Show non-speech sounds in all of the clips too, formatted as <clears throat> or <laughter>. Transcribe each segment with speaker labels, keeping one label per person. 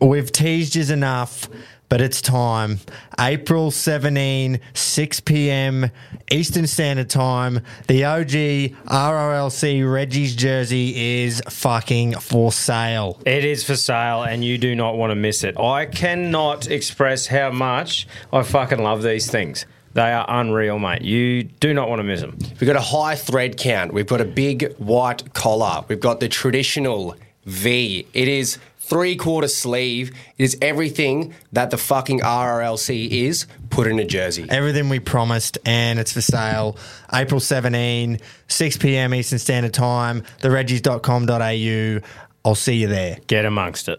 Speaker 1: We've teased you enough, but it's time. April 17, 6 p.m. Eastern Standard Time. The OG RRLC Reggie's jersey is fucking for sale.
Speaker 2: It is for sale, and you do not want to miss it. I cannot express how much I fucking love these things. They are unreal, mate. You do not want to miss them.
Speaker 3: We've got a high thread count. We've got a big white collar. We've got the traditional V. It is three quarter sleeve. It is everything that the fucking RRLC is put in a jersey.
Speaker 1: Everything we promised, and it's for sale April 17, 6 p.m. Eastern Standard Time, thereggies.com.au. I'll see you there.
Speaker 2: Get amongst it.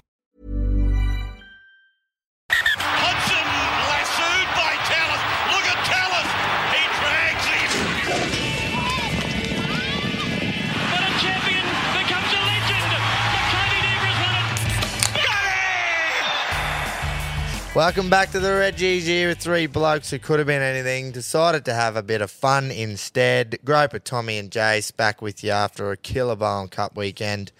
Speaker 4: Hudson lassoed by Tallis. Look at Tallis. He drags him. But a champion becomes a legend. Makati Debra's won it. Got it!
Speaker 1: Welcome back to the Reggies here with three blokes who could have been anything, decided to have a bit of fun instead. Groper, Tommy, and Jace back with you after a killer Bowen Cup weekend.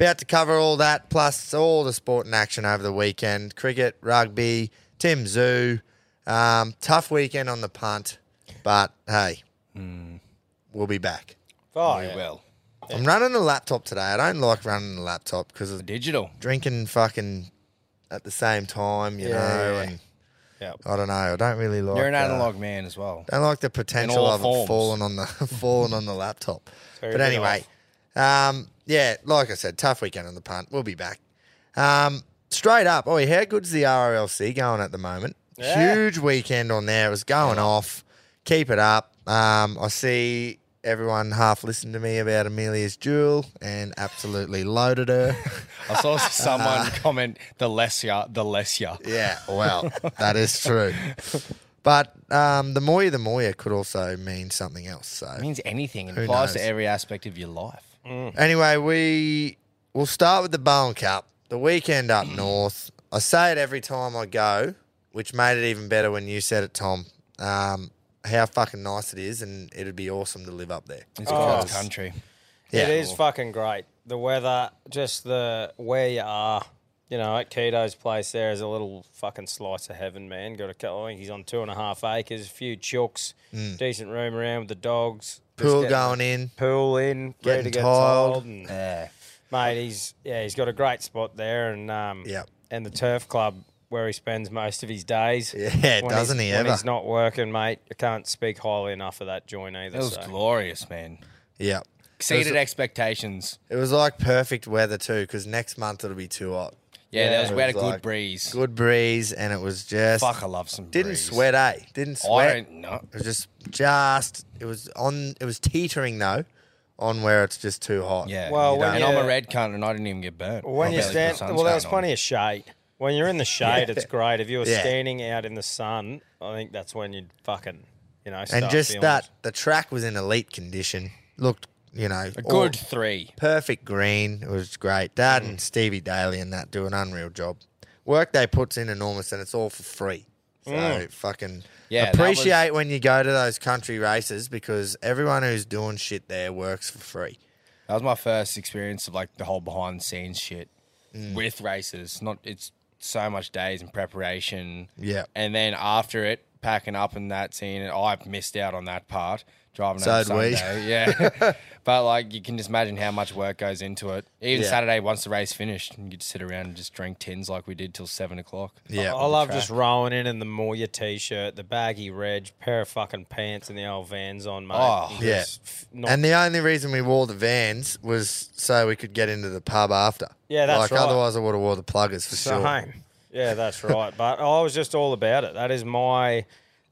Speaker 1: About to cover all that, plus all the sport and action over the weekend cricket, rugby, Tim Zoo. Um, tough weekend on the punt, but hey, we'll be back.
Speaker 3: Oh, yeah. well.
Speaker 1: I'm running the laptop today. I don't like running the laptop because of
Speaker 3: Digital.
Speaker 1: drinking fucking at the same time, you
Speaker 3: Yeah,
Speaker 1: know,
Speaker 3: yeah.
Speaker 1: and
Speaker 3: Yep.
Speaker 1: I don't know. I don't really like.
Speaker 5: You're an
Speaker 1: uh,
Speaker 5: analog man as well.
Speaker 1: Don't like the potential
Speaker 5: all
Speaker 1: of it
Speaker 5: forms.
Speaker 1: falling on the <laughs> falling on the laptop.
Speaker 5: very
Speaker 1: but
Speaker 5: good
Speaker 1: anyway, um, yeah, like I said, tough weekend on the punt. We'll be back. Um, straight up, oi, how good's the RLC going at the moment? Huge weekend on there. It was going off. Keep it up. Um, I see everyone half listened to me about Amelia's jewel and absolutely loaded her.
Speaker 5: I <laughs> saw someone comment the lesser, the lesser.
Speaker 1: <laughs> Yeah, well, that is true. <laughs> But um, the moya the moya could also mean something else. So
Speaker 5: It means anything. It
Speaker 1: Who
Speaker 5: applies to
Speaker 1: knows?
Speaker 5: every aspect of your life.
Speaker 1: anyway, we will start with the Bowen Cup. The weekend up
Speaker 5: Mm.
Speaker 1: north. I say it every time I go, which made it even better when you said it, Tom. Um, how fucking nice it is, and it'd be awesome to live up there.
Speaker 5: It's across country.
Speaker 1: Yeah.
Speaker 2: It is fucking great. The weather, just the where you are. You know, at Keto's place there is a little fucking slice of heaven, man. Got a couple, I think he's on two and a half acres, a few chooks, decent room around with the dogs. just
Speaker 1: Mm. Pool
Speaker 2: getting
Speaker 1: going in.
Speaker 2: the Pool in, ready to
Speaker 1: getting
Speaker 2: get
Speaker 1: tiled.
Speaker 2: tiled. and-
Speaker 5: Yeah.
Speaker 2: Mate, he's yeah, he's got a great spot there, and um,
Speaker 1: Yep.
Speaker 2: and the turf club where he spends most of his days.
Speaker 1: Yeah, <laughs> doesn't
Speaker 2: he's-
Speaker 1: he
Speaker 2: When
Speaker 1: ever.
Speaker 2: he's not working, mate, I can't speak highly enough of that joint either.
Speaker 5: It was
Speaker 2: so.
Speaker 5: glorious, man.
Speaker 1: Yeah.
Speaker 5: Exceeded expectations.
Speaker 1: It was like perfect weather too, because next month it'll be too hot.
Speaker 5: Yeah, there was,
Speaker 1: it
Speaker 5: we had a
Speaker 1: was
Speaker 5: good
Speaker 1: like-
Speaker 5: breeze.
Speaker 1: Good breeze, and it was just
Speaker 5: Fuck, I love some
Speaker 1: Didn't
Speaker 5: breeze.
Speaker 1: sweat, eh? Didn't
Speaker 5: I
Speaker 1: sweat.
Speaker 5: don't know.
Speaker 1: It was just, just it was on. It was teetering though, on where it's just too hot.
Speaker 5: Yeah.
Speaker 2: Well,
Speaker 5: you
Speaker 2: when
Speaker 5: don't. and I'm
Speaker 2: you-
Speaker 5: a red cunt and I didn't even get burnt.
Speaker 2: When
Speaker 5: I
Speaker 2: you
Speaker 5: barely put
Speaker 2: stand, well, there was
Speaker 5: sunscreen on.
Speaker 2: plenty of shade. When you're in
Speaker 1: <laughs>
Speaker 2: the shade, it's great. If you were
Speaker 1: Yeah.
Speaker 2: standing out in the sun, I think that's when you'd fucking, you know, start
Speaker 1: and just
Speaker 2: feeling
Speaker 1: that
Speaker 2: it.
Speaker 1: the track was in elite condition. Looked, you know,
Speaker 5: A
Speaker 1: all-
Speaker 5: good three.
Speaker 1: perfect green. It was great. Dad
Speaker 2: Mm.
Speaker 1: and Stevie Daly and that do an unreal job. Work they puts in enormous, and it's all for free. So
Speaker 2: Mm.
Speaker 1: fucking
Speaker 5: Yeah, that
Speaker 1: appreciate when you go to those country races because everyone who's doing shit there works for free.
Speaker 5: That was my first experience of like the whole behind the scenes shit
Speaker 2: Mm.
Speaker 5: with races. Not it's so much days in preparation.
Speaker 1: Yeah.
Speaker 5: And then after it, packing up and that scene, and I missed out on that part. Driving
Speaker 1: So
Speaker 5: on
Speaker 1: did we.
Speaker 2: <laughs>
Speaker 5: Sunday. Yeah. but like you can just imagine how much work goes into it. Even
Speaker 1: Yeah.
Speaker 5: Saturday once the race finished, you could sit around and just drink tins like we did till seven o'clock.
Speaker 1: Yeah,
Speaker 2: I love just rolling in in the Moya t-shirt, the baggy reg, pair of fucking pants, and the old Vans on, mate.
Speaker 5: Oh,
Speaker 2: and
Speaker 1: yeah.
Speaker 2: just f- not-
Speaker 1: and the only reason we wore the vans was so we could get into the pub after.
Speaker 2: Yeah, that's
Speaker 1: like,
Speaker 2: right.
Speaker 1: Otherwise, I would have wore the pluggers for
Speaker 2: So,
Speaker 1: sure.
Speaker 2: Yeah, that's right. But I was just all about it. That is my,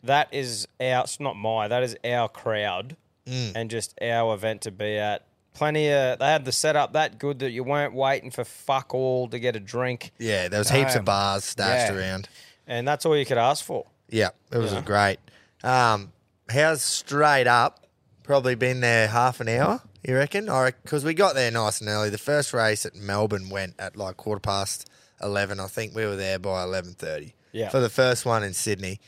Speaker 2: that is our, it's not my, that is our crowd and just our event to be at. plenty of. They had the setup that good that you weren't waiting for fuck all to get a drink,
Speaker 1: Yeah, there was heaps of
Speaker 5: Damn.
Speaker 1: bars stashed
Speaker 2: Yeah.
Speaker 1: around.
Speaker 2: and that's all you could ask for.
Speaker 1: Yeah, it was great. Um, how's straight up? Probably been there half an hour, you reckon? Or because we got there nice and early. The first race at Melbourne went at like quarter past eleven. I think we were there by eleven thirty.
Speaker 2: Yeah.
Speaker 1: For the first one in Sydney,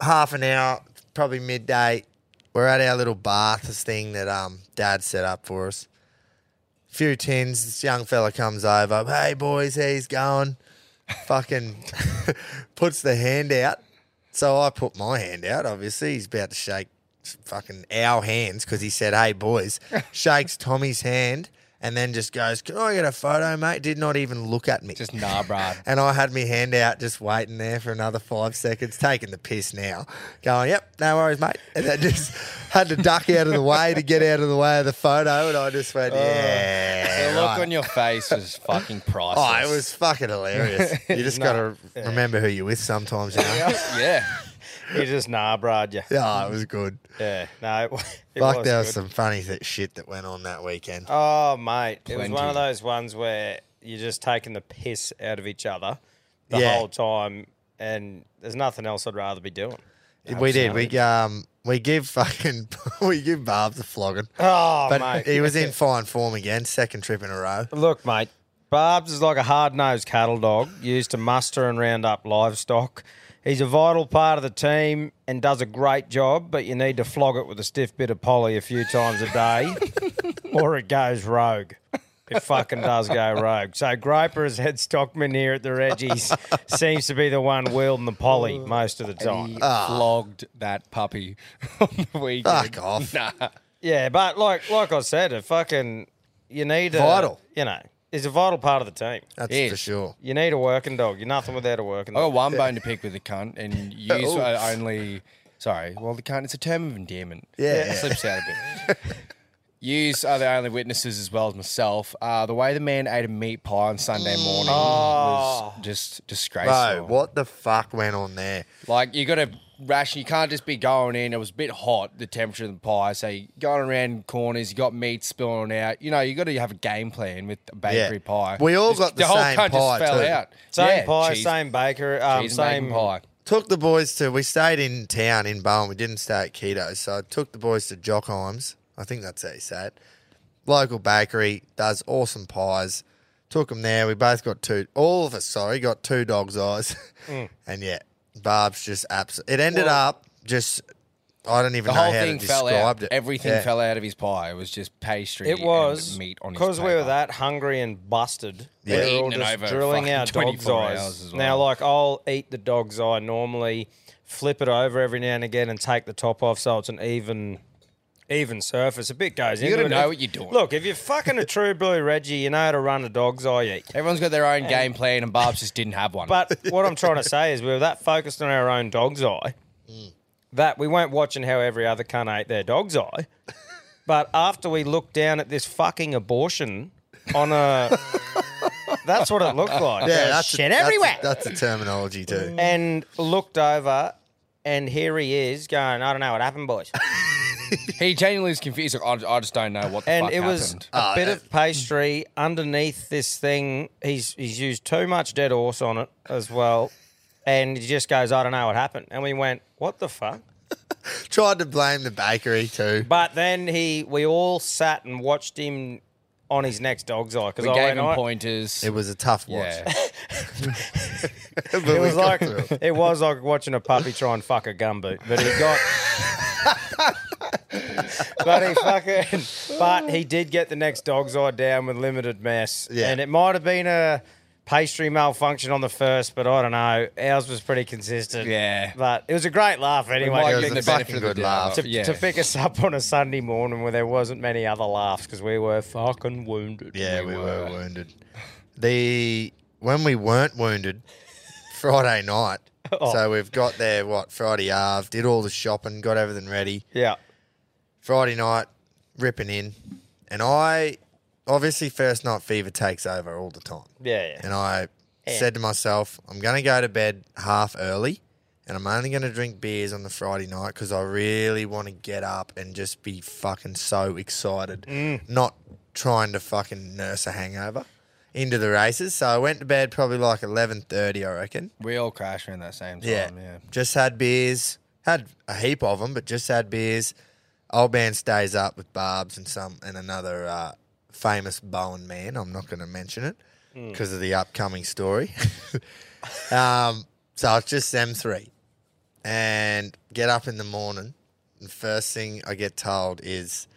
Speaker 1: half an hour, probably midday. We're at our little baths thing that um Dad set up for us. Few tins. This young fella comes over. Hey boys, how he's going? fucking <laughs> puts the hand out. So I put my hand out. Obviously, he's about to shake fucking our hands because he said, "Hey
Speaker 5: <laughs>
Speaker 1: boys," shakes Tommy's hand and then just goes, "Can I get a photo, mate?" Did not even look at me.
Speaker 5: Just nah, bruh.
Speaker 1: And I had my hand out, just waiting there for another five seconds, taking the piss now, going, yep, no worries, mate. And I just <laughs> had to duck out of the way to get out of the way of the photo. And I just went,
Speaker 5: The
Speaker 1: yeah.
Speaker 5: Oh. look
Speaker 1: right."
Speaker 5: on your
Speaker 1: <laughs>
Speaker 5: face was fucking priceless.
Speaker 1: Oh, it was fucking
Speaker 5: <laughs>
Speaker 1: hilarious. You just got to remember who you're with sometimes, you know? <laughs> Yeah,
Speaker 5: yeah.
Speaker 2: You just nah, brad. Yeah,
Speaker 1: it was good.
Speaker 2: yeah. No, <laughs> it, wa- it
Speaker 1: like,
Speaker 2: was
Speaker 1: there
Speaker 2: good.
Speaker 1: was some funny th- shit that went on that weekend.
Speaker 2: Oh, mate. It was one of
Speaker 5: Plenty.
Speaker 2: those ones where you're just taking the piss out of each other the
Speaker 1: Yeah.
Speaker 2: whole time, and there's nothing else I'd rather be doing.
Speaker 1: we did. We um we give fucking <laughs> we give Barb's a flogging,
Speaker 2: Oh,
Speaker 1: but
Speaker 2: mate.
Speaker 1: he was in
Speaker 2: <laughs>
Speaker 1: fine form again, second trip in a row.
Speaker 2: Look, mate, Barb's is like a hard nosed cattle dog used to muster and round up livestock. He's a vital part of the team and does a great job, but you need to flog it with a stiff bit of poly a few times a day or it goes rogue. It fucking does go rogue. So Groper as head stockman here at the Reggies seems to be the one wielding the poly most of the
Speaker 5: He
Speaker 1: Oh.
Speaker 2: time.
Speaker 5: flogged that puppy <laughs> on the weekend.
Speaker 1: Fuck
Speaker 5: <laughs>
Speaker 1: off.
Speaker 2: Yeah, but like like I said, a fucking you need a
Speaker 1: Vital.
Speaker 2: You know, he's a vital part of the team.
Speaker 1: That's
Speaker 5: Yes.
Speaker 1: for sure.
Speaker 2: You need a working dog. You're nothing without a working
Speaker 5: I got
Speaker 2: dog.
Speaker 5: one bone to pick with the cunt, and
Speaker 1: <laughs>
Speaker 5: you are only. Sorry, well, the cunt, it's a term of endearment.
Speaker 1: Yeah.
Speaker 5: It slips out a
Speaker 1: <laughs>
Speaker 5: bit. You are the only witnesses, as well as myself. Uh, the way the man ate a meat pie on Sunday morning was just disgraceful.
Speaker 1: Mm. Oh. Bro, what the fuck went on there?
Speaker 5: Like you got to ration. You can't just be going in. It was a bit hot, the temperature of the pie. So you going around corners, you got meat spilling out. You know, you got to have a game plan with a bakery pie.
Speaker 1: We all
Speaker 5: Just-
Speaker 1: got the
Speaker 5: whole
Speaker 1: same
Speaker 5: cunt
Speaker 1: pie,
Speaker 5: just fell
Speaker 1: too.
Speaker 5: out.
Speaker 2: Same
Speaker 5: Yeah,
Speaker 2: pie,
Speaker 5: cheese-
Speaker 2: same baker, um,
Speaker 5: cheese making
Speaker 2: same
Speaker 5: pie.
Speaker 1: Took the boys to. We stayed in town in Bowen. We didn't stay at Keto, so I took the boys to Jockheim's. I think that's how you say it. Local bakery does awesome pies. Took them there. We both got two. All of us, sorry, got two dogs' eyes. <laughs>
Speaker 5: Mm.
Speaker 1: And yeah, Barb's just abs. It ended up just. I don't even
Speaker 5: The
Speaker 1: know
Speaker 5: whole
Speaker 1: how to
Speaker 5: thing fell
Speaker 1: describe
Speaker 5: out.
Speaker 1: it.
Speaker 5: Everything
Speaker 1: Yeah.
Speaker 5: fell out of his pie. It was just pastry.
Speaker 2: It was
Speaker 5: and meat on his
Speaker 2: because we were
Speaker 5: paper.
Speaker 2: that hungry and busted.
Speaker 1: Yeah.
Speaker 2: We were all
Speaker 5: Eating it
Speaker 2: just
Speaker 5: over
Speaker 2: drilling
Speaker 5: fucking
Speaker 2: our dog's
Speaker 5: 24
Speaker 2: eyes.
Speaker 5: hours as
Speaker 2: Now,
Speaker 5: well.
Speaker 2: like I'll eat the dog's eye normally, flip it over every now and again, and take the top off so it's an even. Even surface, a bit goes in.
Speaker 5: gotta know what you're doing.
Speaker 2: Look, if you're fucking a true blue Reggie, you know how to run a dog's eye. eat.
Speaker 5: Everyone's got their own game plan, and Barb's just didn't have
Speaker 1: <laughs>
Speaker 5: one.
Speaker 2: But what I'm trying to say is we were that focused on our own dog's eye
Speaker 1: Mm.
Speaker 2: that we weren't watching how every other cunt ate their
Speaker 1: <laughs>
Speaker 2: dog's eye. But after we looked down at this fucking abortion
Speaker 1: <laughs>
Speaker 2: on a. that's what it looked like.
Speaker 1: Yeah,
Speaker 2: There was
Speaker 1: that's
Speaker 2: shit
Speaker 1: a,
Speaker 2: everywhere.
Speaker 1: That's, a, that's a terminology
Speaker 5: <laughs>
Speaker 1: too.
Speaker 2: and looked over, and here he is going, I don't know what happened, boys.
Speaker 5: he genuinely was confused. Like, I, I just don't know what the
Speaker 2: and
Speaker 5: fuck
Speaker 2: it was
Speaker 5: happened.
Speaker 2: a bit of pastry underneath this thing. He's he's used too much dead horse on it as well, and he just goes, "I don't know what happened." And we went, "What the fuck?"
Speaker 1: Tried to blame the bakery too.
Speaker 2: But then he, we all sat and watched him on his next dog's eye because
Speaker 5: we
Speaker 2: I
Speaker 5: gave
Speaker 2: went, "Oh,
Speaker 5: him
Speaker 2: "I-"
Speaker 5: pointers.
Speaker 1: It was a tough watch.
Speaker 5: yeah.
Speaker 1: <laughs> But
Speaker 2: It
Speaker 1: we
Speaker 2: was
Speaker 1: got
Speaker 2: like
Speaker 1: through it.
Speaker 2: it was like watching a puppy try and fuck a gumboot, but he got. but he fucking. But he did get the next dog's eye down with limited mess,
Speaker 1: Yeah.
Speaker 2: and it might have been a pastry malfunction on the first, but I don't know. Ours was pretty consistent.
Speaker 5: Yeah.
Speaker 2: but it was a great laugh anyway.
Speaker 5: might
Speaker 1: It
Speaker 2: to
Speaker 1: was
Speaker 5: give
Speaker 2: pick-
Speaker 1: a
Speaker 5: the benefit
Speaker 1: fucking
Speaker 5: of the
Speaker 1: good
Speaker 5: doubt.
Speaker 1: laugh.
Speaker 2: to,
Speaker 5: Yeah.
Speaker 2: to pick us up on a Sunday morning where there wasn't many other laughs because we were fucking wounded.
Speaker 1: Yeah, we, were. wounded. The when we weren't wounded, Friday night. So we've got there what Friday Ave, did all the shopping, got everything ready.
Speaker 2: Yeah.
Speaker 1: Friday night, ripping in, and I obviously first night fever takes over all the time.
Speaker 2: Yeah, yeah.
Speaker 1: And I said to myself, I'm going to go to bed half early and I'm only going to drink beers on the Friday night because I really want to get up and just be fucking so excited,
Speaker 2: Mm.
Speaker 1: not trying to fucking nurse a hangover into the races. So I went to bed probably like 11:30, I reckon.
Speaker 5: We all crash around that same time.
Speaker 1: Yeah.
Speaker 5: Yeah.
Speaker 1: Just had beers. Had a heap of them, but just had beers. Old man stays up with Barb's and some and another uh, famous Bowen man. I'm not going to mention it because of the upcoming story. <laughs> um, so it's just them three, and get up in the morning. And first thing I get told is,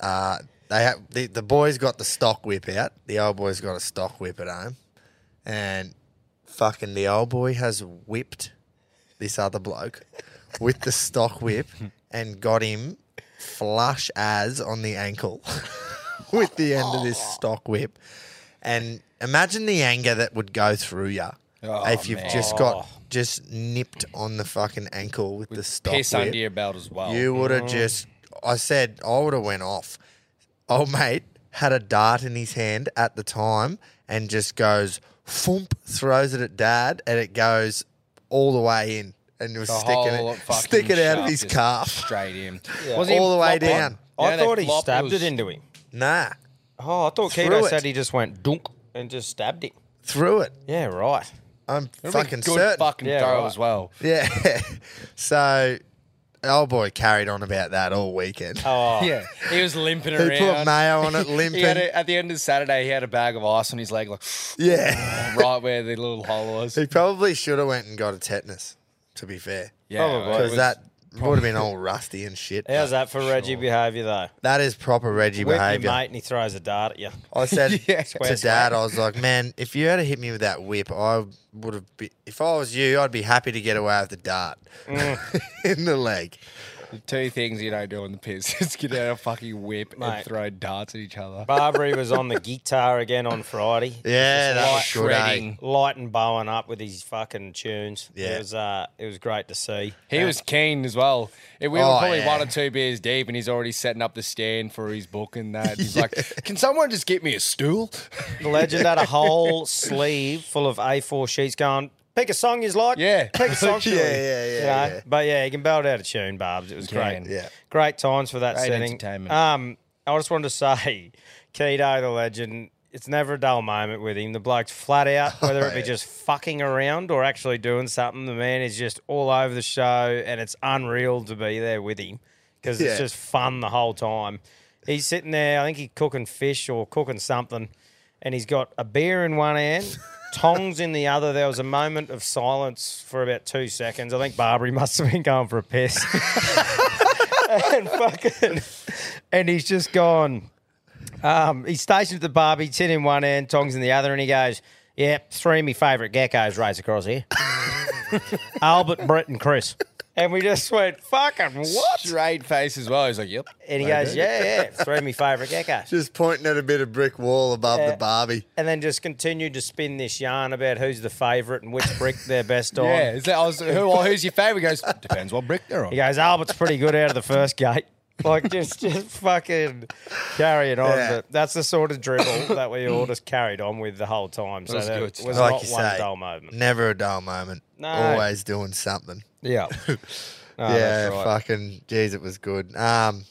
Speaker 1: uh, they have, the the boys got the stock whip out. The old boy's got a stock whip at home, and fucking the old boy has whipped this other bloke with the stock
Speaker 5: <laughs>
Speaker 1: whip and got him flush as on the ankle <laughs> with the end of this stock whip. And imagine the anger that would go through you if you've just got just nipped on the fucking ankle with, the stock
Speaker 5: Piss
Speaker 1: whip.
Speaker 5: under your belt as well.
Speaker 1: Oh, You would have just. I said I would have went off. Old mate had a dart in his hand at the time and just goes thump, throws it at dad, and it goes all the way in and was
Speaker 5: The
Speaker 1: sticking
Speaker 5: whole
Speaker 1: it,
Speaker 5: fucking
Speaker 1: sticking out of
Speaker 5: shaft
Speaker 1: his
Speaker 5: just
Speaker 1: calf.
Speaker 5: Straight in.
Speaker 1: All the way down.
Speaker 5: Yeah,
Speaker 2: I
Speaker 5: they
Speaker 2: thought he
Speaker 5: flopped.
Speaker 2: stabbed it,
Speaker 5: was-
Speaker 2: into him.
Speaker 1: Nah,
Speaker 2: Oh, I thought
Speaker 1: Threw
Speaker 2: Keto
Speaker 1: it.
Speaker 2: said he just went dunk and just stabbed him.
Speaker 1: threw it.
Speaker 2: Yeah, right.
Speaker 1: I'm
Speaker 5: That'd be
Speaker 1: fucking
Speaker 5: good
Speaker 1: certain.
Speaker 5: fucking
Speaker 2: Yeah,
Speaker 5: throw
Speaker 2: right.
Speaker 5: as well.
Speaker 1: Yeah. <laughs> so, old boy carried on about that all weekend.
Speaker 2: Oh,
Speaker 5: Yeah, <laughs> he was limping
Speaker 1: <laughs> he
Speaker 5: around.
Speaker 1: put mayo on it,
Speaker 5: <laughs> He had
Speaker 1: limping.
Speaker 5: a, at the end of Saturday, he had a bag of ice on his leg, like <sniffs> oh,
Speaker 1: yeah. <laughs>
Speaker 5: right where the little hole was.
Speaker 1: He probably should have went and got a tetanus. To be fair,
Speaker 5: Yeah,
Speaker 2: Probably.
Speaker 5: it
Speaker 1: because
Speaker 5: was-
Speaker 1: that
Speaker 2: <laughs>
Speaker 1: would have been all rusty and shit.
Speaker 2: how's that for Reggie behaviour though?
Speaker 1: That is proper Reggie
Speaker 2: Whip your
Speaker 1: behaviour.
Speaker 2: mate and he throws a dart at you.
Speaker 1: I
Speaker 2: <laughs>
Speaker 1: said
Speaker 5: Yeah.
Speaker 1: to Dad, I was like, "Man, if you had hit me with that whip, I would have. Be- if I was you, I'd be happy to get away with the dart
Speaker 2: Mm.
Speaker 1: <laughs> in the leg."
Speaker 5: two things you don't do on the piss: <laughs> is get out a fucking whip
Speaker 2: Mate.
Speaker 5: and throw darts at each other.
Speaker 2: Barbary was
Speaker 1: <laughs>
Speaker 2: on the guitar again on Friday.
Speaker 1: Yeah, that was good.
Speaker 5: light
Speaker 1: eh?
Speaker 5: shredding.
Speaker 2: Light and bowing up with his fucking tunes.
Speaker 1: Yeah.
Speaker 2: It was uh it was great to see.
Speaker 5: He was keen as well. And We were
Speaker 1: Oh,
Speaker 5: probably
Speaker 1: yeah.
Speaker 5: one or two beers deep, and he's already setting up the stand for his book and that. He's like, "Can someone just get me a stool?"
Speaker 2: The legend had a
Speaker 1: <laughs>
Speaker 2: whole sleeve full of A4 sheets going, pick a song you like.
Speaker 5: Yeah.
Speaker 2: Pick a song you
Speaker 1: Yeah,
Speaker 2: like."
Speaker 1: yeah,
Speaker 2: You
Speaker 1: yeah,
Speaker 2: know?
Speaker 1: yeah.
Speaker 2: But yeah, he can belt out a tune, Barbs. It was great.
Speaker 5: can.
Speaker 1: Yeah.
Speaker 2: Great times for that
Speaker 5: Great
Speaker 2: setting.
Speaker 5: entertainment.
Speaker 2: Um, I just wanted to say, <laughs> Keto the legend, it's never a dull moment with him. The bloke's flat out, whether it be just fucking around or actually doing something. The man is just all over the show, and it's unreal to be there with him because
Speaker 1: Yeah.
Speaker 2: it's just fun the whole time. He's sitting there, I think he's cooking fish or cooking something, and he's got a beer in one hand. Tongs in the other. There was a moment of silence for about two seconds. I think Barbary <laughs> must have been going for a piss <laughs> and fucking, and he's just gone. Um, he's stationed at the barbie, tin in one hand, tongs in the other, and he goes, "Yeah, three of my favourite geckos race across here: <laughs> Albert, Brett, and Chris." And we just went, "Fucking what?"
Speaker 5: Straight face as well. He's like, "Yep."
Speaker 2: And he goes, "Yeah, yeah, three of my favourite geckos."
Speaker 1: Just pointing at a bit of brick wall above the Barbie.
Speaker 2: And then just continued to spin this yarn about who's the favourite and which brick they're best on.
Speaker 5: Yeah, it's like, I was, who, well, who's your favorite? He goes, depends what brick they're on.
Speaker 2: He goes, Albert's pretty good out of the first gate. <laughs> Like just, just fucking carry it on.
Speaker 1: Yeah.
Speaker 2: But that's the sort of dribble that we all just carried on with the whole time. So
Speaker 5: was
Speaker 2: there
Speaker 5: good
Speaker 2: was
Speaker 5: stuff.
Speaker 1: Like
Speaker 2: not
Speaker 1: you
Speaker 2: one
Speaker 1: say,
Speaker 2: dull moment.
Speaker 1: Never a dull moment.
Speaker 2: No.
Speaker 1: Always doing something.
Speaker 2: Yeah.
Speaker 1: yeah, fucking. Jeez, it was good. Um,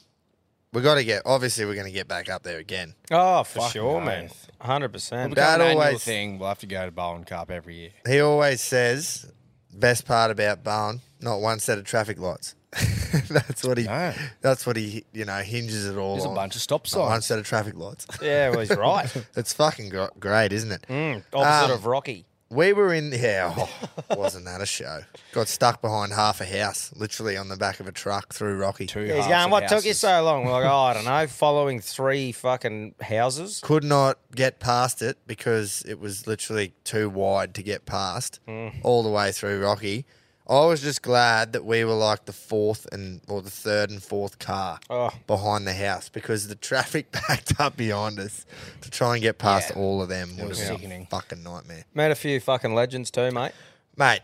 Speaker 1: we got to get. Obviously, we're going to get back up there again.
Speaker 2: <laughs> Oh, for sure,
Speaker 5: oath.
Speaker 2: man. Hundred percent.
Speaker 1: That
Speaker 5: That an annual
Speaker 1: always-
Speaker 5: thing. We'll have to go to Bowen Cup every year.
Speaker 1: He always says, best part about Bowen, not one set of traffic lights. <laughs> that's what he.
Speaker 5: No.
Speaker 1: That's what he. You know, hinges it all.
Speaker 5: There's a
Speaker 1: on.
Speaker 5: bunch of stop
Speaker 1: Not One
Speaker 5: signs.
Speaker 1: set of traffic lights.
Speaker 2: Yeah, well, he's right.
Speaker 1: it's fucking gr- great, isn't it?
Speaker 2: <laughs>
Speaker 5: Mm.
Speaker 1: Um,
Speaker 2: Opposite of Rocky.
Speaker 1: We were in. Yeah, <laughs> oh, wasn't that a show? Got stuck behind half a house, literally on the back of a truck through Rocky.
Speaker 5: Two
Speaker 2: He's
Speaker 5: halves
Speaker 2: going,
Speaker 5: of
Speaker 2: what took you
Speaker 5: houses.
Speaker 2: so long? We're like, oh, I don't <laughs> know. Following three fucking houses.
Speaker 1: could not get past it because it was literally too wide to get past all the way through Rocky. I was just glad that we were like the fourth and or the third and fourth car behind the house because the <laughs> traffic backed up behind us to try and get past all of them was,
Speaker 5: was
Speaker 1: a
Speaker 5: sickening.
Speaker 1: fucking nightmare.
Speaker 2: Met a few fucking legends too, mate.
Speaker 1: Mate,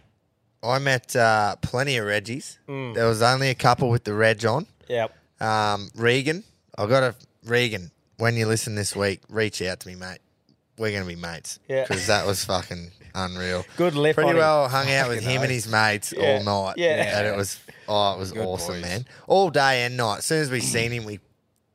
Speaker 1: I met uh, plenty of Reggies. There was only a couple with the Reg on.
Speaker 2: Yep.
Speaker 1: Um, Regan, I got a Regan. When you listen this week, reach out to me, mate. we're gonna be mates.
Speaker 2: Yeah.
Speaker 1: because that was fucking unreal.
Speaker 2: <laughs> Good lip
Speaker 1: Pretty
Speaker 2: on him.
Speaker 1: well hung out with him and his mates all night.
Speaker 2: Yeah.
Speaker 1: and it was oh, it was awesome,
Speaker 5: boys.
Speaker 1: man. All day and night. As soon as we seen him, we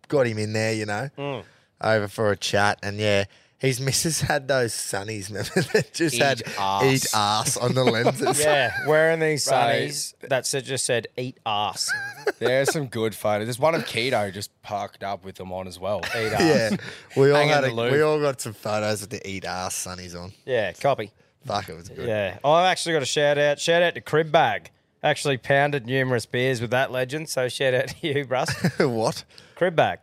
Speaker 1: got him in there. You know,
Speaker 2: Hmm.
Speaker 1: over for a chat, and yeah. His <laughs> missus had those sunnies, remember? <laughs> that just
Speaker 3: Eat
Speaker 1: had
Speaker 3: arse.
Speaker 1: eat ass on the lenses.
Speaker 2: <laughs> Yeah, wearing these <laughs>
Speaker 5: Right.
Speaker 2: sunnies that said- just said "eat ass."
Speaker 5: There's some good photos. There's one of Keto just parked up with them on as well.
Speaker 2: Eat ass.
Speaker 1: <laughs> <laughs> Yeah, we all
Speaker 5: Hanging
Speaker 1: had a,
Speaker 5: the loop.
Speaker 1: we all got some photos with the eat ass sunnies on.
Speaker 2: yeah, copy.
Speaker 1: Fuck, it was good.
Speaker 2: Yeah, I've actually got a shout out. Shout out to Crib Bag. Actually pounded numerous beers with that legend. So shout out <laughs> to you, Russ.
Speaker 1: <laughs> what
Speaker 2: Crib Bag.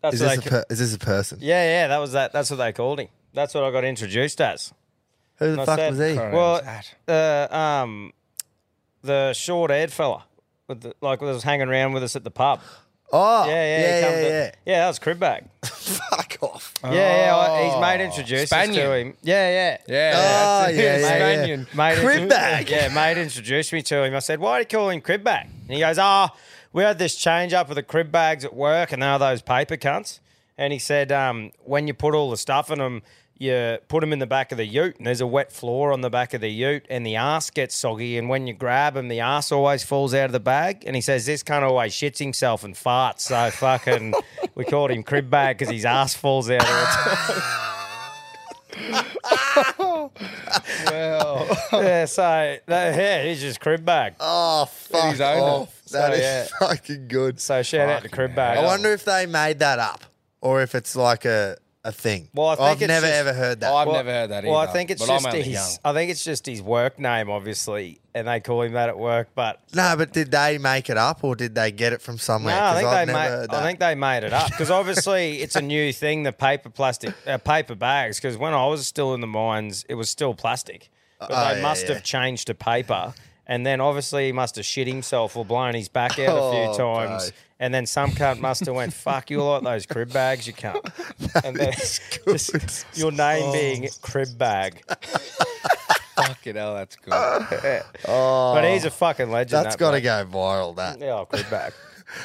Speaker 2: That's
Speaker 1: is
Speaker 2: what
Speaker 1: this?
Speaker 2: they
Speaker 1: A
Speaker 2: ca-
Speaker 1: per- is this a person?
Speaker 2: yeah, yeah, that was that. That's what they called him. That's what I got introduced as.
Speaker 1: Who the
Speaker 2: And I
Speaker 1: fuck
Speaker 2: said-
Speaker 1: was he?
Speaker 2: Well, uh, um, the short-haired fella, with the, like was hanging around with us at
Speaker 1: <gasps>
Speaker 2: the pub.
Speaker 1: Oh,
Speaker 2: Yeah, yeah, he Uh,
Speaker 1: yeah,
Speaker 2: come
Speaker 1: yeah.
Speaker 2: to-
Speaker 1: yeah. <laughs>
Speaker 2: yeah. That was Crib Bag.
Speaker 1: Fuck off.
Speaker 2: Yeah, yeah. I, his mate introduced us to
Speaker 5: Spaniard.
Speaker 2: him. Yeah, Oh, yeah.
Speaker 5: Yeah.
Speaker 1: Oh, yeah, yeah, yeah.
Speaker 5: Spaniard.
Speaker 2: Mate
Speaker 1: Crib
Speaker 2: intro-
Speaker 1: bag.
Speaker 2: Yeah, mate introduced me to him. I said, why do you call him crib bag? And he goes, ah, we had this change up with the crib bags at work and they are those paper cunts. And he said, um, when you put all the stuff in them, you put them in the back of the ute and there's a wet floor on the back of the ute and the ass gets soggy. And when you grab him, the ass always falls out of the bag. And he says, this cunt always shits himself and farts. So
Speaker 1: <laughs>
Speaker 2: fucking, we called him crib bag because his ass falls out all the time.
Speaker 1: <laughs>
Speaker 2: Yeah, so that, yeah, he's just crib bag.
Speaker 1: Oh, fuck
Speaker 5: his owner.
Speaker 1: off. That
Speaker 2: So,
Speaker 1: is
Speaker 2: yeah.
Speaker 1: <laughs> fucking good.
Speaker 2: So shout out to crib bag.
Speaker 1: I wonder if they made that up or if it's like a, a thing.
Speaker 2: Well, I
Speaker 1: have
Speaker 2: think it's
Speaker 1: never
Speaker 2: just-
Speaker 1: ever heard that.
Speaker 5: I've never heard that either.
Speaker 2: Well, I think it's
Speaker 5: but
Speaker 2: just
Speaker 5: I'm only
Speaker 2: his.
Speaker 5: young.
Speaker 2: I think it's just his work name, obviously, and they call him that at work. But
Speaker 1: no, but did they make it up or did they get it from
Speaker 2: no,
Speaker 1: somewhere?
Speaker 2: I
Speaker 1: 'Cause
Speaker 2: think
Speaker 1: I've
Speaker 2: they
Speaker 1: never
Speaker 2: made.
Speaker 1: heard
Speaker 2: I
Speaker 1: that.
Speaker 2: think they made it up
Speaker 1: <laughs>
Speaker 2: because obviously it's a new thing, the paper plastic, uh, paper bags. Because when I was still in the mines, it was still plastic, but
Speaker 1: Oh,
Speaker 2: they
Speaker 1: yeah,
Speaker 2: must
Speaker 1: yeah.
Speaker 2: have changed to paper. And then obviously he must have shit himself or blown his back
Speaker 1: <laughs>
Speaker 2: out a
Speaker 1: Oh,
Speaker 2: few times.
Speaker 1: bro.
Speaker 2: And then some cunt must have went, "Fuck you like those crib bags,
Speaker 1: <laughs>
Speaker 2: you cunt." And then <laughs> just your
Speaker 1: Oh.
Speaker 2: name being crib bag.
Speaker 5: Fucking hell, that's good.
Speaker 1: <laughs>
Speaker 2: But he's a fucking legend.
Speaker 1: Oh, That's
Speaker 2: that
Speaker 1: got to
Speaker 2: bloke.
Speaker 1: go viral, that.
Speaker 2: Yeah, I'll
Speaker 1: <laughs>
Speaker 2: crib back.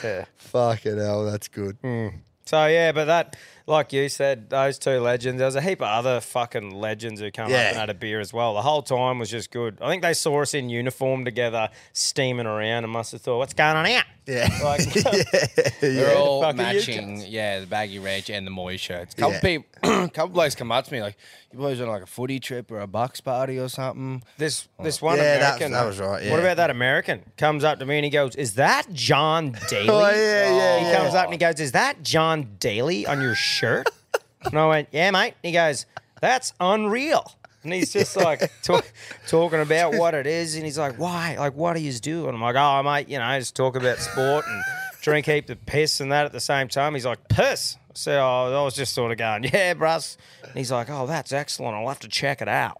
Speaker 2: yeah.
Speaker 1: Fucking hell, that's good.
Speaker 2: Hmm. So yeah, but that, like you said, those two legends. There was a heap of other fucking legends who come
Speaker 1: Yeah.
Speaker 2: up and had a beer as well. The whole time was just good. I think they saw us in uniform together, steaming around, and must have thought, "What's going on here?"
Speaker 1: Yeah.
Speaker 2: Like,
Speaker 1: <laughs>
Speaker 2: <laughs>
Speaker 5: They're all
Speaker 2: fuck are you
Speaker 5: matching,
Speaker 2: guys?
Speaker 5: yeah, the baggy reg and the moy shirts. Couple
Speaker 1: Yeah.
Speaker 5: <clears throat> people, couple blokes come up to me like, "You boys on like a footy trip or a bucks party
Speaker 1: <laughs>
Speaker 5: or something?"
Speaker 2: This this one
Speaker 1: Yeah, that-
Speaker 2: American.
Speaker 1: that was right, yeah.
Speaker 2: What about that American? Comes up to me and he goes, "Is that
Speaker 1: <laughs>
Speaker 2: John Daly?"
Speaker 1: Oh, yeah, yeah,
Speaker 2: He
Speaker 1: yeah.
Speaker 2: comes up and he goes, "Is that John Daly on your shirt?"
Speaker 1: <laughs>
Speaker 2: and I went, "Yeah, mate." And he goes, "That's unreal." And he's
Speaker 1: <laughs>
Speaker 2: just like talk, talking about what it is, and he's like, "Why? Like, what do you do?" And I'm like, "Oh, mate, you know, I just talk about sport and drink heap the piss and that at the same time." He's like, "Piss." So I was just sort of going, "Yeah, brus." And he's like, "Oh, that's excellent. I'll have to check it out."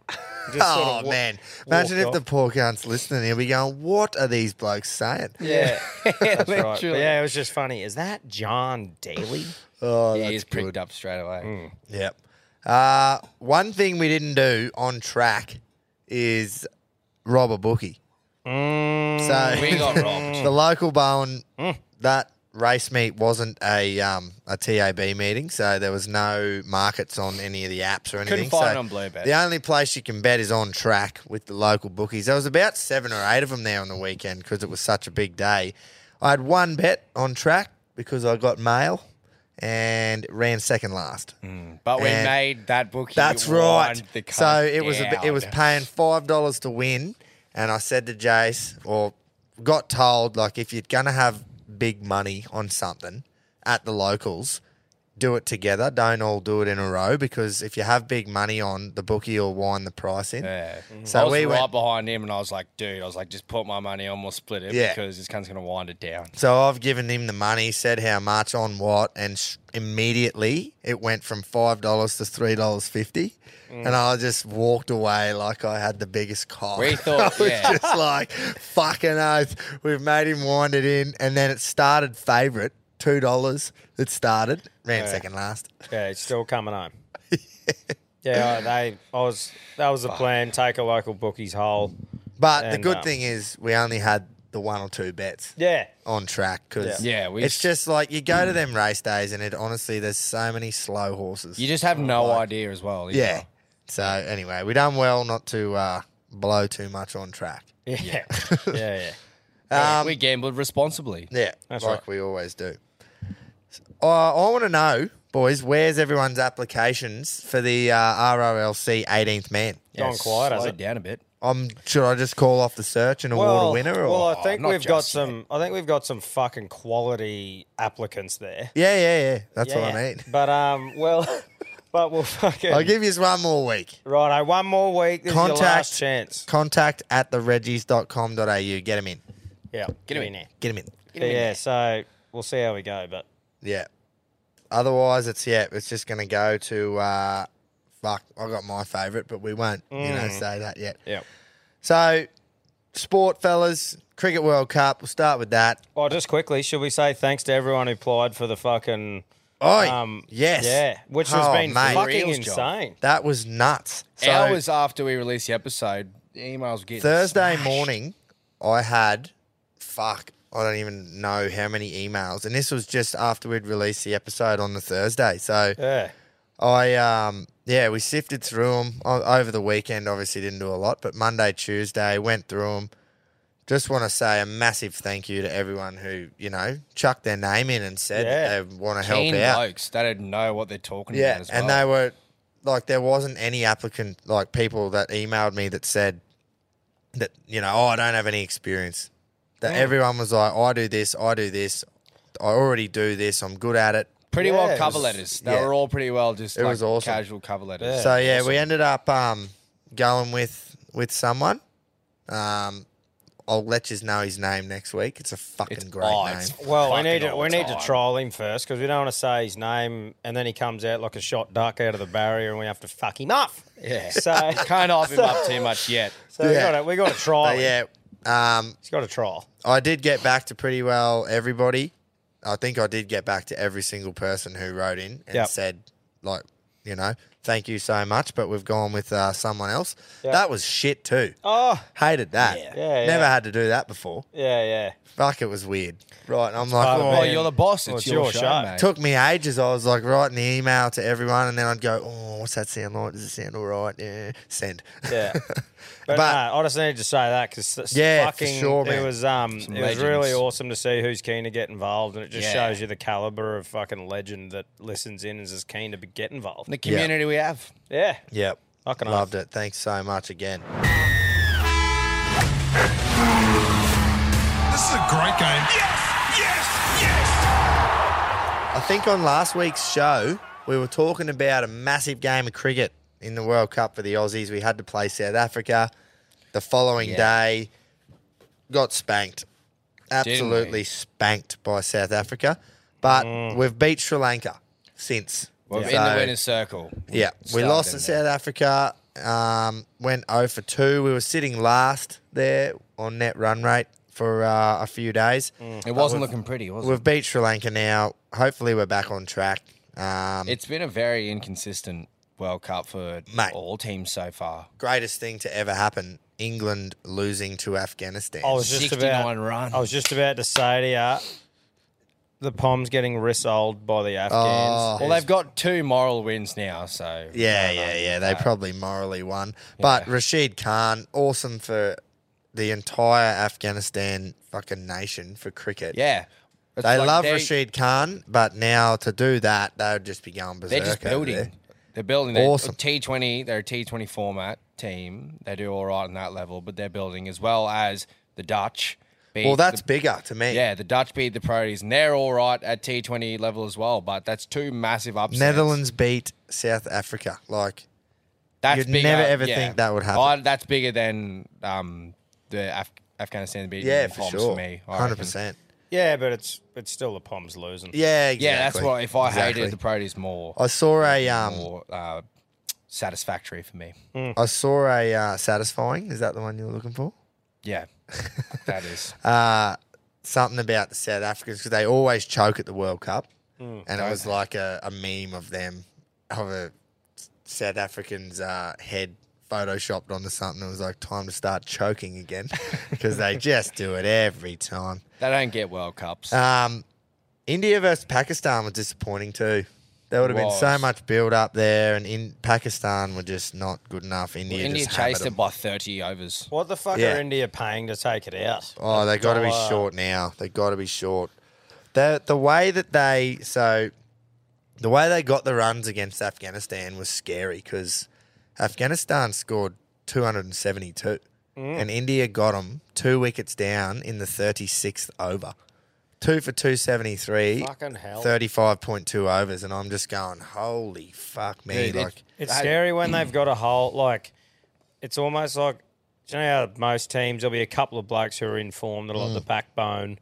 Speaker 2: Just sort
Speaker 1: Oh
Speaker 2: of wa-
Speaker 1: man! Imagine if
Speaker 2: walked
Speaker 1: the poor cunt's listening. He'll be going, "What are these blokes saying?"
Speaker 2: Yeah, that's <laughs> right. But
Speaker 5: Literally.
Speaker 2: yeah, it was just funny. Is that John Daly?
Speaker 1: Oh,
Speaker 5: He
Speaker 1: that's
Speaker 5: is pricked up straight away.
Speaker 2: Mm.
Speaker 1: Yep. Uh, one thing we didn't do on track is rob a bookie.
Speaker 2: Mm,
Speaker 1: so <laughs>
Speaker 5: We got robbed.
Speaker 1: the local Bowen
Speaker 5: Mm.
Speaker 1: that race meet wasn't a um, a TAB meeting, so there was no markets on any of the apps or anything.
Speaker 5: find
Speaker 1: so
Speaker 5: it on Blue Bet.
Speaker 1: The only place you can bet is on track with the local bookies. There was about seven or eight of them there on the weekend because it was such a big day. I had one bet on track because I got mail and ran second last.
Speaker 5: Mm. But we
Speaker 1: And-
Speaker 5: made that book.
Speaker 1: That's right.
Speaker 5: The cunt
Speaker 1: So it was a, it was
Speaker 5: down.
Speaker 1: paying five dollars to win, and I said to Jace, or got told, like if you're gonna have big money on something at the locals, do it together. Don't all do it in a row because if you have big money on, the bookie will wind the price in.
Speaker 5: Yeah. Mm-hmm.
Speaker 1: So
Speaker 5: I was
Speaker 1: we
Speaker 5: right
Speaker 1: went-
Speaker 5: behind him, and I was like, "Dude, I was like, just put my money on, we'll split it
Speaker 1: Yeah.
Speaker 5: because this cunt's gonna wind it
Speaker 1: <laughs>
Speaker 5: down."
Speaker 1: So I've given him the money, said how much on what, and sh- immediately it went from five dollars to three dollars fifty, and I just walked away like I had the biggest cock.
Speaker 5: Mm. We thought,
Speaker 1: <laughs> I was
Speaker 5: yeah.
Speaker 1: just like fucking oath. We've made him wind it in, and then it started favorite two dollars. It started ran second last.
Speaker 2: Yeah, it's still
Speaker 1: <laughs>
Speaker 2: coming home. yeah, they. I was. That was the plan. Take a local bookie's hole.
Speaker 1: But the
Speaker 2: And,
Speaker 1: good
Speaker 2: um,
Speaker 1: thing is we only had the one or two bets
Speaker 2: Yeah.
Speaker 1: on track because
Speaker 3: Yeah. Yeah, we
Speaker 1: it's
Speaker 3: s-
Speaker 1: just like you go to them race days and it honestly there's so many slow horses.
Speaker 5: You just have no idea as well. either.
Speaker 1: yeah. So anyway, we done well not to uh, blow too much on track.
Speaker 2: Yeah. Yeah. <laughs> yeah. yeah.
Speaker 5: Yeah,
Speaker 1: um,
Speaker 5: we gambled responsibly.
Speaker 1: Yeah,
Speaker 2: That's
Speaker 1: like
Speaker 2: right.
Speaker 1: we always do. Uh, I want to know, boys, where's everyone's applications for the uh, RRLC 18th man?
Speaker 2: It's gone quiet, has
Speaker 5: Slow
Speaker 2: it?
Speaker 5: down a bit.
Speaker 1: Um, should I just call off the search and award a winner? Or?
Speaker 2: well, I think
Speaker 5: not
Speaker 2: we've got
Speaker 5: just yet.
Speaker 2: some. I think we've got some fucking quality applicants there.
Speaker 1: yeah, yeah, yeah. That's what
Speaker 2: Yeah.
Speaker 1: I mean.
Speaker 2: But um, well, <laughs> but we'll fucking.
Speaker 1: I'll give you one more week.
Speaker 2: Right, one more week. This is your
Speaker 1: Contact-
Speaker 2: last chance.
Speaker 1: Contact at the reggies.com.au. Get him in.
Speaker 2: Yeah, get him
Speaker 5: him in.
Speaker 2: in there.
Speaker 1: Get him in.
Speaker 2: But yeah, so we'll see how we go. But
Speaker 1: Yeah. Otherwise, it's yeah, it's just going to go to uh, fuck. I got my favourite, but we won't you know say that yet.
Speaker 2: Mm. yeah,
Speaker 1: So, sport, fellas, Cricket World Cup. We'll start with that.
Speaker 2: oh, just quickly, should we say thanks to everyone who applied for the fucking
Speaker 1: Oh,
Speaker 2: um,
Speaker 1: yes,
Speaker 2: yeah, which has
Speaker 1: Oh,
Speaker 2: been
Speaker 1: mate.
Speaker 2: fucking
Speaker 5: Reels job.
Speaker 2: insane.
Speaker 1: that was nuts. So
Speaker 5: Hours after we released the episode, the emails were getting
Speaker 1: Thursday
Speaker 5: smashed.
Speaker 1: morning, I had fuck. I don't even know how many emails, and this was just after we'd released the episode on the Thursday. So
Speaker 2: Yeah,
Speaker 1: I um yeah, we sifted through them over the weekend. Obviously, didn't do a lot, but Monday, Tuesday, went through them. Just want to say a massive thank you to everyone who you know chucked their name in and said
Speaker 2: Yeah.
Speaker 1: that they want to help
Speaker 5: Keen
Speaker 1: out.
Speaker 5: blokes. They didn't know what they're talking about
Speaker 1: Yeah,
Speaker 5: as well.
Speaker 1: and they were like, there wasn't any applicant like people that emailed me that said that you know, oh, I don't have any experience. That
Speaker 5: Mm.
Speaker 1: everyone was like, I do this, I do this, I already do this, I'm good at it.
Speaker 5: pretty
Speaker 2: Yeah,
Speaker 5: well
Speaker 2: it
Speaker 5: cover
Speaker 2: was-
Speaker 5: letters. They
Speaker 1: yeah.
Speaker 5: were all pretty well just
Speaker 1: It
Speaker 5: like
Speaker 1: was awesome.
Speaker 5: casual cover letters.
Speaker 1: so yeah, we ended up um, going with with someone. Um, I'll let you know his name next week. It's a fucking
Speaker 5: It's
Speaker 1: great
Speaker 5: odd.
Speaker 1: name.
Speaker 5: Oh, It's
Speaker 2: well, we
Speaker 5: fucking
Speaker 2: need to
Speaker 5: all
Speaker 2: we
Speaker 5: the
Speaker 2: need to
Speaker 5: time.
Speaker 2: trial him first because we don't want to say his name and then he comes out like a shot duck out of the barrier and we have to fuck him up. Yeah, <laughs> so
Speaker 5: Can't hype him up
Speaker 1: <laughs>
Speaker 5: too much yet.
Speaker 2: so we got to we got to trial.
Speaker 1: But
Speaker 2: him.
Speaker 1: yeah, um,
Speaker 2: he's got a trial.
Speaker 1: I did get back to pretty well everybody. I think I did get back to every single person who wrote in and
Speaker 2: Yep.
Speaker 1: said, like, you know, thank you so much, but we've gone with uh, someone else. That was shit too.
Speaker 2: Oh,
Speaker 1: Hated that.
Speaker 2: Yeah,
Speaker 1: Never
Speaker 2: yeah.
Speaker 1: had to do that before.
Speaker 2: yeah, yeah.
Speaker 1: Fuck, it was weird. Right. And I'm like,
Speaker 2: part of
Speaker 1: oh,
Speaker 5: Oh,
Speaker 2: being-
Speaker 1: it
Speaker 5: you're the boss. It's,
Speaker 2: Well, it's
Speaker 5: your,
Speaker 2: your
Speaker 5: show,
Speaker 2: show.
Speaker 5: mate.
Speaker 1: took me ages. I was like writing the email to everyone, and then I'd go, oh, what's that sound like? Does it sound all right? Yeah. Send. <laughs>
Speaker 2: Yeah. But,
Speaker 1: But-
Speaker 2: no, I just needed to say that because
Speaker 1: Yeah, for
Speaker 2: fucking,
Speaker 1: sure, man.
Speaker 2: it was um, it was really
Speaker 5: legends.
Speaker 2: awesome to see who's keen to get involved, and it just
Speaker 5: Yeah.
Speaker 2: shows you the caliber of fucking legend that listens in and is as keen to be, get involved.
Speaker 5: The community we have.
Speaker 2: Yeah,
Speaker 1: Yep.
Speaker 2: Fucking
Speaker 1: Loved it. Thanks so much again.
Speaker 6: This is a great game.
Speaker 1: I think on last week's show, we were talking about a massive game of cricket in the World Cup for the Aussies. We had to play South Africa the following day, got spanked. Absolutely spanked by South Africa. But we've beat Sri Lanka since.
Speaker 5: We're in
Speaker 1: So-
Speaker 5: the winner's circle.
Speaker 1: yeah, we
Speaker 5: Started
Speaker 1: lost
Speaker 5: in
Speaker 1: to
Speaker 5: there.
Speaker 1: South Africa. Um, went 0 for 2. We were sitting last there on net run rate for uh, a few days.
Speaker 5: It wasn't looking pretty, was it?
Speaker 1: We've beat Sri Lanka now. Hopefully, we're back on track. Um,
Speaker 5: It's been a very inconsistent World Cup for
Speaker 1: Mate.
Speaker 5: all teams so far.
Speaker 1: greatest thing to ever happen: England losing to Afghanistan.
Speaker 5: Oh,
Speaker 2: I was just
Speaker 5: 69
Speaker 2: about
Speaker 5: run.
Speaker 2: I was just about to say to you, the Pom's getting rissoled by the
Speaker 1: Oh.
Speaker 2: Afghans.
Speaker 5: Well, they've got two moral wins now, so
Speaker 1: yeah, yeah, yeah. They probably morally won, but Rashid Khan, awesome for the entire Afghanistan fucking nation for cricket.
Speaker 5: yeah. It's
Speaker 1: They
Speaker 5: like
Speaker 1: love
Speaker 5: they-
Speaker 1: Rashid Khan, but now to do that, they would just be going berserk.
Speaker 5: They're just
Speaker 1: over
Speaker 5: building.
Speaker 1: there.
Speaker 5: They're building. They're
Speaker 1: Awesome.
Speaker 5: T20. They're a T20 format team. They do all right on that level, but they're building as well as the Dutch. Beat
Speaker 1: Well, that's
Speaker 5: the,
Speaker 1: bigger to me.
Speaker 5: yeah. The Dutch beat the Proteas, and they're all right at T20 level as well. But that's two massive upsets.
Speaker 1: Netherlands beat South Africa. Like,
Speaker 5: That's
Speaker 1: You'd never ever think that would happen.
Speaker 5: I, that's bigger than um, the Af- Afghanistan beating
Speaker 1: yeah,
Speaker 5: the
Speaker 1: for
Speaker 5: Poms
Speaker 1: sure,
Speaker 5: for me. I reckon.
Speaker 1: hundred percent.
Speaker 2: yeah, but it's it's still the Pom's losing.
Speaker 1: Yeah, exactly.
Speaker 5: Yeah, that's why if I
Speaker 1: Exactly.
Speaker 5: hated the Proteas more,
Speaker 1: I saw a um,
Speaker 5: more uh, satisfactory for me.
Speaker 1: I saw a uh, satisfying. Is that the one you were looking for? <laughs>
Speaker 5: Yeah, that is.
Speaker 1: Something about the South Africans because they always choke at the World Cup,
Speaker 5: Mm.
Speaker 1: and it was like a, a meme of them of a South African's uh, head photoshopped onto something. It was like time to start choking again <laughs> because they just do it every time.
Speaker 5: They don't get World Cups.
Speaker 1: Um, India versus Pakistan was disappointing too. There would have been so
Speaker 5: Was.
Speaker 1: much build up there, and in Pakistan were just not good enough. India,
Speaker 5: India
Speaker 1: just hammered
Speaker 5: chased it
Speaker 1: them.
Speaker 5: by 30 overs.
Speaker 2: What the fuck
Speaker 1: Yeah.
Speaker 2: are India paying to take it out?
Speaker 1: Oh, they got to be
Speaker 2: dollar.
Speaker 1: short now. They got to be short. The the way that they so the way they got the runs against Afghanistan was scary because Afghanistan scored 272
Speaker 2: Mm.
Speaker 1: and India got them two wickets down in the 36th over. Two for 273,
Speaker 2: Fucking hell.
Speaker 1: 35.2 overs and I'm just going, "Holy fuck me."
Speaker 5: Dude, it-
Speaker 1: like
Speaker 2: It's scary when they've got a whole like. It's almost like do you know how most teams there'll be a couple of blokes who are in form that'll have
Speaker 5: Mm.
Speaker 2: the backbone,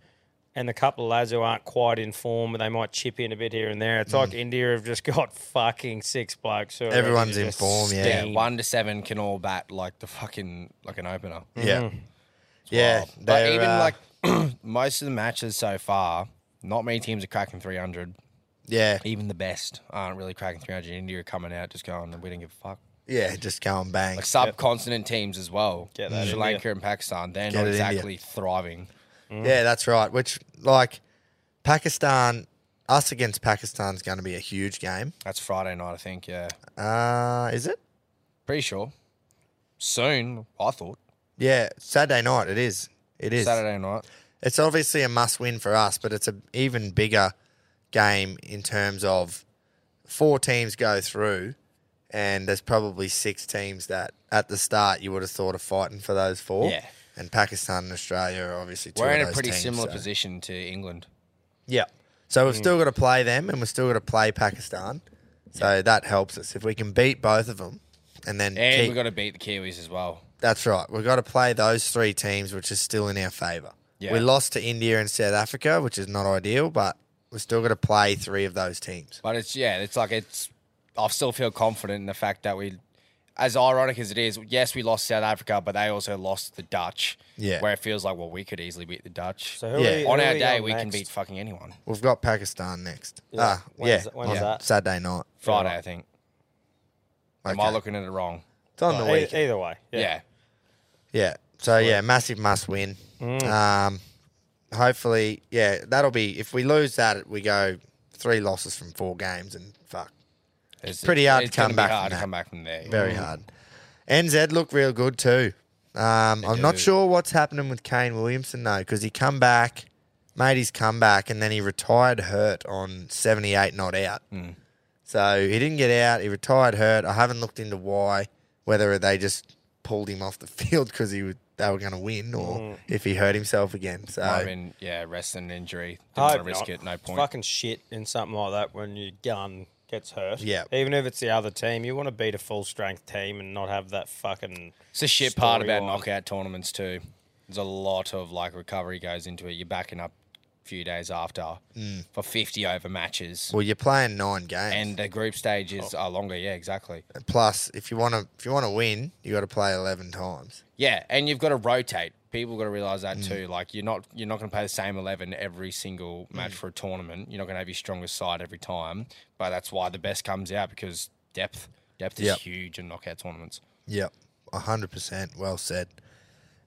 Speaker 2: and the couple of lads who aren't quite in form, and they might chip in a bit here and there.
Speaker 5: Mm.
Speaker 2: It's like India have just <laughs> got fucking six blokes. Who are ready
Speaker 1: Everyone's
Speaker 2: to
Speaker 1: in
Speaker 2: just
Speaker 1: form, yeah.
Speaker 5: Yeah,
Speaker 2: steam.
Speaker 5: one to seven can all bat like the fucking like an opener.
Speaker 1: yeah. Mm,
Speaker 2: Mm.
Speaker 1: Yeah,
Speaker 5: Wild. but
Speaker 1: they're,
Speaker 5: even
Speaker 1: uh,
Speaker 5: like <clears throat> most of the matches so far, not many teams are cracking 300.
Speaker 1: yeah,
Speaker 5: Even the best aren't really cracking 300. India are coming out just going, we don't give a fuck.
Speaker 1: yeah, just going bang.
Speaker 5: Like subcontinent teams as well.
Speaker 2: Get that
Speaker 5: Sri
Speaker 2: India.
Speaker 5: Lanka and Pakistan, they're
Speaker 1: Get
Speaker 5: not
Speaker 1: it, India.
Speaker 5: exactly thriving.
Speaker 1: Yeah, that's right. Which like Pakistan, us against Pakistan's going to be a huge game.
Speaker 5: That's Friday night, I think. Yeah,
Speaker 1: Uh, is it?
Speaker 5: pretty sure. Soon, I thought
Speaker 1: Yeah, Saturday night. It is. It is.
Speaker 5: Saturday night.
Speaker 1: It's obviously a must-win for us, but it's a even bigger game in terms of four teams go through, and there's probably six teams that at the start you would have thought of fighting for those four.
Speaker 5: Yeah.
Speaker 1: And Pakistan and Australia are obviously two
Speaker 5: We're
Speaker 1: of
Speaker 5: in a
Speaker 1: those
Speaker 5: pretty
Speaker 1: teams,
Speaker 5: similar
Speaker 1: so-
Speaker 5: position to England.
Speaker 1: Yeah. So we've still got to play them and we've still got to play Pakistan. So that helps us. If we can beat both of them and then
Speaker 5: And
Speaker 1: keep,
Speaker 5: we've got to beat the Kiwis as well.
Speaker 1: that's right. We've got to play those three teams, which is still in our favour.
Speaker 5: Yeah.
Speaker 1: We lost to India and South Africa, which is not ideal, but we're still going to play three of those teams.
Speaker 5: But it's, yeah, it's like it's, I still feel confident in the fact that we, as ironic as it is, yes, we lost South Africa, but they also lost the Dutch.
Speaker 1: Yeah.
Speaker 5: Where it feels like, well, we could easily beat the Dutch.
Speaker 2: So who
Speaker 1: Yeah.
Speaker 2: are we,
Speaker 5: on
Speaker 2: who
Speaker 5: our
Speaker 2: we
Speaker 5: day,
Speaker 2: on
Speaker 5: we can
Speaker 2: next?
Speaker 5: beat fucking anyone.
Speaker 1: We've got Pakistan next.
Speaker 2: Yeah.
Speaker 1: Ah,
Speaker 2: When's-
Speaker 1: yeah.
Speaker 2: when's
Speaker 1: on
Speaker 2: that?
Speaker 1: Saturday night.
Speaker 5: Friday, I think. Am I
Speaker 1: Okay.
Speaker 5: looking at it wrong?
Speaker 1: It's on the
Speaker 2: E-
Speaker 1: weekend.
Speaker 2: Either way, yeah.
Speaker 5: yeah.
Speaker 1: Yeah. So yeah, massive must win. Um, hopefully, yeah, that'll be if we lose that, we go three losses from four games and fuck,
Speaker 5: It's
Speaker 1: Pretty hard
Speaker 5: it's
Speaker 1: to come
Speaker 5: gonna be
Speaker 1: back
Speaker 5: Hard
Speaker 1: from
Speaker 5: to
Speaker 1: that.
Speaker 5: come back from there. yeah.
Speaker 1: very hard. NZ look real good too. Um, I'm not
Speaker 5: do.
Speaker 1: sure what's happening with Kane Williamson though, because he come back, made his comeback, and then he retired hurt on 78 not out.
Speaker 5: Mm.
Speaker 1: So he didn't get out. He retired hurt. I haven't looked into why, whether they just pulled him off the <laughs> field because he was, they were going to win, or if he hurt himself again. So
Speaker 5: Mm. Might have been, yeah, rest and injury. Didn't
Speaker 2: Hope
Speaker 5: want to risk
Speaker 2: not.
Speaker 5: it. No point.
Speaker 2: Fucking shit in something like that when your gun gets hurt.
Speaker 1: Yeah.
Speaker 2: Even if it's the other team, you want to beat a full strength team and not have that fucking.
Speaker 5: It's the shit part about
Speaker 2: storyline.
Speaker 5: knockout tournaments too. There's a lot of like recovery goes into it. You're backing up a few days after
Speaker 1: Mm.
Speaker 5: for 50 over matches,
Speaker 1: Well, you're playing nine games,
Speaker 5: and the group stages
Speaker 1: Oh.
Speaker 5: are longer. Yeah, exactly.
Speaker 1: plus if you want to if you want to win, you got to play eleven times.
Speaker 5: Yeah, and you've got to rotate. People got to realize that
Speaker 1: Mm.
Speaker 5: too. Like you're not you're not going to play the same eleven every
Speaker 1: Mm.
Speaker 5: single match for a tournament. You're not going to have your strongest side every time. But that's why the best comes out because depth depth is
Speaker 1: Yep.
Speaker 5: huge in knockout tournaments.
Speaker 1: Yep, hundred percent. Well said.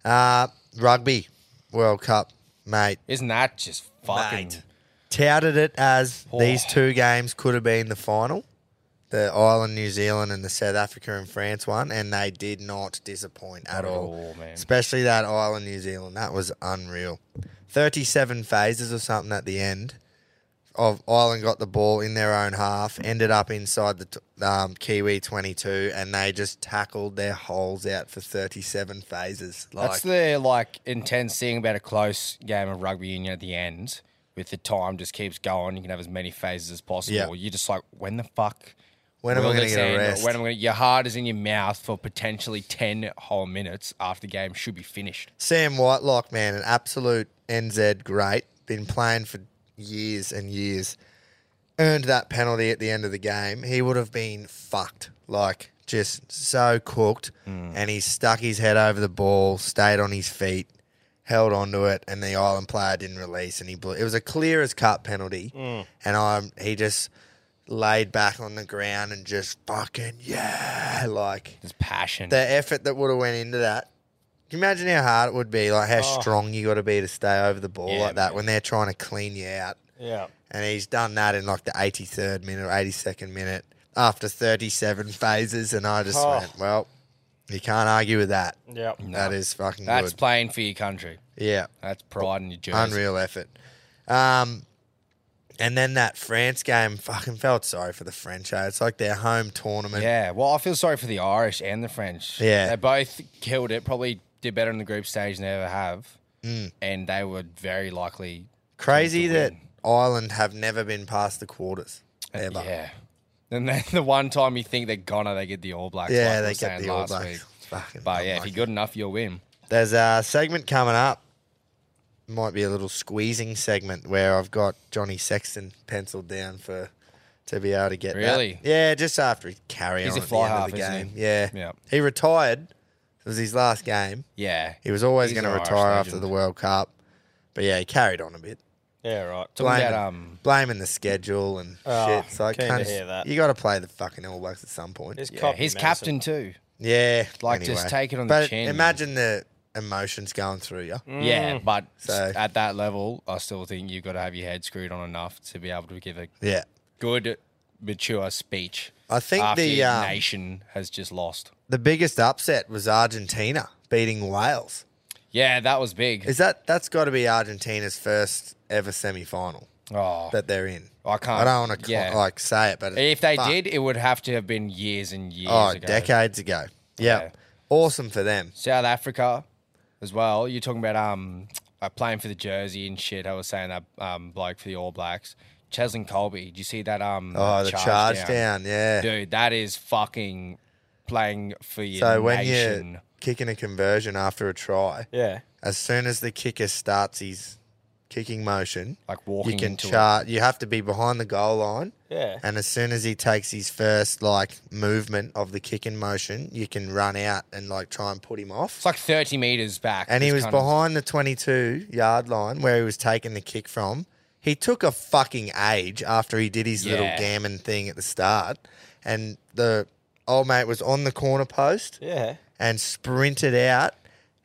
Speaker 1: Uh, rugby World Cup, mate.
Speaker 5: Isn't that just fucking?
Speaker 1: Mate. Touted it as these
Speaker 5: Oh.
Speaker 1: two games could have been the final, the Ireland, New Zealand, and the South Africa and France one, and they did not disappoint at
Speaker 5: at
Speaker 1: all.
Speaker 5: all, man.
Speaker 1: Especially that Ireland, New Zealand. That was unreal. Thirty-seven phases or something at the end. of Ireland got the ball in their own half, ended up inside the t- um, Kiwi 22, and they just tackled their holes out for 37 phases. Like,
Speaker 5: That's the like intense thing about a close game of rugby union at the end. With the time, just keeps going. You can have as many phases as possible.
Speaker 1: Yeah.
Speaker 5: You're just like, when the fuck?
Speaker 1: when am I
Speaker 5: will
Speaker 1: going to
Speaker 5: this
Speaker 1: get a
Speaker 5: end?
Speaker 1: rest?
Speaker 5: When am I gonna, your heart is in your mouth for potentially ten whole minutes after the game should be finished.
Speaker 1: Sam Whitelock, man, an absolute NZ great. Been playing for years and years. Earned that penalty at the end of the game. He would have been fucked. Like, just so cooked. And he stuck his head over the ball, stayed on his feet, held onto it, and the island player didn't release. And he blew. It was a clear as cut penalty. And I'm, he just laid back on the ground and just fucking yeah, like
Speaker 5: There's passion.
Speaker 1: the effort that would have went into that. Can you imagine how hard it would be? Like how strong you got to be to stay over the ball
Speaker 5: Oh. Yeah,
Speaker 1: like that when they're trying to clean you out.
Speaker 2: Yeah.
Speaker 1: And he's done that in like the 83rd minute or 82nd minute after 37 phases. And I just
Speaker 2: Oh.
Speaker 1: went, well, you can't argue with that.
Speaker 2: Yeah.
Speaker 1: That is fucking
Speaker 5: That's
Speaker 1: good.
Speaker 5: playing for your country.
Speaker 1: yeah.
Speaker 5: That's pride in your jersey.
Speaker 1: Unreal effort. Um, and then that France game, fucking felt sorry for the French. eh? It's like their home tournament.
Speaker 5: Yeah. Well, I feel sorry for the Irish and the French.
Speaker 1: Yeah.
Speaker 5: They both killed it. Probably did better in the group stage than they ever have.
Speaker 1: Mm.
Speaker 5: And they were very likely.
Speaker 1: Crazy
Speaker 5: to
Speaker 1: that
Speaker 5: win. Uh,
Speaker 1: Ireland have never been past the quarters. Ever.
Speaker 5: Yeah. And then <laughs> the one time you think they're gonna, they get the All Blacks.
Speaker 1: Yeah,
Speaker 5: like we
Speaker 1: they
Speaker 5: were
Speaker 1: get
Speaker 5: saying
Speaker 1: the All
Speaker 5: last
Speaker 1: Blacks.
Speaker 5: Week.
Speaker 1: Fucking
Speaker 5: But yeah, if
Speaker 1: unlucky.
Speaker 5: you're good enough, you'll win.
Speaker 1: There's a segment coming up. Might be a little squeezing segment where I've got Johnny Sexton penciled down for to be able to get that.
Speaker 5: Really?
Speaker 1: Yeah, just after his carry
Speaker 5: He's
Speaker 1: on
Speaker 5: a
Speaker 1: at
Speaker 5: fly
Speaker 1: the end
Speaker 5: half,
Speaker 1: of the
Speaker 5: isn't
Speaker 1: game.
Speaker 5: he?
Speaker 1: Yeah.
Speaker 5: Yeah.
Speaker 1: He retired. It was his last game.
Speaker 5: Yeah.
Speaker 1: He was always
Speaker 5: He's
Speaker 1: going to
Speaker 5: an Irish
Speaker 1: retire after
Speaker 5: legend.
Speaker 1: the World Cup. But yeah, he carried on a bit.
Speaker 2: Yeah, right.
Speaker 5: Talking
Speaker 1: Blaming,
Speaker 5: about, um,
Speaker 1: blaming the schedule and
Speaker 2: Oh,
Speaker 1: shit. It's like,
Speaker 2: keen to
Speaker 1: cunts,
Speaker 2: hear that.
Speaker 1: you got to play the fucking All Blacks at some point.
Speaker 2: Just
Speaker 5: yeah,
Speaker 2: copy
Speaker 5: he's
Speaker 2: medicine.
Speaker 5: captain too.
Speaker 1: Yeah,
Speaker 5: Like, just take it on the
Speaker 1: but
Speaker 5: chin. Mm.
Speaker 1: Imagine the emotions going through you.
Speaker 5: Yeah, but s-
Speaker 1: So-
Speaker 5: at that level, I still think you've got to have your head screwed on enough to be able to give a
Speaker 1: Yeah,
Speaker 5: good, mature speech.
Speaker 1: I think
Speaker 5: after
Speaker 1: the,
Speaker 5: your
Speaker 1: um,
Speaker 5: nation has just lost.
Speaker 1: the biggest upset was Argentina beating Wales.
Speaker 5: Yeah, that was big.
Speaker 1: Is that that's got to be Argentina's first ever semi-final
Speaker 5: oh,
Speaker 1: that they're in?
Speaker 5: I can't-
Speaker 1: I don't want to
Speaker 5: yeah.
Speaker 1: like say it, but
Speaker 5: if they
Speaker 1: fuck.
Speaker 5: did, it would have to have been years and years.
Speaker 1: oh,
Speaker 5: ago.
Speaker 1: decades ago. Yeah,
Speaker 5: Yeah.
Speaker 1: awesome for them.
Speaker 5: South Africa, as well. You're talking about um uh, playing for the jersey and shit. I was saying that um bloke for the All Blacks, Cheslin Colby. Did you see that um?
Speaker 1: Oh, the charge, down. Yeah.
Speaker 5: dude. That is fucking playing for your
Speaker 1: so when
Speaker 5: nation.
Speaker 1: you're kicking a conversion after a try,
Speaker 2: Yeah.
Speaker 1: as soon as the kicker starts his kicking motion,
Speaker 5: Like walking
Speaker 1: you can
Speaker 5: into it.
Speaker 1: chart. You have to be behind the goal line,
Speaker 2: Yeah.
Speaker 1: and as soon as he takes his first like movement of the kicking motion, you can run out and like try and put him off.
Speaker 5: It's like 30 meters back.
Speaker 1: and he
Speaker 5: This
Speaker 1: was
Speaker 5: cunt-
Speaker 1: behind the 22 yard line where he was taking the kick from. He took a fucking age after he did his little
Speaker 5: Yeah.
Speaker 1: gammon thing at the start, and the old mate was on the corner post
Speaker 2: Yeah.
Speaker 1: and sprinted out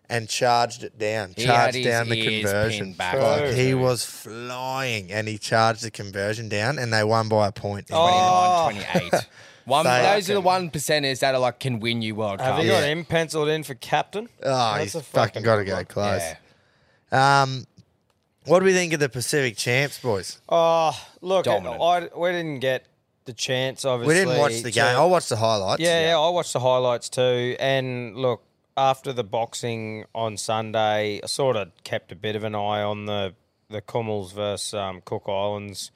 Speaker 1: and charged it down.
Speaker 5: He
Speaker 1: charged
Speaker 5: had his
Speaker 1: down the
Speaker 5: ears
Speaker 1: conversion.
Speaker 5: pinned back.
Speaker 1: Like, he
Speaker 5: True.
Speaker 1: was flying and he charged the conversion down and they won by a point.
Speaker 2: Oh,
Speaker 5: 29,
Speaker 1: Oh. <laughs>
Speaker 5: 28. One,
Speaker 1: So-
Speaker 5: those are the one percenters that are like can win you World
Speaker 2: Have
Speaker 5: Cup.
Speaker 2: you got him penciled in for captain?
Speaker 1: Oh,
Speaker 2: That's
Speaker 1: he's
Speaker 2: a
Speaker 1: fucking got to
Speaker 2: good
Speaker 1: go
Speaker 2: one.
Speaker 1: close.
Speaker 5: Yeah.
Speaker 1: Um, what do we think of the Pacific champs, boys?
Speaker 2: Oh, look, I,
Speaker 5: Dominant.
Speaker 2: I- we didn't get the chance, obviously.
Speaker 1: we didn't watch the
Speaker 2: to-
Speaker 1: game. I watched the highlights.
Speaker 2: Yeah, yeah, I watched the highlights too. And look, after the boxing on Sunday, I sort of kept a bit of an eye on the the Cummels versus um, Cook Islands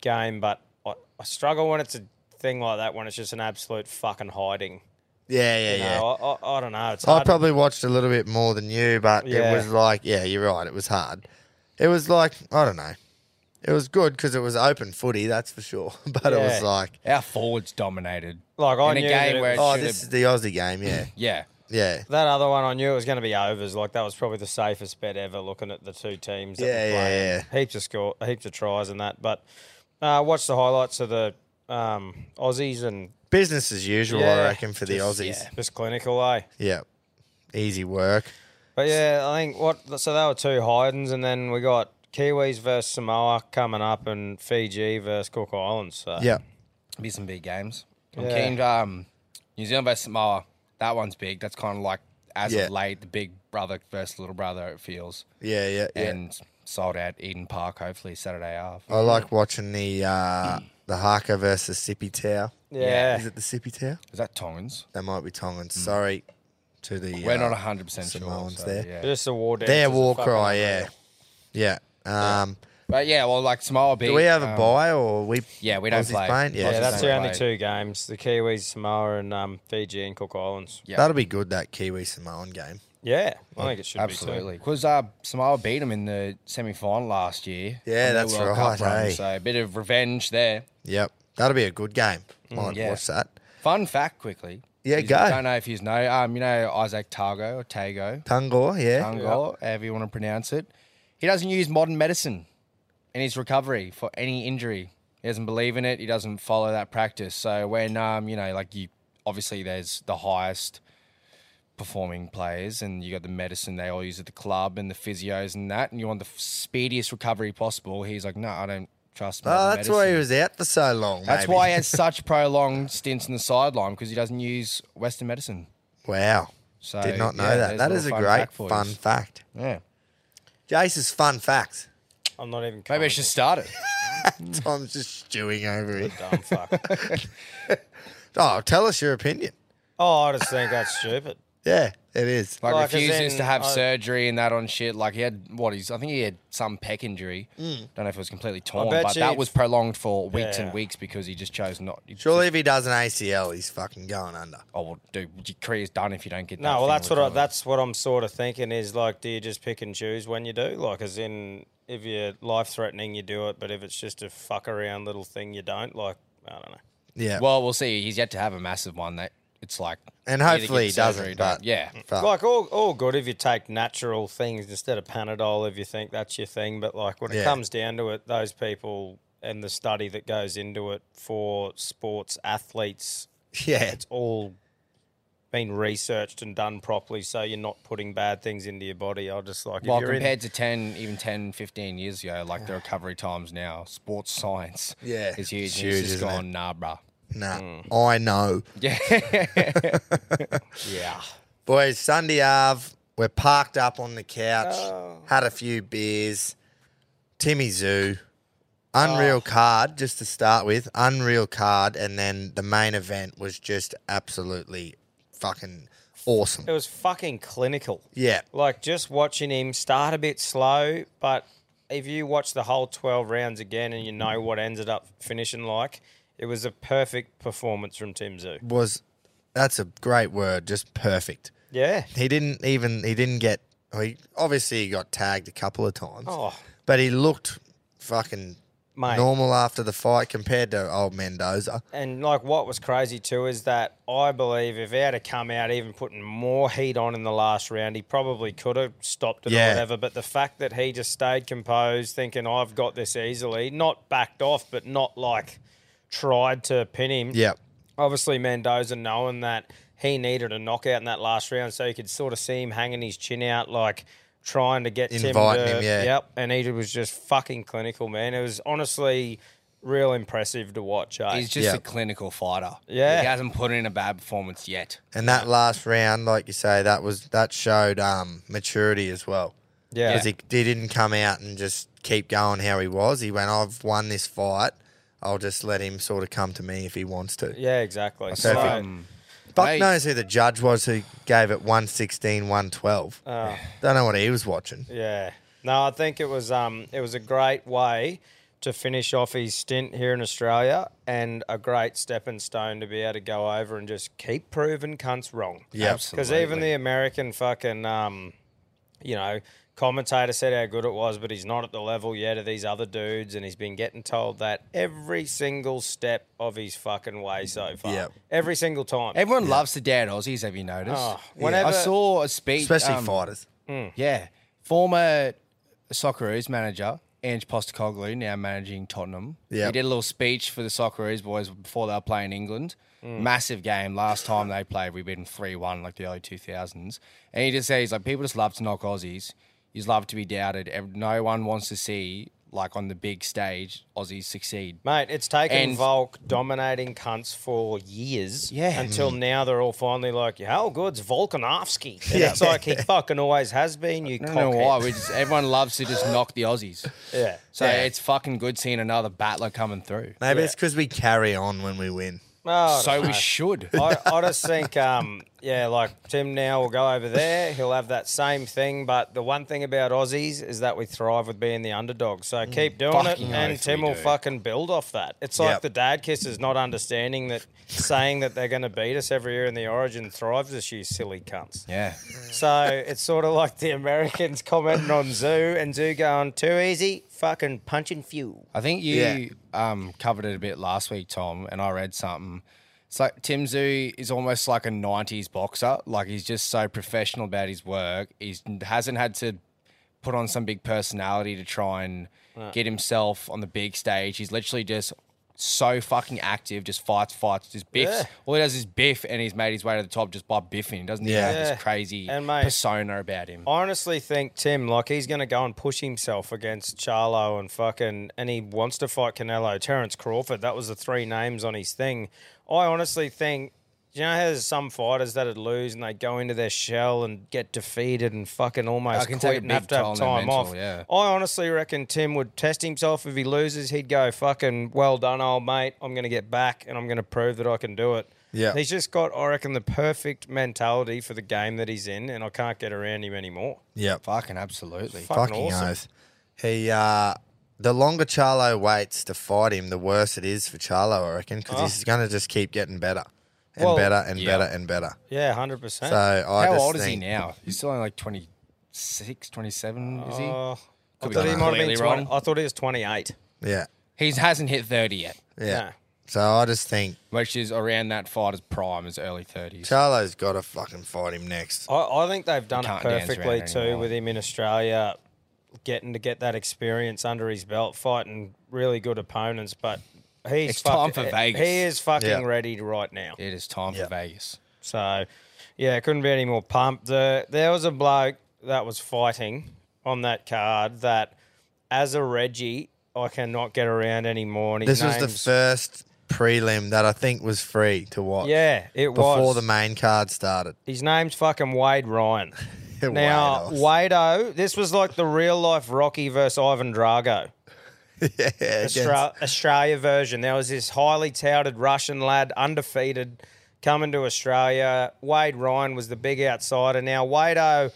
Speaker 2: game, but I, I struggle when it's a thing like that when it's just an absolute fucking hiding.
Speaker 1: yeah, yeah.
Speaker 2: You
Speaker 1: yeah.
Speaker 2: know, I, I, I don't know. It's
Speaker 1: I
Speaker 2: hard to-
Speaker 1: probably watched a little bit more than you, but
Speaker 2: Yeah.
Speaker 1: it was like, yeah, you're right. It was hard. It was like, I don't know. It was good because it was open footy, that's for sure. <laughs> But it was
Speaker 2: Yeah.
Speaker 1: like,
Speaker 5: Our forwards dominated.
Speaker 2: like I
Speaker 5: in a
Speaker 2: knew
Speaker 5: game
Speaker 2: that it
Speaker 5: where
Speaker 2: was-
Speaker 1: oh,
Speaker 5: should've-
Speaker 1: this is the Aussie game.
Speaker 2: <clears throat>
Speaker 1: Yeah,
Speaker 5: Yeah.
Speaker 1: yeah.
Speaker 2: That other one, I knew it was going to be overs. Like that was probably the safest bet ever. Looking at the two teams, that were
Speaker 1: Yeah, yeah,
Speaker 2: playing. heaps of score, heaps of tries and that. But uh, watch the highlights of the um, Aussies and
Speaker 1: Business as usual, I
Speaker 2: Yeah,
Speaker 1: reckon, for the Aussies.
Speaker 2: yeah, just clinical, eh?
Speaker 1: Yeah. Easy work.
Speaker 2: But yeah, I think what so they were two Hydens, and then we got Kiwis versus Samoa coming up, and Fiji versus Cook Islands. So.
Speaker 1: Yeah.
Speaker 5: Be some big games. I'm
Speaker 2: Yeah.
Speaker 5: keen to, um, New Zealand versus Samoa. That one's big. That's kind of like, as
Speaker 1: Yeah.
Speaker 5: of late, the big brother versus little brother, it feels.
Speaker 1: Yeah, yeah, yeah. Oh.
Speaker 5: And sold out Eden Park, hopefully, Saturday half.
Speaker 1: I like watching the uh, the Haka versus Sippy Tower.
Speaker 2: Yeah.
Speaker 1: Is it the Sippy Tower?
Speaker 5: Is that Tongans?
Speaker 1: That might be Tongans. Sorry to the.
Speaker 5: Mm. We're not
Speaker 1: uh,
Speaker 5: 100% sure.
Speaker 1: Samoans
Speaker 5: so,
Speaker 1: there.
Speaker 5: yeah.
Speaker 2: just the war dance.
Speaker 1: Their
Speaker 2: is
Speaker 1: war
Speaker 2: fucking
Speaker 1: cry, yeah.
Speaker 2: unreal.
Speaker 1: Yeah. Um,
Speaker 5: But yeah, well, like Samoa beat.
Speaker 1: Do we have a
Speaker 5: um,
Speaker 1: buy or we?
Speaker 5: yeah, we don't
Speaker 1: Aussies
Speaker 5: play.
Speaker 1: playing? Yeah,
Speaker 2: Yeah,
Speaker 5: Aussies
Speaker 2: that's
Speaker 5: don't
Speaker 2: the only
Speaker 5: play.
Speaker 2: two games: the Kiwis, Samoa, and um, Fiji and Cook Islands.
Speaker 5: Yeah.
Speaker 1: that'll be good. That Kiwi Samoan game.
Speaker 2: Yeah, I think it should be too.
Speaker 5: Absolutely, because uh, Samoa beat them in the semi final last year.
Speaker 1: Yeah,
Speaker 5: on their
Speaker 1: that's
Speaker 5: World Cup
Speaker 1: right,
Speaker 5: run,
Speaker 1: eh?
Speaker 5: So a bit of revenge there.
Speaker 1: Yep, that'll be a good game. Might
Speaker 5: Mm, yeah.
Speaker 1: watch that.
Speaker 5: Fun fact, quickly.
Speaker 1: Yeah,
Speaker 5: Yous-
Speaker 1: go.
Speaker 5: I don't know if you know. Um, you know Isaac Targo or Tago,
Speaker 1: Tungor, yeah.
Speaker 5: Tungol, however you want to pronounce it. He doesn't use modern medicine in his recovery for any injury. He doesn't believe in it. He doesn't follow that practice. So when um, you know, like you obviously there's the highest performing players and you got the medicine they all use at the club and the physios and that and you want the f- speediest recovery possible. He's like, No, I don't trust
Speaker 1: Oh,
Speaker 5: modern
Speaker 1: that's why he
Speaker 5: medicine."
Speaker 1: was out for so long.
Speaker 5: That's
Speaker 1: maybe.
Speaker 5: why he
Speaker 1: <laughs>
Speaker 5: has such prolonged stints in the sideline because he doesn't use Western medicine.
Speaker 1: Wow.
Speaker 5: So
Speaker 1: Did not know
Speaker 5: yeah,
Speaker 1: that.
Speaker 5: there's
Speaker 1: That
Speaker 5: little
Speaker 1: is a
Speaker 5: fun
Speaker 1: great
Speaker 5: fact for
Speaker 1: fun
Speaker 5: yous.
Speaker 1: fact.
Speaker 5: Yeah.
Speaker 1: Jace's fun facts.
Speaker 2: I'm not even.
Speaker 5: Maybe I
Speaker 2: commenting.
Speaker 5: should start it.
Speaker 1: <laughs> Tom's just stewing over it.
Speaker 2: dumb
Speaker 5: <laughs>
Speaker 2: fuck.
Speaker 1: Oh, tell us your opinion.
Speaker 2: oh, I just think that's
Speaker 5: <laughs>
Speaker 2: stupid.
Speaker 1: Yeah, it is.
Speaker 5: Like,
Speaker 2: Like, as
Speaker 5: refuses
Speaker 2: in,
Speaker 5: to have
Speaker 2: I-
Speaker 5: surgery and that on shit. Like he had what he's I think he had some pec injury. Don't know if it was completely torn,
Speaker 2: Mm. bet
Speaker 5: but
Speaker 2: you
Speaker 5: that
Speaker 2: he'd-
Speaker 5: was prolonged for weeks
Speaker 2: Yeah.
Speaker 5: and weeks because he just chose not. he-
Speaker 1: Surely if he does an ACL, he's fucking going under.
Speaker 5: Oh well, dude, your career's done if you don't get. that
Speaker 2: No, well,
Speaker 5: thing
Speaker 2: that's what I,
Speaker 5: recovered.
Speaker 2: that's what I'm sort of thinking is like, do you just pick and choose when you do? Like, as in, if you're life threatening, you do it, but if it's just a fuck around little thing, you don't. Like, I don't know.
Speaker 1: Yeah.
Speaker 5: Well, we'll see. He's yet to have a massive one. That it's like,
Speaker 1: and
Speaker 5: either
Speaker 1: hopefully he
Speaker 5: get
Speaker 1: doesn't.
Speaker 5: surgery or don't.
Speaker 1: But
Speaker 5: yeah,
Speaker 1: fuck.
Speaker 2: Like, all, all good if you take natural things instead of Panadol if you think that's your thing. But, like, when it
Speaker 1: Yeah.
Speaker 2: comes down to it, those people and the study that goes into it for sports athletes,
Speaker 1: yeah.
Speaker 2: it's all been researched and done properly. So you're not putting bad things into your body. I just like, if
Speaker 5: Well,
Speaker 2: you're in-
Speaker 5: compared to 10, even 10, 15 years ago,
Speaker 2: <sighs>
Speaker 5: like the recovery times now, sports science
Speaker 1: Yeah. It's
Speaker 5: is huge. and he's
Speaker 1: huge,
Speaker 5: just
Speaker 1: isn't it?
Speaker 5: gone, nah,
Speaker 2: <laughs>
Speaker 5: bruh. <laughs>
Speaker 1: Nah.
Speaker 5: Mm.
Speaker 1: I know.
Speaker 5: Yeah.
Speaker 2: yeah.
Speaker 1: Boys, Sunday Ave, we're parked up on the couch, had a few beers. Timmy Zoo, Unreal Card, just to start with, Unreal Card, and then the main event was just absolutely fucking awesome.
Speaker 2: It was fucking clinical.
Speaker 1: Yeah.
Speaker 2: Like just watching him start a bit slow, but if you watch the whole 12 rounds again and you know what ended up finishing like, it was a perfect performance from Tim Zoo.
Speaker 1: Was that's a great word, just perfect.
Speaker 2: Yeah.
Speaker 1: He didn't even he didn't get he obviously he got tagged a couple of times.
Speaker 2: Oh,
Speaker 1: But he looked fucking
Speaker 2: mate.
Speaker 1: normal after the fight compared to old Mendoza.
Speaker 2: And like what was crazy too is that I believe if he had to come out even putting more heat on in the last round, he probably could have stopped it
Speaker 1: Yeah.
Speaker 2: or whatever. But the fact that he just stayed composed, thinking I've got this easily, not backed off, but not like tried to pin him.
Speaker 1: Yep.
Speaker 2: obviously Mendoza knowing that he needed a knockout in that last round, so you could sort of see him hanging his chin out, like trying to get
Speaker 1: Inviting
Speaker 2: Tim to,
Speaker 1: him, yeah.
Speaker 2: Yep, and he was just fucking clinical, man. It was honestly real impressive to watch. Eh?
Speaker 5: he's just
Speaker 1: Yeah.
Speaker 5: a clinical fighter.
Speaker 2: Yeah.
Speaker 5: He hasn't put in a bad performance yet.
Speaker 1: And that last round, like you say, that was that showed um, maturity as well.
Speaker 2: yeah,
Speaker 1: Because he, he didn't come out and just keep going how he was. He went, I've won this fight. I'll just let him sort of come to me if he wants to.
Speaker 2: yeah, exactly.
Speaker 1: said
Speaker 2: So,
Speaker 1: if Buck
Speaker 5: Mate.
Speaker 1: knows who the judge was who gave it 116, 112.
Speaker 5: Ah.
Speaker 1: Don't know what he was watching.
Speaker 2: yeah, no, I think it was um, it was a great way. To finish off his stint here in Australia, and a great stepping stone to be able to go over and just keep proving cunts wrong.
Speaker 1: Yeah.
Speaker 2: Because even the American fucking, um, you know, commentator said how good it was, but he's not at the level yet of these other dudes, and he's been getting told that every single step of his fucking way so far.
Speaker 1: Yep.
Speaker 2: Every single time.
Speaker 5: Everyone loves the dad Aussies, have you noticed?
Speaker 2: Oh, whenever-
Speaker 5: I saw a speech.
Speaker 1: Especially
Speaker 5: um,
Speaker 1: fighters.
Speaker 5: Yeah. Former Socceroos manager, Ange Postacoglu, now managing Tottenham.
Speaker 1: Yeah.
Speaker 5: He did a little speech for the Socceroos boys before they were playing England. Massive game. Last time they played, we beat them 3 1, like the early 2000s. And he just says, like, people just love to knock Aussies. You just love to be doubted. Ev- No one wants to see, like, on the big stage, Aussies succeed.
Speaker 2: Mate, it's taken
Speaker 5: And-
Speaker 2: Volk dominating cunts for years.
Speaker 5: Yeah. Mm-hmm.
Speaker 2: Until now, they're all finally like, how good's
Speaker 5: <laughs>
Speaker 2: Volkanovski? And it's like he fucking always has been, you
Speaker 5: I don't know
Speaker 2: cockhead.
Speaker 5: why. We just, everyone loves to just knock the Aussies.
Speaker 2: Yeah.
Speaker 5: So it's fucking good seeing another battler coming through.
Speaker 1: Maybe it's because we carry on when we win.
Speaker 2: Oh,
Speaker 5: <laughs> So we <laughs> should.
Speaker 2: I, I just think, um, yeah, like Tim now will go over there. He'll have that same thing. But the one thing about Aussies is that we thrive with being the underdog. So keep doing
Speaker 5: Mm. Fucking
Speaker 2: it, and
Speaker 5: oath
Speaker 2: Tim
Speaker 5: we
Speaker 2: will
Speaker 5: do.
Speaker 2: fucking build off that. It's like
Speaker 1: Yep.
Speaker 2: the dad kisses not understanding that saying that they're going to beat us every year in the Origin thrives us, you silly cunts.
Speaker 5: Yeah.
Speaker 2: So it's sort of like the Americans commenting on Zoo and Zoo going, too easy, fucking punching fuel.
Speaker 5: I think you
Speaker 1: Yeah.
Speaker 5: um, covered it a bit last week, Tom, and I read something. It's like Tim Zoo is almost like a 90s boxer. Like he's just so professional about his work. He hasn't had to put on some big personality to try and get himself on the big stage. He's literally just so fucking active, just fights, fights, just biffs.
Speaker 2: Yeah.
Speaker 5: All he does is biff, and he's made his way to the top just by biffing. He doesn't even
Speaker 1: Yeah.
Speaker 5: have
Speaker 2: Yeah.
Speaker 5: this crazy
Speaker 2: And, mate,
Speaker 5: persona about him.
Speaker 2: I honestly think Tim, like, he's going to go and push himself against Charlo and fucking, and he wants to fight Canelo, Terrence Crawford. That was the three names on his thing. I honestly think, you know, how there's some fighters that'd lose and they go into their shell and get defeated and fucking almost
Speaker 5: I can
Speaker 2: quit
Speaker 5: take a
Speaker 2: and have
Speaker 5: big
Speaker 2: to
Speaker 5: toll
Speaker 2: have
Speaker 5: on their
Speaker 2: time
Speaker 5: mental,
Speaker 2: off.
Speaker 5: yeah.
Speaker 2: I honestly reckon Tim would test himself. If he loses, he'd go, fucking, well done, old mate. I'm going to get back and I'm going to prove that I can do it.
Speaker 1: Yeah.
Speaker 2: He's just got, I reckon, the perfect mentality for the game that he's in, and I can't get around him anymore.
Speaker 1: Yep.
Speaker 5: fucking absolutely.
Speaker 2: Fucking
Speaker 1: Fucking
Speaker 2: awesome.
Speaker 1: oath. He, uh, the longer Charlo waits to fight him, the worse it is for Charlo, I reckon, because he's going to just keep getting better and
Speaker 2: Well,
Speaker 1: better and
Speaker 5: Ah. yeah.
Speaker 1: better and better.
Speaker 2: Yeah, hundred percent.
Speaker 1: So I
Speaker 5: How
Speaker 1: just
Speaker 5: old is he
Speaker 1: think,
Speaker 5: now? He's still only like 26, 27, is he?
Speaker 2: I
Speaker 5: Could be
Speaker 2: thought he might have been
Speaker 5: completely
Speaker 2: 20,
Speaker 5: wrong.
Speaker 2: I thought he was twenty-eight.
Speaker 1: Yeah.
Speaker 5: He hasn't hit 30 yet,
Speaker 1: Yeah.
Speaker 2: No.
Speaker 1: So I just think
Speaker 5: which is around that fighter's prime, his early 30s.
Speaker 1: Charlo's got to fucking fight him
Speaker 5: Oh,
Speaker 1: next.
Speaker 2: I, I think they've done it
Speaker 5: can't dance
Speaker 2: perfectly
Speaker 5: around
Speaker 2: too
Speaker 5: anymore.
Speaker 2: with him in Australia, getting to get that experience under his belt, fighting really good opponents. But he's
Speaker 5: It's time for
Speaker 2: fuck-
Speaker 5: Vegas.
Speaker 2: He is fucking
Speaker 1: Yeah.
Speaker 2: ready right now.
Speaker 5: It is time for Vegas.
Speaker 2: So, yeah, couldn't be any more pumped. The, there was a bloke that was fighting on that card that, as a Reggie, I cannot get around anymore. And his
Speaker 1: This was the
Speaker 2: name's-
Speaker 1: first prelim that I think was free to watch.
Speaker 2: Yeah, it
Speaker 1: Before
Speaker 2: was.
Speaker 1: the main card started. <laughs>
Speaker 2: His name's fucking Wade Ryan.
Speaker 1: Wade
Speaker 2: now,
Speaker 1: Oz.
Speaker 2: Wado, this was like the real life Rocky versus Ivan Drago.
Speaker 1: <laughs> Yeah, against-
Speaker 2: Austra- Australia version. There was this highly touted Russian lad, undefeated, coming to Australia. Wade Ryan was the big outsider. Now, Wado,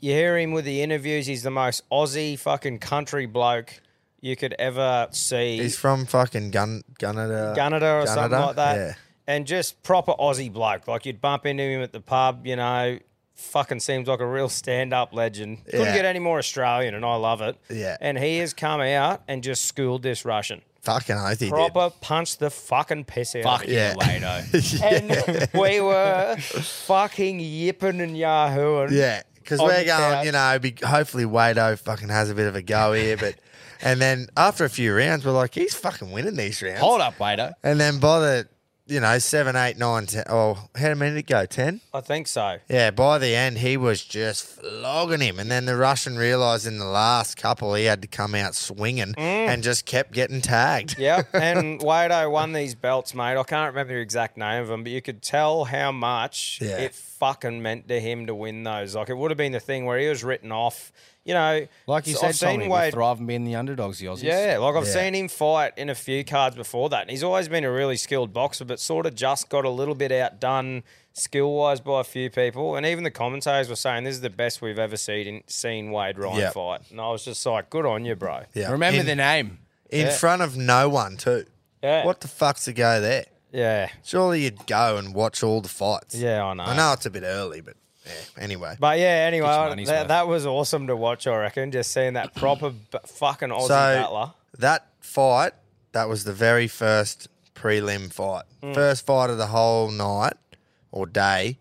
Speaker 2: you hear him with the interviews, he's the most Aussie fucking country bloke you could ever see.
Speaker 1: He's from fucking Gun Gunada.
Speaker 2: Gunnedah or something
Speaker 1: Gunnedah?
Speaker 2: like that.
Speaker 1: Yeah.
Speaker 2: And just proper Aussie bloke. Like you'd bump into him at the pub, you know, fucking seems like a real stand up legend. Couldn't
Speaker 1: Yeah.
Speaker 2: get any more Australian, and I love it.
Speaker 1: Yeah.
Speaker 2: And he has come out and just schooled this Russian.
Speaker 1: Fucking oath he did.
Speaker 2: Proper punched the fucking piss out of
Speaker 5: Fuck
Speaker 2: him.
Speaker 1: Yeah.
Speaker 5: yeah. you,
Speaker 2: <laughs>
Speaker 5: Lado.
Speaker 2: And we were fucking yipping and yahooing.
Speaker 1: Yeah, because
Speaker 2: on
Speaker 1: we're
Speaker 2: the
Speaker 1: going,
Speaker 2: couch.
Speaker 1: you know, be, hopefully Wado fucking has a bit of a go here,
Speaker 2: <laughs>
Speaker 1: but and then after a few rounds, we're like, he's fucking winning these rounds.
Speaker 5: Hold up, Lado.
Speaker 1: And then by the, you know, seven, eight, nine, ten. Oh, how many did it go? Ten.
Speaker 2: I think so.
Speaker 1: Yeah. By the end, he was just flogging him, and then the Russian realized in the last couple he had to come out swinging and just kept getting tagged.
Speaker 2: Mm. Yeah, and Wado won these belts, mate. I can't remember the exact name of them, but you could tell how much
Speaker 1: Yeah.
Speaker 2: it fucking meant to him to win those. Like it would have been the thing where he was written off. You know,
Speaker 5: Like you
Speaker 2: s-
Speaker 5: said, Tommy, we
Speaker 2: Wade.
Speaker 5: thrive and being the underdogs, the Aussies.
Speaker 2: Yeah, like I've
Speaker 1: Yeah.
Speaker 2: seen him fight in a few cards before that, and he's always been a really skilled boxer, but sort of just got a little bit outdone skill wise by a few people. And even the commentators were saying this is the best we've ever seen seen Wade Ryan
Speaker 1: Yeah.
Speaker 2: fight, and I was just like, good on you, bro.
Speaker 1: Yeah.
Speaker 5: Remember
Speaker 1: in,
Speaker 5: the name.
Speaker 1: in front of no one too.
Speaker 2: Yeah.
Speaker 1: What the fuck's the go there?
Speaker 2: Yeah,
Speaker 1: Surely you'd go and watch all the fights.
Speaker 2: yeah, I know.
Speaker 1: I know it's a bit early, but yeah, anyway.
Speaker 2: But yeah, anyway,
Speaker 5: money's
Speaker 2: that,
Speaker 5: worth.
Speaker 2: that was awesome to watch. I reckon just seeing that proper b- fucking Aussie battler.
Speaker 1: that fight, that was the very first prelim fight,
Speaker 2: Mm.
Speaker 1: first fight of the whole night or day.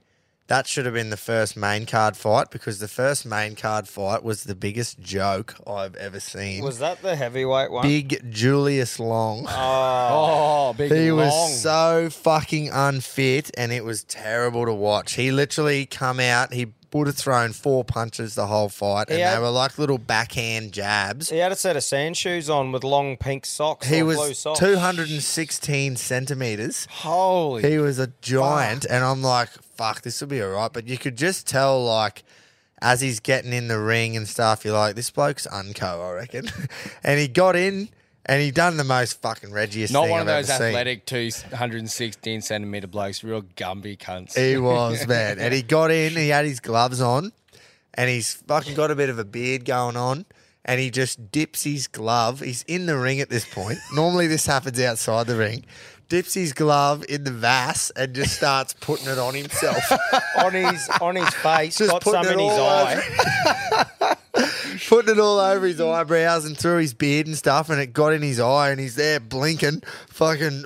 Speaker 1: That should have been the first main card fight because the first main card fight was the biggest joke I've ever seen.
Speaker 2: Was that the heavyweight one?
Speaker 1: Big Julius Long.
Speaker 5: Oh, big
Speaker 1: He
Speaker 5: long.
Speaker 1: was so fucking unfit and it was terrible to watch. He literally come out, he would have thrown four punches the whole fight and
Speaker 2: He had-
Speaker 1: they were like little backhand jabs.
Speaker 2: He had a set of sand shoes on with long pink socks.
Speaker 1: He
Speaker 2: or blue
Speaker 1: was
Speaker 2: socks.
Speaker 1: 216 centimeters.
Speaker 5: Holy.
Speaker 1: He was a giant and I'm like, fuck, this will be all right. But you could just tell like as he's getting in the ring and stuff, you're like, this bloke's unco, I reckon. <laughs> and he got in and he done the most fucking Regiest
Speaker 5: Not
Speaker 1: thing
Speaker 5: one of
Speaker 1: I've
Speaker 5: those
Speaker 1: ever seen.
Speaker 5: athletic 216 centimeter blokes, real Gumby cunts.
Speaker 2: <laughs>
Speaker 1: He was, man. And he got in, he had his gloves on, and he's fucking got a bit of a beard going on. And he just dips his glove. He's in the ring at this
Speaker 2: <laughs>
Speaker 1: point. Normally, this happens outside the ring. Dips his glove in the vas and just starts putting it on himself.
Speaker 2: <laughs>
Speaker 1: <laughs>
Speaker 2: on his on his face,
Speaker 1: Just
Speaker 2: got
Speaker 1: putting
Speaker 2: some
Speaker 1: it
Speaker 2: in his
Speaker 1: all
Speaker 2: eye.
Speaker 1: over. putting it all over his eyebrows and through his beard and stuff. And it got in his eye and he's there blinking, fucking. And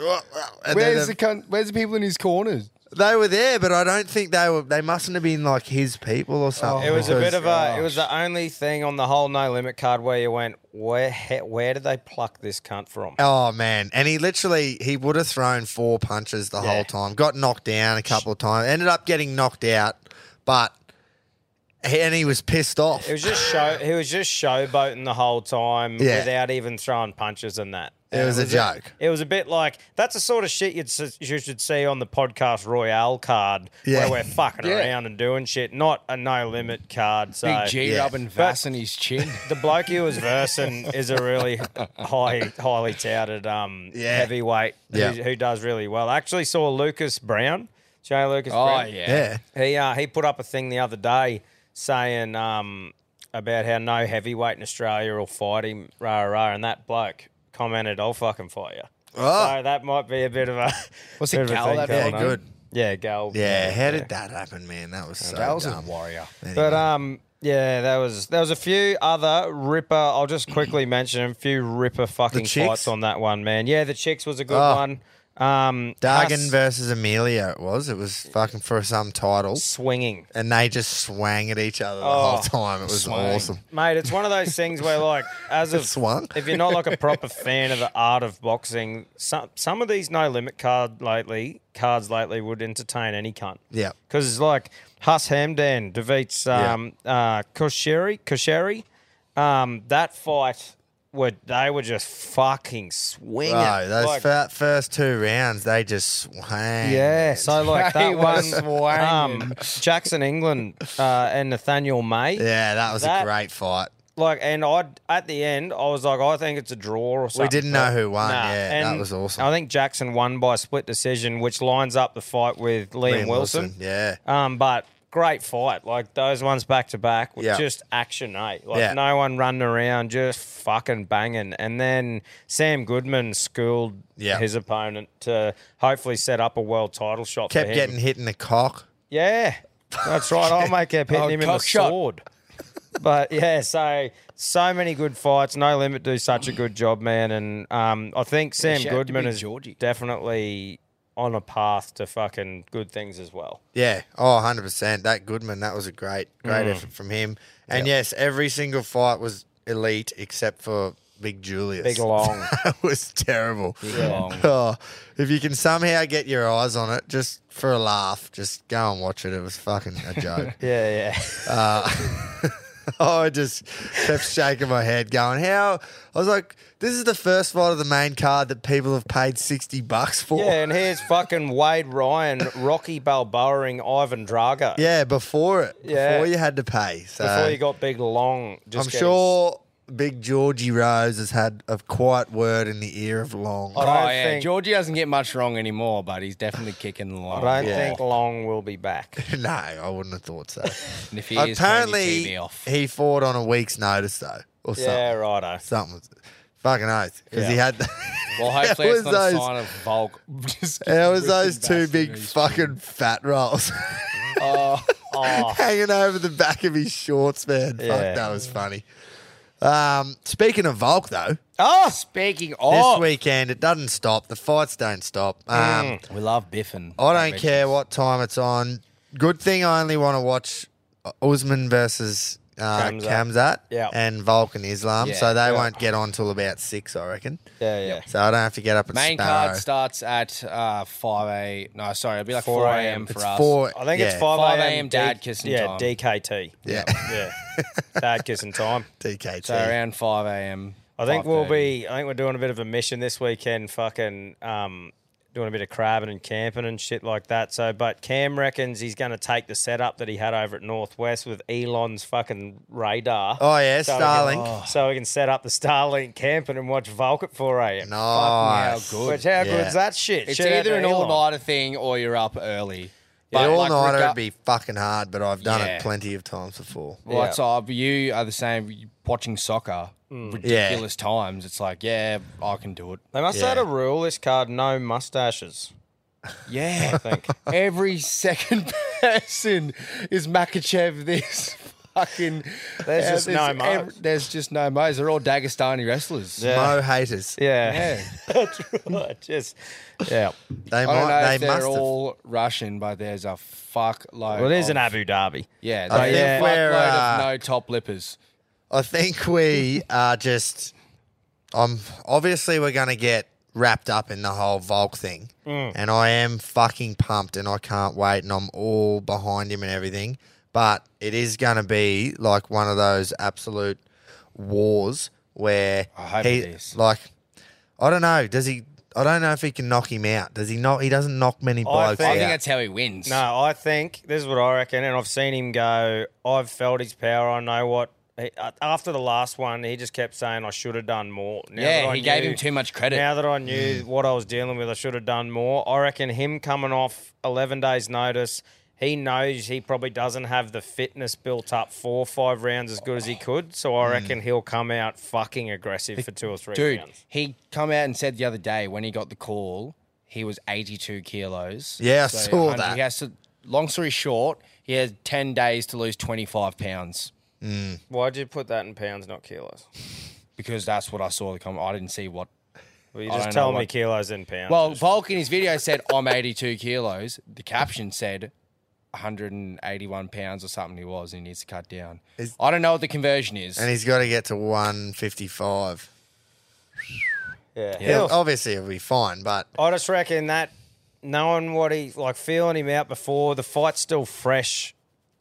Speaker 1: then
Speaker 5: Where's
Speaker 1: the-
Speaker 5: the, cunt, where's the people in his corners?
Speaker 1: They were there, but I don't think they were. They mustn't have been like his people or something.
Speaker 2: It was a
Speaker 1: Oh, because-
Speaker 2: bit of a. It was the only thing on the whole no limit card where you went, where he, where did they pluck this cunt from?
Speaker 1: Oh man! And he literally he would have thrown four punches the whole time. Got knocked down a couple of times. Ended up getting knocked out, but and he was pissed off.
Speaker 2: It was just show. he was just showboating the whole time
Speaker 1: Yeah.
Speaker 2: without even throwing punches and that.
Speaker 1: It was a joke.
Speaker 2: It was a bit like that's the sort of shit you'd s- you should see on the podcast Royale card
Speaker 1: Yeah.
Speaker 2: where we're fucking
Speaker 5: Yeah.
Speaker 2: around and doing shit, not a no limit card. So
Speaker 5: Big G
Speaker 1: Yeah.
Speaker 5: rubbing Vass in his chin.
Speaker 2: the bloke he was versing <laughs> is a really high, highly touted um,
Speaker 1: Yeah.
Speaker 2: heavyweight
Speaker 1: Yeah.
Speaker 2: who, who does really well. I actually saw Lucas Brown, Jay Lucas
Speaker 5: Oh
Speaker 2: Brown.
Speaker 5: yeah.
Speaker 1: yeah,
Speaker 2: He uh, he put up a thing the other day saying um, about how no heavyweight in Australia will fight him, rah rah, and that bloke commented, "I'll fucking fight you."
Speaker 1: Oh.
Speaker 2: So that might be a bit of a
Speaker 5: Ah. Was it
Speaker 2: bit of a
Speaker 5: Gal
Speaker 2: thing
Speaker 5: that
Speaker 2: going
Speaker 1: yeah,
Speaker 2: on.
Speaker 1: good.
Speaker 2: Yeah, Gal.
Speaker 1: Yeah, how did that happen, man? That was so
Speaker 5: That was a
Speaker 1: dumb.
Speaker 5: warrior.
Speaker 2: But um, yeah, there was there was a few other ripper. I'll just quickly mention a few ripper fucking
Speaker 1: chicks?
Speaker 2: fights on that one, man. Yeah, the chicks was a good
Speaker 1: Oh.
Speaker 2: one. Um,
Speaker 1: Dargan
Speaker 2: us
Speaker 1: versus Amelia. It was. It was fucking for some title,
Speaker 2: swinging.
Speaker 1: and they just swang at each other the whole time. It was
Speaker 5: swang.
Speaker 1: awesome.
Speaker 2: Mate, it's one of those things
Speaker 1: <laughs>
Speaker 2: where, like, as of
Speaker 1: swung.
Speaker 2: if you're not like
Speaker 1: <laughs>
Speaker 2: a proper fan of the art of boxing, some some of these no limit card lately cards lately would entertain any cunt.
Speaker 1: Yeah.
Speaker 2: because like Huss Hamdan defeats um, uh, Kosheri. Kosheri, um, that fight were they were just fucking swinging.
Speaker 1: Bro, those
Speaker 2: Like,
Speaker 1: fir- first two rounds, they just swang.
Speaker 2: yeah, so like
Speaker 5: <laughs> They
Speaker 2: that
Speaker 5: were
Speaker 2: one,
Speaker 5: swinging.
Speaker 2: um, Jackson England uh, and Nathaniel May.
Speaker 1: yeah, that was
Speaker 2: That-
Speaker 1: a great fight.
Speaker 2: Like, and I at the end, I was like, I think it's a draw or something.
Speaker 1: didn't know
Speaker 2: but-
Speaker 1: who won. Yeah, that was awesome.
Speaker 2: I think Jackson won by split decision, which lines up the fight with Liam,
Speaker 1: Liam
Speaker 2: Wilson.
Speaker 1: yeah,
Speaker 2: Um, but great fight. Like those ones back to back were
Speaker 1: Yeah.
Speaker 2: just action, eh? Like
Speaker 1: Yeah.
Speaker 2: no one running around, just fucking banging. And then Sam Goodman schooled
Speaker 1: Yeah.
Speaker 2: his opponent to hopefully set up a world title shot. for
Speaker 1: kept
Speaker 2: him.
Speaker 1: getting hit in the cock.
Speaker 2: Yeah, that's right. I'll make kept hitting
Speaker 5: Oh,
Speaker 2: him in the
Speaker 5: cock shot.
Speaker 2: sword. But yeah, so so many good fights. No limit do such a good job, man. And um, I think Sam
Speaker 5: shout out to
Speaker 2: Goodman
Speaker 5: Big
Speaker 2: is
Speaker 5: Georgie.
Speaker 2: definitely on a path to fucking good things as well.
Speaker 1: Yeah, oh, 100 percent. That Goodman, that was a great, great
Speaker 2: Mm.
Speaker 1: effort from him. And yes, every single fight was elite except for Big Julius. <laughs>
Speaker 2: Big long.
Speaker 1: that was terrible.
Speaker 5: Long.
Speaker 1: <laughs> Oh, if you can somehow get your eyes on it, just for a laugh, just go and watch it. It was fucking a joke.
Speaker 2: <laughs> <laughs>
Speaker 1: <laughs> Oh,
Speaker 2: yeah, yeah.
Speaker 1: I just kept shaking my head, going, "How?" I was like, "This is the first fight of the main card that people have paid sixty bucks for."
Speaker 2: Yeah, and here's fucking Wade Ryan, Rocky Balboaing Ivan Drago.
Speaker 1: Yeah, before it,
Speaker 2: Yeah.
Speaker 1: before you had to pay. So
Speaker 2: Before you got big long, just
Speaker 1: I'm
Speaker 2: getting-
Speaker 1: sure Big Georgie Rose has had a quiet word in the ear of Long. <laughs>
Speaker 2: I
Speaker 5: Oh
Speaker 2: don't
Speaker 5: yeah,
Speaker 2: think
Speaker 5: Georgie doesn't get much wrong anymore, but he's definitely kicking the line.
Speaker 2: I don't think Long will be back.
Speaker 1: no, I wouldn't have thought
Speaker 2: <laughs>
Speaker 1: so.
Speaker 5: And if he is, turn your
Speaker 1: Apparently,
Speaker 5: TV off.
Speaker 1: he fought on a week's notice though, or
Speaker 2: yeah, righto.
Speaker 1: something. Something. Fucking oath, because he <laughs> had.
Speaker 5: Well,
Speaker 1: How
Speaker 5: hopefully it's
Speaker 1: was
Speaker 5: not a
Speaker 1: those-
Speaker 5: sign of bulk. Just
Speaker 1: How was
Speaker 5: ripping
Speaker 1: those two
Speaker 5: Vass
Speaker 1: big
Speaker 5: in his-
Speaker 1: fucking fat rolls? <laughs>
Speaker 2: Oh,
Speaker 1: hanging over the back of his shorts, man.
Speaker 2: Yeah.
Speaker 1: Fuck, that was funny. Um, speaking of Volk, though,
Speaker 5: Oh, speaking
Speaker 1: this
Speaker 2: Oh.
Speaker 5: of,
Speaker 1: weekend it doesn't stop. The fights don't stop.
Speaker 2: Mm.
Speaker 1: Um,
Speaker 5: we love biffing.
Speaker 1: I don't care what time it's on. Good thing I only want to watch Usman versus uh,
Speaker 2: Khamzat.
Speaker 1: Kamzat
Speaker 2: Yeah.
Speaker 1: and Volk and Islam,
Speaker 5: Yeah,
Speaker 1: so they won't get on till about six, I reckon.
Speaker 2: yeah, yeah.
Speaker 1: So I don't have to get up at
Speaker 5: Main
Speaker 1: Sparrow.
Speaker 5: card starts at uh, five a. No, sorry, it'll be like
Speaker 2: 4
Speaker 5: four
Speaker 2: a.m.
Speaker 5: a.m. for
Speaker 1: It's
Speaker 5: us.
Speaker 1: four.
Speaker 2: I think it's
Speaker 1: yeah,
Speaker 2: 5
Speaker 5: 5
Speaker 2: a.m.
Speaker 5: a.m. dad kissing
Speaker 2: yeah,
Speaker 5: time.
Speaker 2: DKT.
Speaker 1: <laughs> Yeah.
Speaker 2: Yeah. dad
Speaker 1: <laughs>
Speaker 2: kissing time.
Speaker 1: DKT.
Speaker 5: So around five a.m.
Speaker 2: I think we'll
Speaker 5: 5:30.
Speaker 2: be, I think we're doing a bit of a mission this weekend, fucking um, doing a bit of crabbing and camping and shit like that. So, but Cam reckons he's going to take the setup that he had over at Northwest with Elon's fucking radar.
Speaker 1: Oh yeah,
Speaker 2: So we
Speaker 1: Starlink.
Speaker 2: Can, Oh. So we can set up the Starlink camping and watch Vulk at 4
Speaker 1: Nice.
Speaker 2: a.m.
Speaker 5: Fucking hell, good.
Speaker 2: Which, how
Speaker 1: Yeah.
Speaker 2: good's that shit?
Speaker 5: It's
Speaker 2: Shout out
Speaker 5: either
Speaker 2: to
Speaker 5: an
Speaker 2: Elon.
Speaker 5: all-nighter thing or you're up early.
Speaker 1: Yeah, all
Speaker 5: like,
Speaker 1: nighter
Speaker 5: rega-
Speaker 1: would be fucking hard, but I've done
Speaker 5: Yeah.
Speaker 1: it plenty of times before.
Speaker 5: Well, it's odd. You are the same. you- Watching soccer, ridiculous times. It's like, yeah, I can do it.
Speaker 2: They must have had a rule this card no mustaches,
Speaker 5: Yeah,
Speaker 2: <laughs> I think.
Speaker 5: <laughs> every second person is Makachev. This fucking.
Speaker 2: There's just no
Speaker 5: there's
Speaker 2: Mos.
Speaker 5: ev- there's just no Mo's. They're all Dagestani wrestlers.
Speaker 1: Mo haters.
Speaker 2: Yeah, <laughs> that's right. Just yeah.
Speaker 1: They
Speaker 5: I don't know
Speaker 1: might.
Speaker 5: if
Speaker 1: They
Speaker 5: they're
Speaker 1: must have.
Speaker 5: all Russian, but there's a fuckload.
Speaker 2: Well, it is
Speaker 5: of,
Speaker 2: in Abu Dhabi.
Speaker 5: Yeah,
Speaker 1: I
Speaker 5: there's
Speaker 1: think
Speaker 5: a
Speaker 1: we're,
Speaker 5: fuckload
Speaker 1: uh,
Speaker 5: of no top lippers.
Speaker 1: I think we are just. I'm obviously we're going to get wrapped up in the whole Volk thing,
Speaker 5: Mm.
Speaker 1: and I am fucking pumped, and I can't wait, and I'm all behind him and everything. But it is going to be like one of those absolute wars where
Speaker 5: I hope
Speaker 1: he
Speaker 5: it is.
Speaker 1: like I don't know. Does he? I don't know if he can knock him out. Does he not? He doesn't knock many blokes
Speaker 2: think-
Speaker 1: out.
Speaker 5: I think that's how he wins.
Speaker 2: No, I think this is what I reckon, and I've seen him go. I've felt his power. I know what. He, uh, after the last one, he just kept saying I should have done more. Now that
Speaker 5: yeah,
Speaker 2: I
Speaker 5: he gave
Speaker 2: knew-
Speaker 5: him too much credit.
Speaker 2: Now that I knew what I was dealing with, I should have done more. I reckon him coming off 11 days' notice, he knows he probably doesn't have the fitness built up four or five rounds as good as he could. So I reckon he'll come out fucking aggressive for two or three
Speaker 5: Dude,
Speaker 2: rounds.
Speaker 5: he come out and said the other day when he got the call, he was 82 kilos.
Speaker 1: Yeah, I saw
Speaker 5: 100
Speaker 1: that.
Speaker 5: He has to, long story short, he has 10 days to lose 25 pounds
Speaker 2: Why'd you put that in pounds, not kilos?
Speaker 5: because that's what I saw the comment. I didn't see what.
Speaker 2: Well, you
Speaker 5: I
Speaker 2: just
Speaker 5: don't
Speaker 2: tell
Speaker 5: know
Speaker 2: me
Speaker 5: what-
Speaker 2: kilos in pounds.
Speaker 5: Well, Volk in his video said, I'm 82 kilos. The caption said 181 pounds or something he was and he needs to cut down.
Speaker 1: Is-
Speaker 5: I don't know what the conversion is.
Speaker 1: and he's got to get to 155.
Speaker 2: yeah.
Speaker 1: He'll-
Speaker 5: Oh.
Speaker 2: He'll-
Speaker 1: Obviously, he'll be fine, but
Speaker 2: I just reckon that knowing what he like feeling him out before the fight's still fresh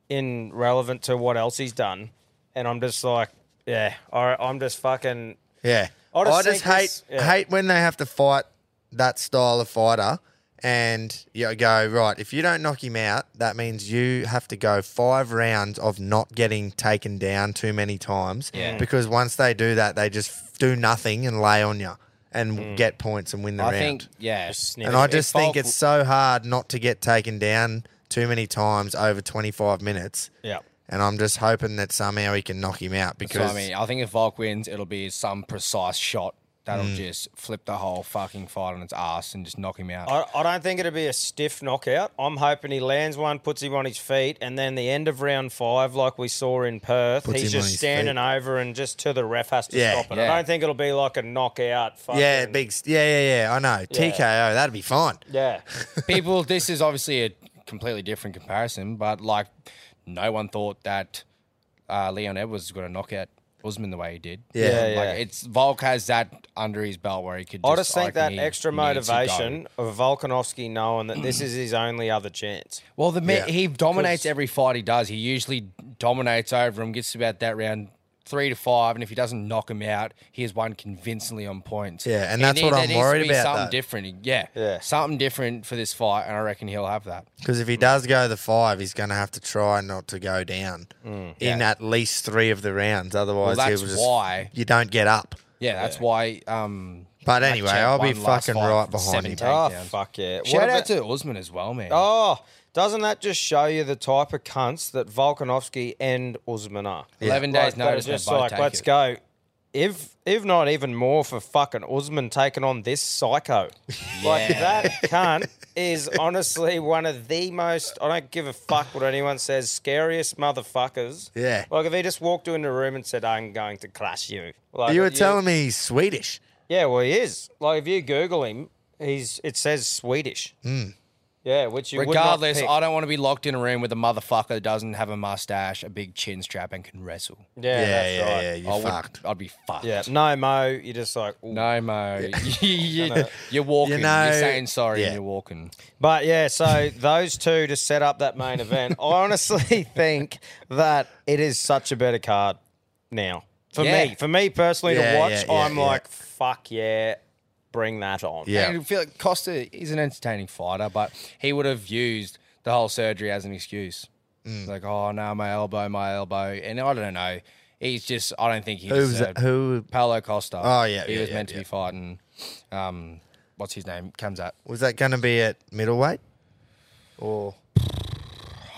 Speaker 2: in relevant to what else he's done, and I'm just like, yeah, I, I'm just fucking.
Speaker 1: Yeah. I
Speaker 2: I just
Speaker 1: just,
Speaker 2: think
Speaker 1: hate
Speaker 2: this- yeah.
Speaker 1: hate when they have to fight that style of fighter and you go, right, if you don't knock him out, that means you have to go five rounds of not getting taken down too many times.
Speaker 5: Yeah. Mm.
Speaker 1: Because once they do that, they just do nothing and lay on you and get points and win the
Speaker 5: Mm. I
Speaker 1: round.
Speaker 5: think, yeah.
Speaker 2: sniff
Speaker 1: and
Speaker 2: it.
Speaker 1: I
Speaker 5: if
Speaker 1: just think
Speaker 5: Volk-
Speaker 1: it's so hard not to get taken down too many times over 25 minutes.
Speaker 2: Yeah.
Speaker 1: And I'm just hoping that somehow he can knock him out because
Speaker 5: So, I mean, I think if Volk wins, it'll be some precise shot that'll
Speaker 1: Mm.
Speaker 5: just flip the whole fucking fight on its ass and just knock him out.
Speaker 2: I, I don't think it'll be a stiff knockout. I'm hoping he lands one, puts him on his feet, and then the end of round five, like we saw in Perth,
Speaker 1: Puts
Speaker 2: he's
Speaker 1: him on
Speaker 2: just
Speaker 1: his
Speaker 2: standing
Speaker 1: feet.
Speaker 2: over and just to the ref has to
Speaker 1: Yeah,
Speaker 2: stop it.
Speaker 5: yeah.
Speaker 2: I don't think it'll be like a knockout. Fucking,
Speaker 1: Yeah, big. s- Yeah, yeah, yeah. I know. TKO. That'd be fine.
Speaker 2: Yeah.
Speaker 5: People, this is obviously a completely different comparison, but like, no one thought that uh, Leon Edwards was going to knock out Usman the way he did.
Speaker 1: Yeah.
Speaker 5: like it's Volk has that under his belt where he could. Just,
Speaker 2: I just think
Speaker 5: reckon
Speaker 2: that
Speaker 5: he
Speaker 2: extra
Speaker 5: needs to go.
Speaker 2: motivation of Volkanovski knowing that this is his only other chance.
Speaker 5: Well, the
Speaker 1: Yeah.
Speaker 5: man, he dominates every fight he does. He usually dominates over him, gets about that round three to five, and if he doesn't knock him out, he has won convincingly on points.
Speaker 1: Yeah, and
Speaker 5: He
Speaker 1: that's what
Speaker 5: there
Speaker 1: I'm
Speaker 5: needs to
Speaker 1: worried
Speaker 5: be
Speaker 1: about,
Speaker 5: Something
Speaker 1: though.
Speaker 5: different, yeah,
Speaker 2: Yeah.
Speaker 5: something different for this fight, and I reckon he'll have that.
Speaker 1: Because if he does go the five, he's going to have to try not to go down in at least three of the rounds. Otherwise,
Speaker 5: Mm, Well,
Speaker 1: he
Speaker 5: that's
Speaker 1: will just,
Speaker 5: why-
Speaker 1: you don't get up.
Speaker 5: Yeah, that's why. Um,
Speaker 1: But anyway,
Speaker 5: Jack
Speaker 1: I'll be
Speaker 5: won last
Speaker 1: fucking
Speaker 5: fight
Speaker 1: right
Speaker 5: from
Speaker 1: behind him.
Speaker 5: 17.
Speaker 2: Oh,
Speaker 5: Takedowns.
Speaker 2: fuck yeah. What
Speaker 5: shout
Speaker 2: about-
Speaker 5: out to Usman as well, man.
Speaker 2: Oh, doesn't that just show you the type of cunts that Volkanovski and Usman are?
Speaker 5: 11 days
Speaker 2: they're
Speaker 5: notice, they
Speaker 2: Just
Speaker 5: both
Speaker 2: like,
Speaker 5: take
Speaker 2: let's
Speaker 5: it.
Speaker 2: go. If if not even more for fucking Usman taking on this psycho,
Speaker 5: <laughs>
Speaker 2: like that cunt is honestly one of the most. I don't give a fuck what anyone says. Scariest motherfuckers.
Speaker 1: Yeah.
Speaker 2: Like if he just walked into a room and said, "I'm going to crush you," like
Speaker 1: You were telling me he's Swedish.
Speaker 2: Yeah, well, he is. Like if you Google him, he's it says Swedish. Yeah, which you would not
Speaker 5: Hmm. Regardless,
Speaker 2: pick.
Speaker 5: I don't want to be locked in a room with a motherfucker that doesn't have a mustache, a big chin strap, and can wrestle.
Speaker 2: Yeah,
Speaker 1: Yeah,
Speaker 2: that's
Speaker 1: yeah,
Speaker 2: right.
Speaker 1: yeah. You're
Speaker 5: I would-
Speaker 1: fucked.
Speaker 5: I'd be fucked.
Speaker 2: Yeah, no mo. You're just like, ooh.
Speaker 5: No, mate.
Speaker 1: <laughs>
Speaker 5: you, are walking.
Speaker 1: You
Speaker 5: You
Speaker 1: know-
Speaker 5: are saying sorry
Speaker 1: yeah.
Speaker 5: and you're walking.
Speaker 2: but yeah. So <laughs> those two to set up that main event. I honestly <laughs> think that it is such a better card now for
Speaker 5: Yeah.
Speaker 2: me. For me personally
Speaker 1: Yeah,
Speaker 2: to watch,
Speaker 1: yeah, yeah,
Speaker 2: I'm
Speaker 1: yeah.
Speaker 2: like, fuck yeah, bring that on.
Speaker 1: Yeah.
Speaker 5: And I feel like Costa is an entertaining fighter, but he would have used the whole surgery as an excuse.
Speaker 1: Mm.
Speaker 5: Like, oh no, my elbow, my elbow, and I don't know. He's just. I don't think he
Speaker 1: Who's
Speaker 5: deserved.
Speaker 1: who
Speaker 5: Paulo Costa.
Speaker 1: Oh, yeah,
Speaker 5: he
Speaker 1: yeah,
Speaker 5: was
Speaker 1: yeah,
Speaker 5: meant to
Speaker 1: yeah.
Speaker 5: be fighting. Um, what's his name? Comes out.
Speaker 1: was that going to be at middleweight? Or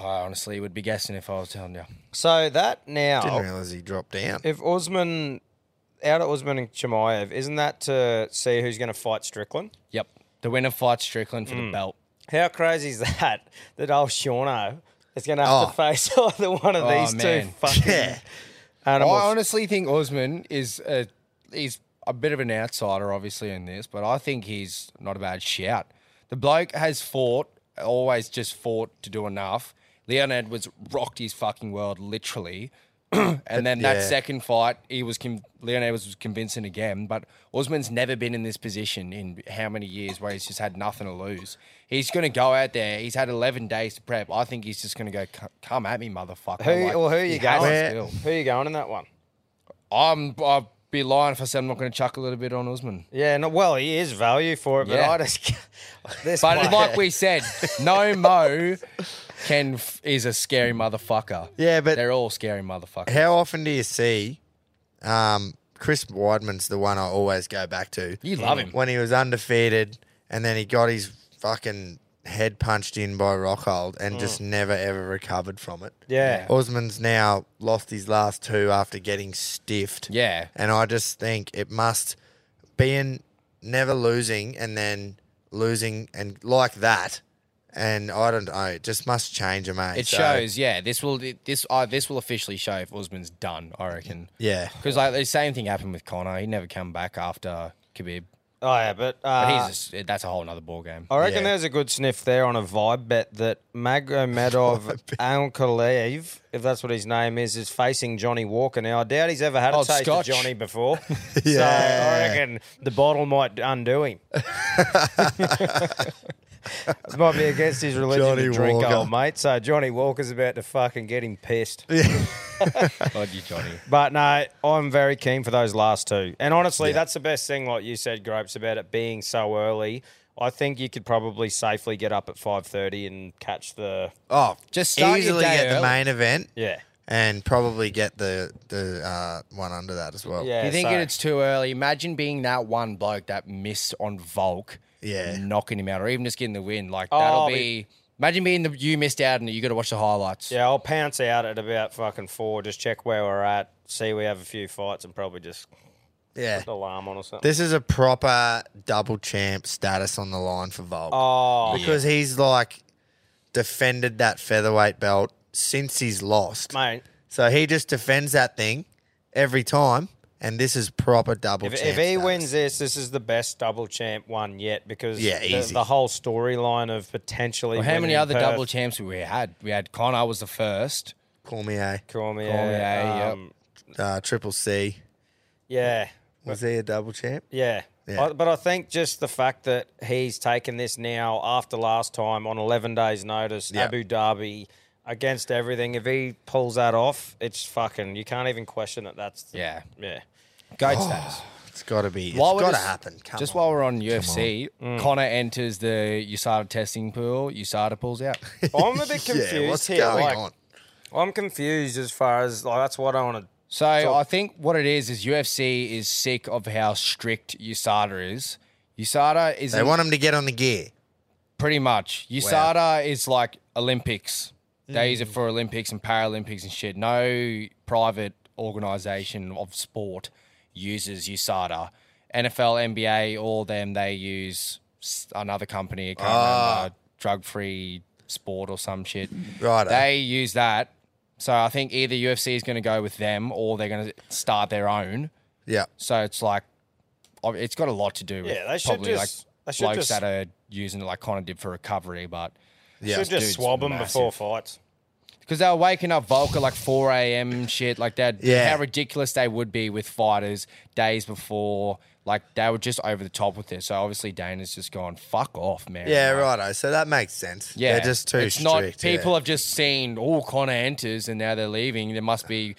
Speaker 5: I honestly would be guessing if I was telling you.
Speaker 2: So that
Speaker 5: Oh.
Speaker 1: didn't
Speaker 2: now,
Speaker 1: realize he dropped down.
Speaker 2: if Usman out of Usman and Chimaev, isn't that to see who's going to fight Strickland?
Speaker 1: Mm.
Speaker 5: Yep, the winner fights Strickland for the belt.
Speaker 2: <laughs> How crazy is that? That old Shauno is going to have
Speaker 1: Oh.
Speaker 2: to face <laughs> either one of
Speaker 5: Oh,
Speaker 2: these two
Speaker 5: man.
Speaker 2: fucking
Speaker 1: Yeah.
Speaker 2: animals.
Speaker 5: I honestly think Usman is a, he's a bit of an outsider, obviously, in this, but I think he's not a bad shout. The bloke has fought, always just fought to do enough. Leon Edwards rocked his fucking world, literally. <clears throat> and then that
Speaker 1: yeah.
Speaker 5: second fight, he was con- Leon Edwards was convincing again. But Usman's never been in this position in how many years where he's just had nothing to lose. He's going to go out there. He's had 11 days to prep. I think he's just going to go, "C- come at me, motherfucker.
Speaker 2: who,
Speaker 5: Like,
Speaker 2: well, who are
Speaker 5: he
Speaker 2: you
Speaker 5: has
Speaker 2: going?
Speaker 5: the
Speaker 1: Where-
Speaker 5: skill.
Speaker 2: Who are you going in that one?
Speaker 5: I'm I'd be lying if I said I'm not going to chuck a little bit on Usman.
Speaker 2: Yeah, no, well, he is value for it, but
Speaker 5: Yeah.
Speaker 2: I just <laughs> can't- this
Speaker 5: But
Speaker 2: bloke-
Speaker 5: like we said, no mo can f- is a scary motherfucker.
Speaker 1: Yeah, but-
Speaker 5: they're all scary motherfuckers.
Speaker 1: How often do you see um, Chris Weidman's the one I always go back to? Mm.
Speaker 5: You love him.
Speaker 1: When he was undefeated and then he got his fucking head punched in by Rockhold and just
Speaker 5: Mm.
Speaker 1: never ever recovered from it.
Speaker 2: yeah,
Speaker 1: Osman's now lost his last two after getting stiffed.
Speaker 5: Yeah.
Speaker 1: And I just think it must being never losing and then losing and like that. And I don't know, it just must change a mate.
Speaker 5: It
Speaker 1: So,
Speaker 5: shows, yeah. This will this uh, this will officially show if Usman's done. I reckon.
Speaker 1: Yeah.
Speaker 5: Because like the same thing happened with Connor. He never come back after Khabib.
Speaker 2: oh yeah, but,
Speaker 5: But
Speaker 2: uh,
Speaker 5: he's just, that's a whole other ball game.
Speaker 2: I reckon
Speaker 1: Yeah.
Speaker 2: there's a good sniff there on a vibe bet that
Speaker 1: <laughs>
Speaker 2: Magomedov Ankaleev, if that's what his name is, is facing Johnny Walker. Now I doubt he's ever had a
Speaker 5: Oh,
Speaker 2: taste
Speaker 5: Scotch.
Speaker 2: of
Speaker 1: <laughs>
Speaker 2: Johnny before,
Speaker 1: Yeah.
Speaker 2: so I reckon the bottle might
Speaker 1: <laughs>
Speaker 2: undo him. it might be against his religion
Speaker 1: Johnny
Speaker 2: to drink,
Speaker 1: Walker.
Speaker 2: old mate. So Johnny Walker's about to fucking get him pissed.
Speaker 5: God, you Johnny.
Speaker 2: But no, I'm very keen for those last two. And honestly, that's the best thing, like you said, Gropes, about it being so early. I think you could probably safely get up at five thirty and catch the
Speaker 1: Oh,
Speaker 5: Just start your
Speaker 1: easily
Speaker 5: day
Speaker 1: get the
Speaker 5: early.
Speaker 1: main event.
Speaker 2: yeah
Speaker 1: and probably get the the uh, one under that as well.
Speaker 2: yeah.
Speaker 5: you think
Speaker 2: so-
Speaker 5: it's too early? Imagine being that one bloke that missed on Volk,
Speaker 1: Yeah.
Speaker 5: knocking him out, or even just getting the win. Like
Speaker 2: Oh,
Speaker 5: that'll
Speaker 2: I
Speaker 5: be.
Speaker 2: mean-
Speaker 5: Imagine being the you missed out and you got to watch the highlights.
Speaker 2: yeah, I'll pounce out at about fucking four. Just check where we're at. See we have a few fights and probably just
Speaker 1: yeah.
Speaker 2: put an alarm on or something.
Speaker 1: This is a proper double champ status on the line for Volk
Speaker 2: oh,
Speaker 1: because he's like defended that featherweight belt since he's lost.
Speaker 2: mate.
Speaker 1: So he just defends that thing every time, and this is proper double
Speaker 2: If,
Speaker 1: champ.
Speaker 2: if he
Speaker 1: status.
Speaker 2: wins this, this is the best double champ one yet because
Speaker 1: Yeah,
Speaker 2: the,
Speaker 1: easy.
Speaker 2: the whole storyline of potentially.
Speaker 5: Well, how many
Speaker 2: winning
Speaker 5: other
Speaker 2: Perth-
Speaker 5: double champs we had? We had Connor was the first.
Speaker 1: Cormier,
Speaker 2: Cormier,
Speaker 5: Cormier, yep.
Speaker 2: um,
Speaker 1: uh, Triple C,
Speaker 2: yeah.
Speaker 1: was he a double champ?
Speaker 2: Yeah.
Speaker 1: Yeah.
Speaker 2: I, but I think just the fact that he's taken this now after last time on 11 days' notice,
Speaker 1: Yeah.
Speaker 2: Abu Dhabi, against everything, if he pulls that off, it's fucking, you can't even question that that's. The,
Speaker 5: Yeah,
Speaker 2: Yeah.
Speaker 5: goat status.
Speaker 1: Oh, It's got to be. It's
Speaker 5: While we're
Speaker 1: got to
Speaker 5: just-
Speaker 1: happen. Come
Speaker 5: just
Speaker 1: on. Mm.
Speaker 5: while we're on UFC, Connor enters the USADA testing pool. USADA
Speaker 1: <laughs>
Speaker 5: pulls out.
Speaker 2: I'm a bit confused
Speaker 1: yeah, what's
Speaker 2: here.
Speaker 1: going
Speaker 2: like,
Speaker 1: on?
Speaker 2: I'm confused as far as, like, that's what I want to.
Speaker 5: So I think what it is is UFC is sick of how strict USADA is. USADA is
Speaker 1: They want him to get on the gear.
Speaker 5: Pretty much. USADA is like Olympics. They use it for Olympics and Paralympics and shit. No private organization of sport uses USADA. NFL, NBA, all them, they use s- another company. I can't remember. Drug free sport or some shit.
Speaker 1: Righto.
Speaker 5: They use that. So I think either UFC is going to go with them or they're going to start their own.
Speaker 1: Yeah.
Speaker 5: So it's like, ob- it's got a lot to do with
Speaker 2: Yeah, they should
Speaker 5: probably
Speaker 2: just- they
Speaker 5: like
Speaker 2: should
Speaker 5: blokes
Speaker 2: just-
Speaker 5: that are using it like Connor did for recovery, but
Speaker 1: Yeah.
Speaker 2: should just
Speaker 5: dude's
Speaker 2: swab him before
Speaker 5: massive.
Speaker 2: fights.
Speaker 5: because they were waking up Volker like 4 a.m. and shit like that.
Speaker 1: Yeah.
Speaker 5: How ridiculous they would be with fighters days before. Like they were just over the top with it. So obviously Dana's just gone, fuck off, man.
Speaker 1: Yeah,
Speaker 5: Like,
Speaker 1: righto. So that makes sense.
Speaker 5: Yeah,
Speaker 1: They're just too
Speaker 5: it's
Speaker 1: strict.
Speaker 5: Not, people
Speaker 1: yeah.
Speaker 5: have just seen all Connor enters and now they're leaving. There must be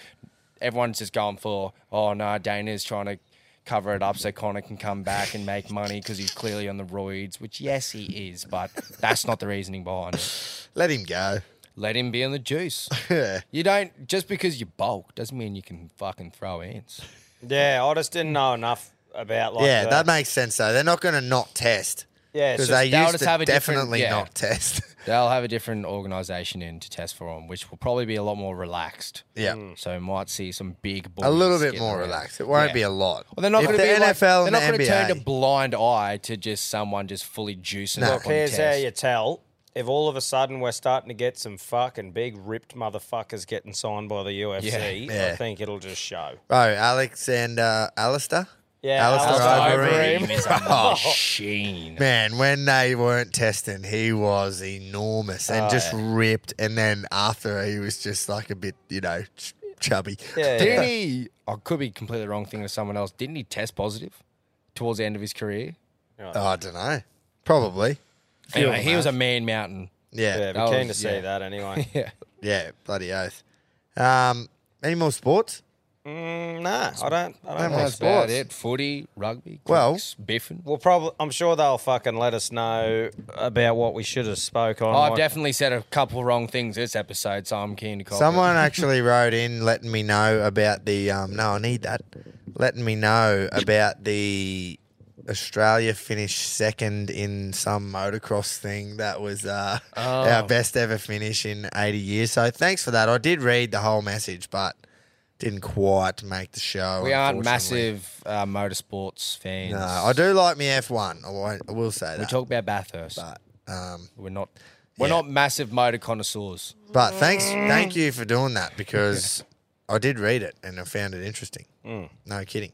Speaker 5: everyone's just going for oh no, Dana's trying to cover it up so Connor can come back and make money because he's clearly on the roids. Which yes, he is, but that's not the reasoning behind it.
Speaker 1: Let him go.
Speaker 5: Let him be on the juice.
Speaker 1: <laughs> Yeah.
Speaker 5: You don't just because you bulk doesn't mean you can fucking throw ants.
Speaker 2: Yeah, I just didn't know enough about, like,
Speaker 1: yeah,
Speaker 2: the-
Speaker 1: that makes sense though. They're not going to not test.
Speaker 2: Yeah, it's
Speaker 1: because
Speaker 2: just-
Speaker 1: they
Speaker 5: they'll
Speaker 1: used
Speaker 5: just
Speaker 1: to
Speaker 5: have a different-
Speaker 1: definitely
Speaker 5: yeah.
Speaker 1: not
Speaker 5: <laughs>
Speaker 1: test.
Speaker 5: They'll have a different organisation in to test for them, which will probably be a lot more relaxed.
Speaker 1: yeah,
Speaker 5: So might see some big.
Speaker 1: a little
Speaker 5: boys
Speaker 1: bit
Speaker 5: getting
Speaker 1: more
Speaker 5: around.
Speaker 1: relaxed. It won't
Speaker 5: Yeah.
Speaker 1: be a lot.
Speaker 5: Well, they're not
Speaker 1: If
Speaker 5: going to
Speaker 1: the
Speaker 5: be like,
Speaker 1: NFL
Speaker 5: they're
Speaker 1: and
Speaker 5: not going
Speaker 1: the
Speaker 5: to
Speaker 1: NBA.
Speaker 5: turn a blind eye to just someone just fully juicing up on
Speaker 2: Here's
Speaker 5: test.
Speaker 2: how you tell. if all of a sudden we're starting to get some fucking big ripped motherfuckers getting signed by the UFC,
Speaker 1: Yeah. Yeah.
Speaker 2: I think it'll just show.
Speaker 1: Bro, Alex and uh, Oh, Alistair?
Speaker 2: Yeah,
Speaker 1: Alistair
Speaker 2: Alistair
Speaker 1: Overeem.
Speaker 2: Overeem
Speaker 5: <laughs> is a machine.
Speaker 1: Man, when they weren't testing, he was enormous
Speaker 5: Oh,
Speaker 1: and just ripped. And then after, he was just like a bit, you know, ch- chubby.
Speaker 2: Yeah, yeah.
Speaker 5: Didn't
Speaker 1: <laughs>
Speaker 5: he? I could be completely wrong thinking of someone else. Didn't he test positive towards the end of his career?
Speaker 1: Oh, I don't know. Probably.
Speaker 5: Anyway, he was a man mountain. <laughs>
Speaker 1: Yeah.
Speaker 2: Yeah,
Speaker 1: Yeah.
Speaker 2: be
Speaker 5: That
Speaker 2: keen
Speaker 5: was-
Speaker 2: to see
Speaker 5: yeah.
Speaker 2: that
Speaker 5: <laughs>
Speaker 2: anyway.
Speaker 1: bloody oath. Um, any more sports?
Speaker 2: Mm, nah, I don't. I don't.
Speaker 1: more
Speaker 2: think
Speaker 5: That's
Speaker 2: so.
Speaker 5: about
Speaker 1: sports.
Speaker 5: it. Footy, rugby,
Speaker 1: Well-
Speaker 5: quicks, biffing.
Speaker 2: Well, probably. I'm sure they'll fucking let us know about what we should have spoke on.
Speaker 5: I've
Speaker 2: Like,
Speaker 5: definitely said a couple wrong things this episode, so I'm keen to call <laughs>
Speaker 1: Someone actually wrote in letting me know about the. Um, no, I need that. Letting me know about the Australia finished second in some motocross thing that was uh,
Speaker 5: Oh.
Speaker 1: our best ever finish in 80 years. So thanks for that. I did read the whole message, but didn't quite make the show.
Speaker 5: We aren't
Speaker 1: unfortunately.
Speaker 5: massive uh, motorsports fans.
Speaker 1: No, I do like me F1. I wa- I will say that.
Speaker 5: We talk about Bathurst.
Speaker 1: um,
Speaker 5: we're not. We're
Speaker 1: Yeah.
Speaker 5: not massive motor connoisseurs.
Speaker 1: but thanks, thank you for doing that because I did read it and I found it interesting. No kidding.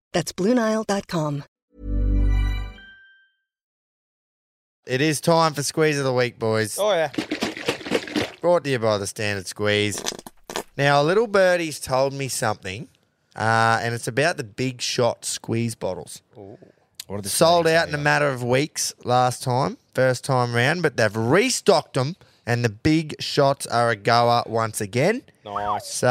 Speaker 6: That's BlueNile.com.
Speaker 1: It is time for Squeeze of the Week, boys.
Speaker 2: Oh yeah.
Speaker 1: Brought to you by the Standard Squeeze. Now, a little birdie's told me something, uh, and it's about the Big Shot squeeze bottles.
Speaker 5: What are the
Speaker 1: Sold
Speaker 5: sayings
Speaker 1: out in a matter of weeks last time, first time round, but they've restocked them, and the Big Shots are a goer once again.
Speaker 2: Nice.
Speaker 1: So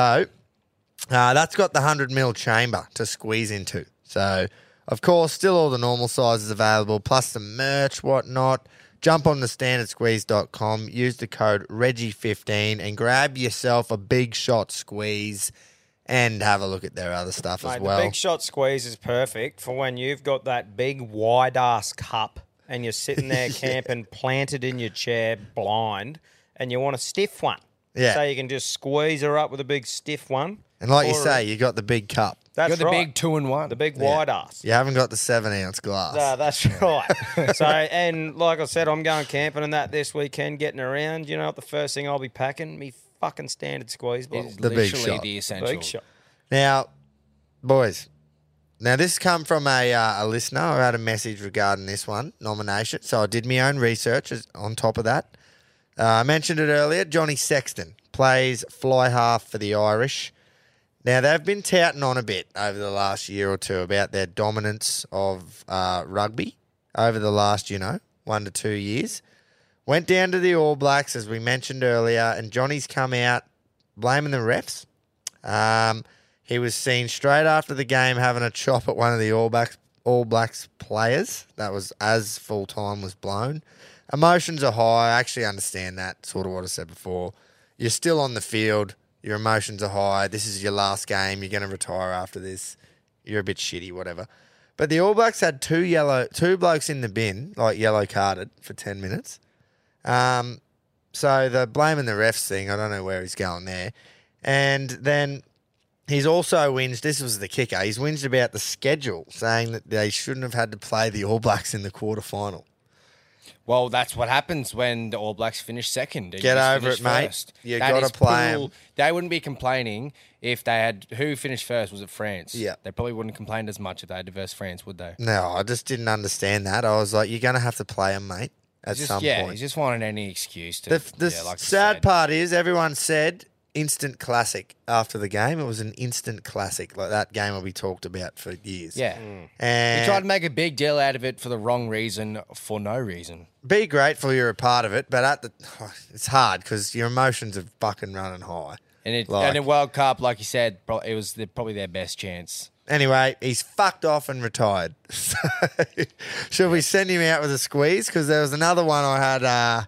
Speaker 1: uh, that's got the 100 mil chamber to squeeze into. So, of course, still all the normal sizes available, plus some merch, whatnot. Jump on the standardsqueeze.com, use the code Reggie15, and grab yourself a big shot squeeze and have a look at their other stuff as
Speaker 2: Mate,
Speaker 1: well.
Speaker 2: The big shot squeeze is perfect for when you've got that big wide ass cup and you're sitting there
Speaker 5: <laughs>
Speaker 2: camping, planted in your chair, blind, and you want a stiff one.
Speaker 1: Yeah.
Speaker 2: So you can just squeeze her up with a big stiff one.
Speaker 1: and like you
Speaker 2: or-
Speaker 1: say, you got the big cup.
Speaker 2: That's
Speaker 5: You're the
Speaker 2: right.
Speaker 5: big two and one.
Speaker 2: the big wide ass.
Speaker 1: You haven't got the seven ounce glass. <laughs>
Speaker 2: No, that's right. so, and like I said, I'm going camping and that this weekend, getting around. You know what? The first thing I'll be packing me fucking standard squeeze bottle.
Speaker 5: It's
Speaker 1: The big
Speaker 5: literally
Speaker 1: shot.
Speaker 5: the essential.
Speaker 2: Big shot.
Speaker 1: Now, boys, now this come from a, uh, a listener. I had a message regarding this one nomination, so I did my own research as- on top of that. Uh, I mentioned it earlier. Johnny Sexton plays fly half for the Irish. Now they've been touting on a bit over the last year or two about their dominance of uh, rugby over the last, you know, one to two years. Went down to the All Blacks as we mentioned earlier, and Johnny's come out blaming the refs. Um, he was seen straight after the game having a chop at one of the All Blacks All Blacks players. That was as full time was blown. Emotions are high. I actually understand that. Sort of what I said before. You're still on the field. Your emotions are high. This is your last game. You're going to retire after this. You're a bit shitty, whatever. But the All Blacks had two yellow, two blokes in the bin, like yellow carded for ten minutes. Um, so the blaming the refs thing, I don't know where he's going there. And then he's also whinged, this was the kicker, he's whinged about the schedule, saying that they shouldn't have had to play the All Blacks in the quarterfinal.
Speaker 5: Well, that's what happens when the All Blacks finish second. and
Speaker 1: Get
Speaker 5: you
Speaker 1: over
Speaker 5: finish
Speaker 1: it, mate.
Speaker 5: first.
Speaker 1: You
Speaker 5: That
Speaker 1: gotta
Speaker 5: is
Speaker 1: play 'em.
Speaker 5: pool- They wouldn't be complaining if they had who finished first. Was it France?
Speaker 1: Yeah.
Speaker 5: They probably wouldn't complain as much if they had versus France, would they?
Speaker 1: No, I just didn't understand that. I was like, you're going to have to play him, mate, at
Speaker 5: He's just,
Speaker 1: some
Speaker 5: yeah,
Speaker 1: point.
Speaker 5: he's just wanting any excuse to.
Speaker 1: The, the
Speaker 5: yeah, like I
Speaker 1: sad
Speaker 5: said.
Speaker 1: part is everyone said instant classic after the game. It was an instant classic. Like that game will be talked about for years.
Speaker 5: Yeah.
Speaker 1: Mm. And
Speaker 5: He tried to make a big deal out of it for the wrong reason, for no reason.
Speaker 1: be grateful you're a part of it, but at the it's hard because your emotions are fucking running high.
Speaker 5: And it
Speaker 1: Like-
Speaker 5: and in World Cup, like you said, pro- it was the, probably their best chance.
Speaker 1: Anyway, he's fucked off and retired. <laughs> So, should we send him out with a squeeze? Because there was another one I had uh,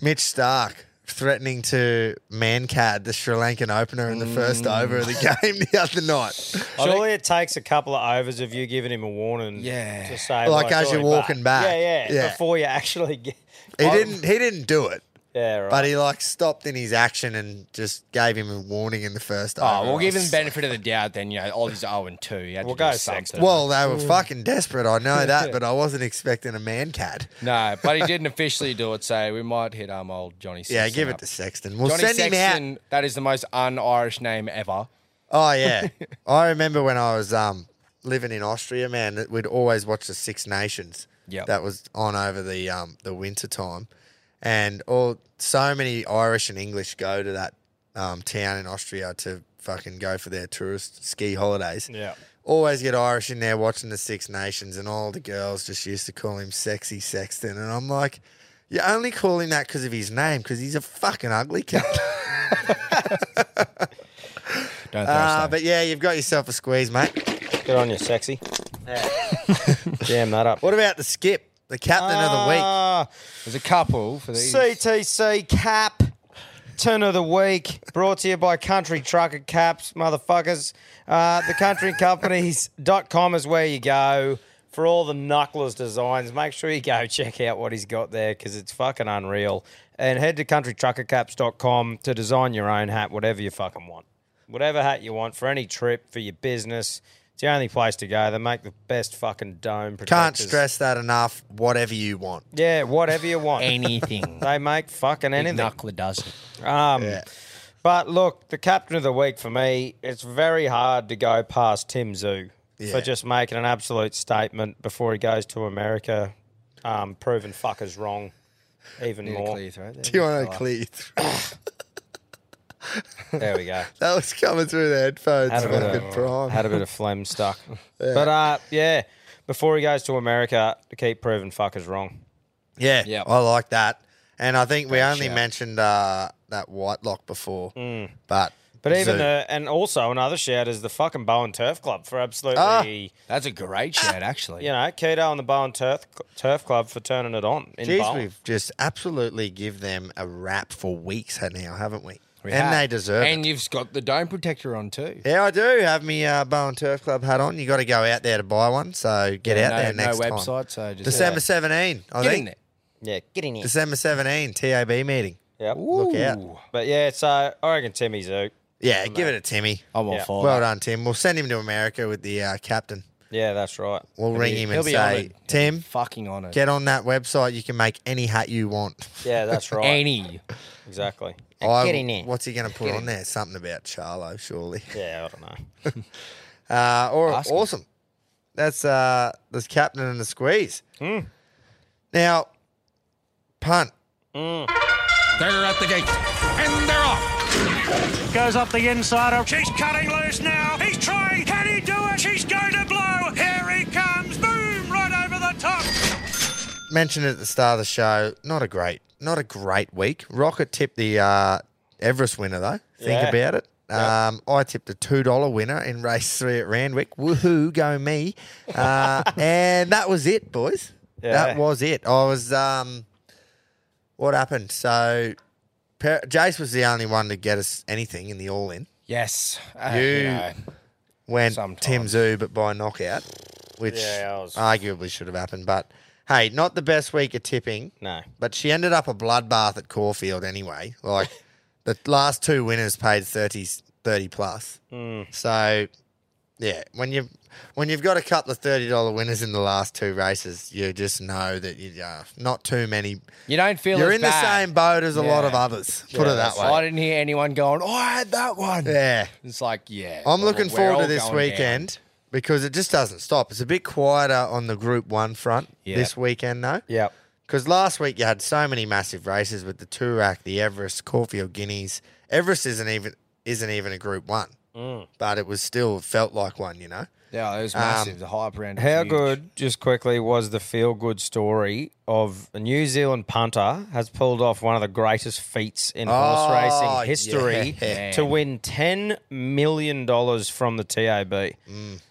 Speaker 1: Mitch Stark threatening to mancad the Sri Lankan opener in the first
Speaker 5: Mm.
Speaker 1: over of the <laughs> game the other night.
Speaker 2: Surely it takes a couple of overs of you giving him a warning.
Speaker 5: Yeah.
Speaker 2: To say,
Speaker 1: Like,
Speaker 2: "Mate,
Speaker 1: as you're
Speaker 2: sorry,
Speaker 1: walking back."
Speaker 2: Yeah, yeah,
Speaker 1: Yeah.
Speaker 2: Before you actually get.
Speaker 1: He
Speaker 2: I-
Speaker 1: didn't. He didn't do it.
Speaker 2: Yeah, right.
Speaker 1: But he like stopped in his action and just gave him a warning in the first.
Speaker 5: Oh,
Speaker 1: over.
Speaker 5: we'll give him
Speaker 1: I
Speaker 5: the benefit of the doubt then. You know, Aussies 0 and 2. You had
Speaker 2: We'll
Speaker 5: to
Speaker 2: go
Speaker 5: do
Speaker 2: Sexton.
Speaker 5: something.
Speaker 1: Well, they were fucking desperate. I know that, but I wasn't expecting a man cat.
Speaker 5: no, but he didn't officially do it, so we might hit um old Johnny Sexton.
Speaker 1: Yeah, give it
Speaker 5: up.
Speaker 1: to Sexton. We'll
Speaker 5: Johnny
Speaker 1: send
Speaker 5: Sexton,
Speaker 1: him out.
Speaker 5: that is the most un Irish name ever.
Speaker 1: Oh yeah, <laughs> I remember when I was um living in Austria, man. that We'd always watch the Six Nations.
Speaker 5: Yep.
Speaker 1: that was on over the um the winter time, and all so many Irish and English go to that um town in Austria to fucking go for their tourist ski holidays.
Speaker 2: yeah.
Speaker 1: always get Irish in there watching the Six Nations, and all the girls just used to call him Sexy Sexton. And I'm like, you only call him that because of his name, because he's a fucking ugly cat.
Speaker 5: Don't throw
Speaker 1: uh,
Speaker 5: stones.
Speaker 1: but yeah, you've got yourself a squeeze, mate.
Speaker 2: Good on
Speaker 1: <laughs>
Speaker 2: you, sexy. Jam that up.
Speaker 1: What about the skip, the captain of
Speaker 2: Ah,
Speaker 5: There's a couple for these.
Speaker 2: CTC cap. Turn of the week brought to you by Country Trucker Caps, motherfuckers. Uh, the country companies.com is where you go for all the knuckles designs. Make sure you go check out what he's got there because it's fucking unreal. And head to countrytruckercaps.com to design your own hat, whatever you fucking want. Whatever hat you want for any trip, for your business. It's the only place to go. They make the best fucking dome.
Speaker 1: the week. Can't
Speaker 2: protectors.
Speaker 1: stress that enough. Whatever you want.
Speaker 2: Yeah, whatever you want.
Speaker 1: <laughs>
Speaker 5: Anything.
Speaker 2: They make fucking anything.
Speaker 5: Knuckler does it.
Speaker 2: Um, But look, the captain of the week for me, it's very hard to go past Tim Zoo for just making an absolute statement before he goes to America, um, proving fuckers wrong even
Speaker 5: Need a
Speaker 2: more.
Speaker 5: clear throat there.
Speaker 1: Do you want to clear? your throat?
Speaker 2: There we go.
Speaker 1: That was coming through the headphones.
Speaker 2: <laughs> Had a bit
Speaker 1: fucking
Speaker 2: of-
Speaker 1: prime.
Speaker 2: Had a bit of phlegm stuck. But uh, yeah, before he goes to America, to keep proving fuckers wrong.
Speaker 1: Yeah,
Speaker 5: Yep.
Speaker 1: I like that. And I think we only
Speaker 5: shout. Hmm.
Speaker 1: mentioned uh, that white lock before, but
Speaker 2: But even
Speaker 1: Zoo.
Speaker 2: the, and also another shout is the fucking Bowen Turf Club for absolutely.
Speaker 5: That's a great
Speaker 1: Ah,
Speaker 5: shout, actually.
Speaker 2: you know, Keto and the Bowen Turf Turf Club for turning it on in
Speaker 1: Jeez,
Speaker 2: Bowen.
Speaker 1: we've just absolutely give them a rap for weeks now, haven't we?
Speaker 5: We
Speaker 1: and
Speaker 5: have.
Speaker 1: they deserve
Speaker 5: And
Speaker 1: it.
Speaker 5: you've got the dome protector on too.
Speaker 1: yeah, I do have me uh, Bowen Turf Club hat on. You got to go out there to buy one, so get out
Speaker 5: no,
Speaker 1: there next
Speaker 5: no
Speaker 1: time.
Speaker 5: website, so just
Speaker 1: December seventeen, I
Speaker 5: Get
Speaker 1: think.
Speaker 5: in there.
Speaker 2: Yeah, get in here.
Speaker 1: December seventeen, TAB meeting.
Speaker 2: Yep.
Speaker 1: Look out!
Speaker 5: Ooh.
Speaker 2: But yeah, uh, so I reckon Timmy's out.
Speaker 1: Yeah, give it to Timmy.
Speaker 5: I'm on
Speaker 2: Yeah.
Speaker 5: fire.
Speaker 1: Well done, Tim. We'll send him to America with the uh, captain.
Speaker 2: Yeah, that's right.
Speaker 1: We'll ring
Speaker 5: be-
Speaker 1: him
Speaker 5: he'll
Speaker 1: and
Speaker 5: be
Speaker 1: say,
Speaker 5: honoured.
Speaker 1: Tim,
Speaker 5: Fucking on it.
Speaker 1: get on that website. You can make any hat you want.
Speaker 2: Yeah, <laughs> that's right.
Speaker 5: Any.
Speaker 2: Exactly.
Speaker 1: I-
Speaker 2: get in there.
Speaker 1: What's he going to put on there? Something about Charlo, surely.
Speaker 2: Yeah, I don't know.
Speaker 1: Uh, or
Speaker 5: Ask him.
Speaker 1: awesome. That's uh, that's captain and the squeeze. Now, punt.
Speaker 7: They're at the gate. And they're off.
Speaker 8: Goes up the inside. Of- She's cutting loose now. He's trying. Can he do it? She's going to blow. Here he comes. Boom! Right over the top.
Speaker 1: Mentioned at the start of the show. Not a great, not a great week. Rocket tipped the uh, Everest winner though. Think
Speaker 2: Yeah.
Speaker 1: about it. Um, I tipped a two dollar winner in race three at Randwick. Woohoo, go me!
Speaker 2: <laughs>
Speaker 1: Uh, and that was it, boys. That
Speaker 2: Yeah.
Speaker 1: was it. I was. Um, what happened? So, Per- Jace was the only one to get us anything in the all in.
Speaker 5: Yes. Uh,
Speaker 1: You-
Speaker 5: know,
Speaker 1: went Tim
Speaker 5: Sometimes.
Speaker 1: Zoo, but by knockout, which
Speaker 2: Yeah, I was-
Speaker 1: arguably should have happened. But hey, not the best week of tipping.
Speaker 2: No.
Speaker 1: But she ended up a bloodbath at Caulfield anyway.
Speaker 5: <laughs>
Speaker 1: Like the last two winners paid 30, 30 plus.
Speaker 5: Hmm.
Speaker 1: So yeah, when you when you've got a couple of thirty dollar winners in the last two races, you just know that you uh, not too many.
Speaker 5: you don't feel
Speaker 1: You're
Speaker 5: as
Speaker 1: in the
Speaker 5: bad.
Speaker 1: same boat as a lot
Speaker 5: Yeah.
Speaker 1: of others. Put it that
Speaker 5: I
Speaker 1: way.
Speaker 5: didn't hear anyone going, oh, I had that one.
Speaker 1: Yeah.
Speaker 5: It's like, yeah.
Speaker 1: I'm
Speaker 5: well,
Speaker 1: looking
Speaker 5: we're
Speaker 1: forward to
Speaker 5: all
Speaker 1: this
Speaker 5: going
Speaker 1: weekend because it just doesn't stop. It's a bit quieter on the Group One front
Speaker 5: Yeah.
Speaker 1: this weekend though,
Speaker 2: Yep.
Speaker 1: because last week you had so many massive races with the Turak, the Everest, Caulfield Guineas. Everest isn't even isn't even a Group One, but it was still felt like one, you know.
Speaker 5: down. Yeah, it was
Speaker 1: Um,
Speaker 5: massive. the hype around. it was
Speaker 2: How
Speaker 5: huge.
Speaker 2: good, just quickly, was the feel good story of a New Zealand punter has pulled off one of the greatest feats in
Speaker 1: Oh,
Speaker 2: horse <laughs> racing history
Speaker 1: yeah.
Speaker 2: to win $10 million from the TAB.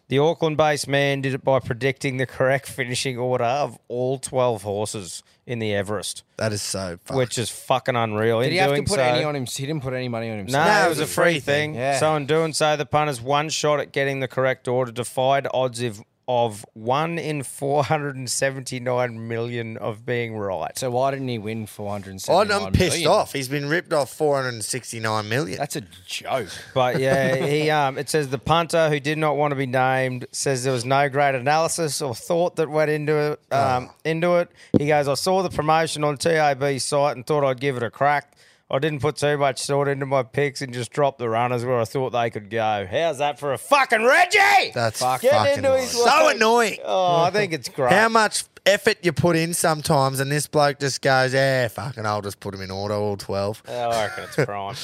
Speaker 2: The Auckland based man did it by predicting the correct finishing order of all 12 horses in the Everest,
Speaker 1: That is so fucked.
Speaker 2: which is fucking unreal.
Speaker 5: Did
Speaker 2: In
Speaker 5: he have to
Speaker 2: doing
Speaker 5: put
Speaker 2: so-
Speaker 5: any on him? He didn't put any money on
Speaker 2: No,
Speaker 5: himself.
Speaker 2: it was a free thing.
Speaker 5: Yeah.
Speaker 2: So in doing so, the punters one shot at getting the correct order defied odds of of one in four hundred and seventy nine million of being right.
Speaker 5: So why didn't he win 479
Speaker 1: Oh, I'm I'm pissed
Speaker 5: million?
Speaker 1: off. He's been ripped off 469 million.
Speaker 5: That's a joke.
Speaker 2: But <laughs> yeah, he um, it says the punter who did not want to be named says there was no great analysis or thought that went into it. Um, into it, he goes, I saw the promotion on TAB site and thought I'd give it a crack. I didn't put too much thought into my picks and just dropped the runners where I thought they could go. How's that for a fucking Reggie?
Speaker 1: That's
Speaker 2: Get
Speaker 1: fucking
Speaker 2: into his
Speaker 1: annoying. so
Speaker 2: work.
Speaker 1: annoying.
Speaker 2: Oh, I think it's great. <laughs>
Speaker 1: How much effort you put in sometimes, and this bloke just goes, "Yeah, fucking, I'll just put him in order, all 12.
Speaker 2: Yeah, I reckon it's
Speaker 1: <laughs>
Speaker 2: prime.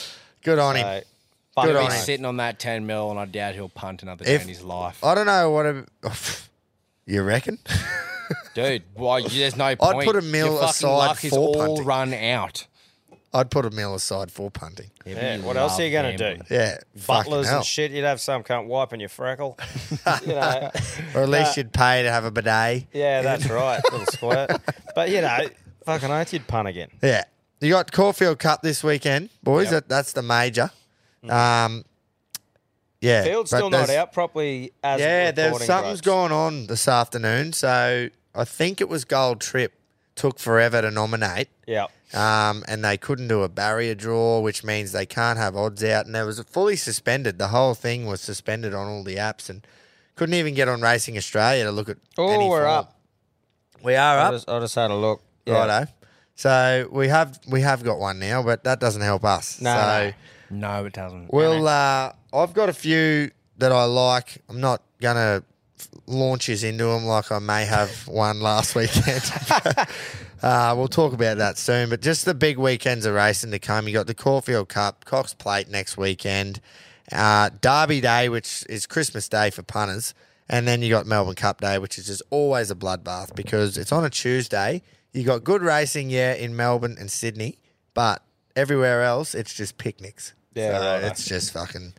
Speaker 1: Good on him.
Speaker 2: So,
Speaker 1: Good
Speaker 5: He'll
Speaker 1: on
Speaker 5: be
Speaker 1: him.
Speaker 5: sitting on that 10 mil, and I doubt he'll punt another day
Speaker 1: If-
Speaker 5: in his life.
Speaker 1: I don't know what. A, <laughs> you reckon? <laughs>
Speaker 5: Dude, why? you- There's no point.
Speaker 1: put a mil
Speaker 5: Your fucking
Speaker 1: aside
Speaker 5: luck is
Speaker 1: for
Speaker 5: all
Speaker 1: punting.
Speaker 5: run out.
Speaker 1: I'd put a mill aside for punting. Yeah,
Speaker 2: yeah, what else are you gonna do?
Speaker 1: fucking
Speaker 2: Butlers
Speaker 1: hell.
Speaker 2: and shit. You'd have some cunt wiping your
Speaker 1: <laughs>
Speaker 2: freckle. you know.
Speaker 1: Or at least you'd pay to have a bidet.
Speaker 2: Yeah, that's right, little squirt. But you know, fucking oath, you'd pun again.
Speaker 1: Yeah. You got Caulfield Cup this weekend, boys. That, that's the major. Um, yeah.
Speaker 2: Mm. Field's
Speaker 1: but
Speaker 2: still not
Speaker 1: there's-
Speaker 2: out properly as
Speaker 1: Yeah,
Speaker 2: of
Speaker 1: there's
Speaker 2: recording,
Speaker 1: something's
Speaker 2: Groves.
Speaker 1: going on this afternoon. So I think it was Gold Trip took forever to nominate.
Speaker 2: Yeah,
Speaker 1: Um, and they couldn't do a barrier draw, which means they can't have odds out. And it was fully suspended. The whole thing was suspended on all the apps and couldn't even get on Racing Australia to look at.
Speaker 2: Oh,
Speaker 1: any
Speaker 2: we're
Speaker 1: form.
Speaker 2: up.
Speaker 1: We are
Speaker 2: I
Speaker 1: up.
Speaker 2: just, I just had a look. Yeah.
Speaker 1: Righto. So we have we have got one now, but that doesn't help us.
Speaker 2: No,
Speaker 1: so
Speaker 2: no.
Speaker 5: No, it doesn't.
Speaker 1: we'll uh, I've got a few that I like. I'm not gonna f- launch us into them like I may have one last weekend. <laughs> uh, we'll talk about that soon. But just the big weekends of racing to come. You got the Caulfield Cup, Cox Plate next weekend, uh, Derby Day, which is Christmas Day for punters, and then you got Melbourne Cup Day, which is just always a bloodbath because it's on a Tuesday. You got good racing, yeah, in Melbourne and Sydney, but everywhere else it's just picnics.
Speaker 2: Yeah,
Speaker 1: So
Speaker 2: righto.
Speaker 1: it's just fucking.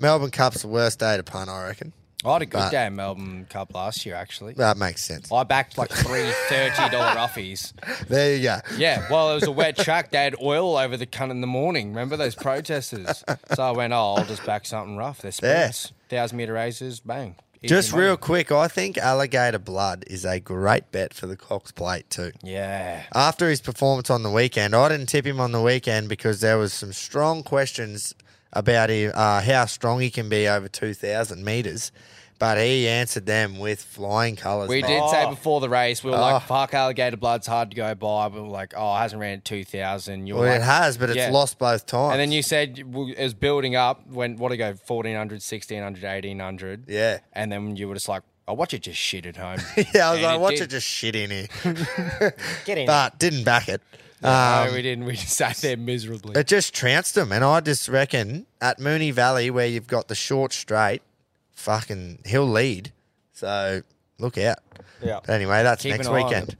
Speaker 1: Melbourne Cup's the worst day to punt, I reckon.
Speaker 5: I had a good day in Melbourne Cup last year, actually.
Speaker 1: That makes sense.
Speaker 5: I backed like three $30
Speaker 1: <laughs>
Speaker 5: roughies.
Speaker 1: There you go.
Speaker 5: Yeah, well, it was a wet track. They had oil all over the cunt in the morning. Remember those protesters? So I went, oh, I'll just back something rough. They're sprints. Thousand meter races, bang. Easy
Speaker 1: Just
Speaker 5: money.
Speaker 1: real quick, I think Alligator Blood is a great bet for the Cox Plate too.
Speaker 5: Yeah.
Speaker 1: After his performance on the weekend, I didn't tip him on the weekend because there was some strong questions about him, uh, how strong he can be over 2,000 metres, but he answered them with flying colours.
Speaker 5: We
Speaker 1: mate.
Speaker 5: did say before the race, we were
Speaker 1: Oh.
Speaker 5: like, fuck, alligator blood's hard to go by. We were like, oh, it hasn't ran 2,000. You were
Speaker 1: Well,
Speaker 5: like,
Speaker 1: it has, but it's
Speaker 5: yeah.
Speaker 1: lost both times.
Speaker 5: And then you said well, it was building up when, what did it go, 1,400, 1,600, 1,800.
Speaker 1: Yeah. <laughs>
Speaker 5: And then you were just like, oh, watch it just shit at home.
Speaker 1: Yeah, I was
Speaker 5: And
Speaker 1: like, watch
Speaker 5: did.
Speaker 1: it just shit in
Speaker 5: <laughs>
Speaker 1: here.
Speaker 2: Get in.
Speaker 1: but didn't back it.
Speaker 5: no, we didn't. We just sat there miserably.
Speaker 1: It just trounced them, and I just reckon at Mooney Valley, where you've got the short straight, fucking he'll lead. So look out.
Speaker 2: Yeah.
Speaker 1: But anyway, that's
Speaker 5: Keep
Speaker 1: next
Speaker 5: an eye on
Speaker 1: weekend.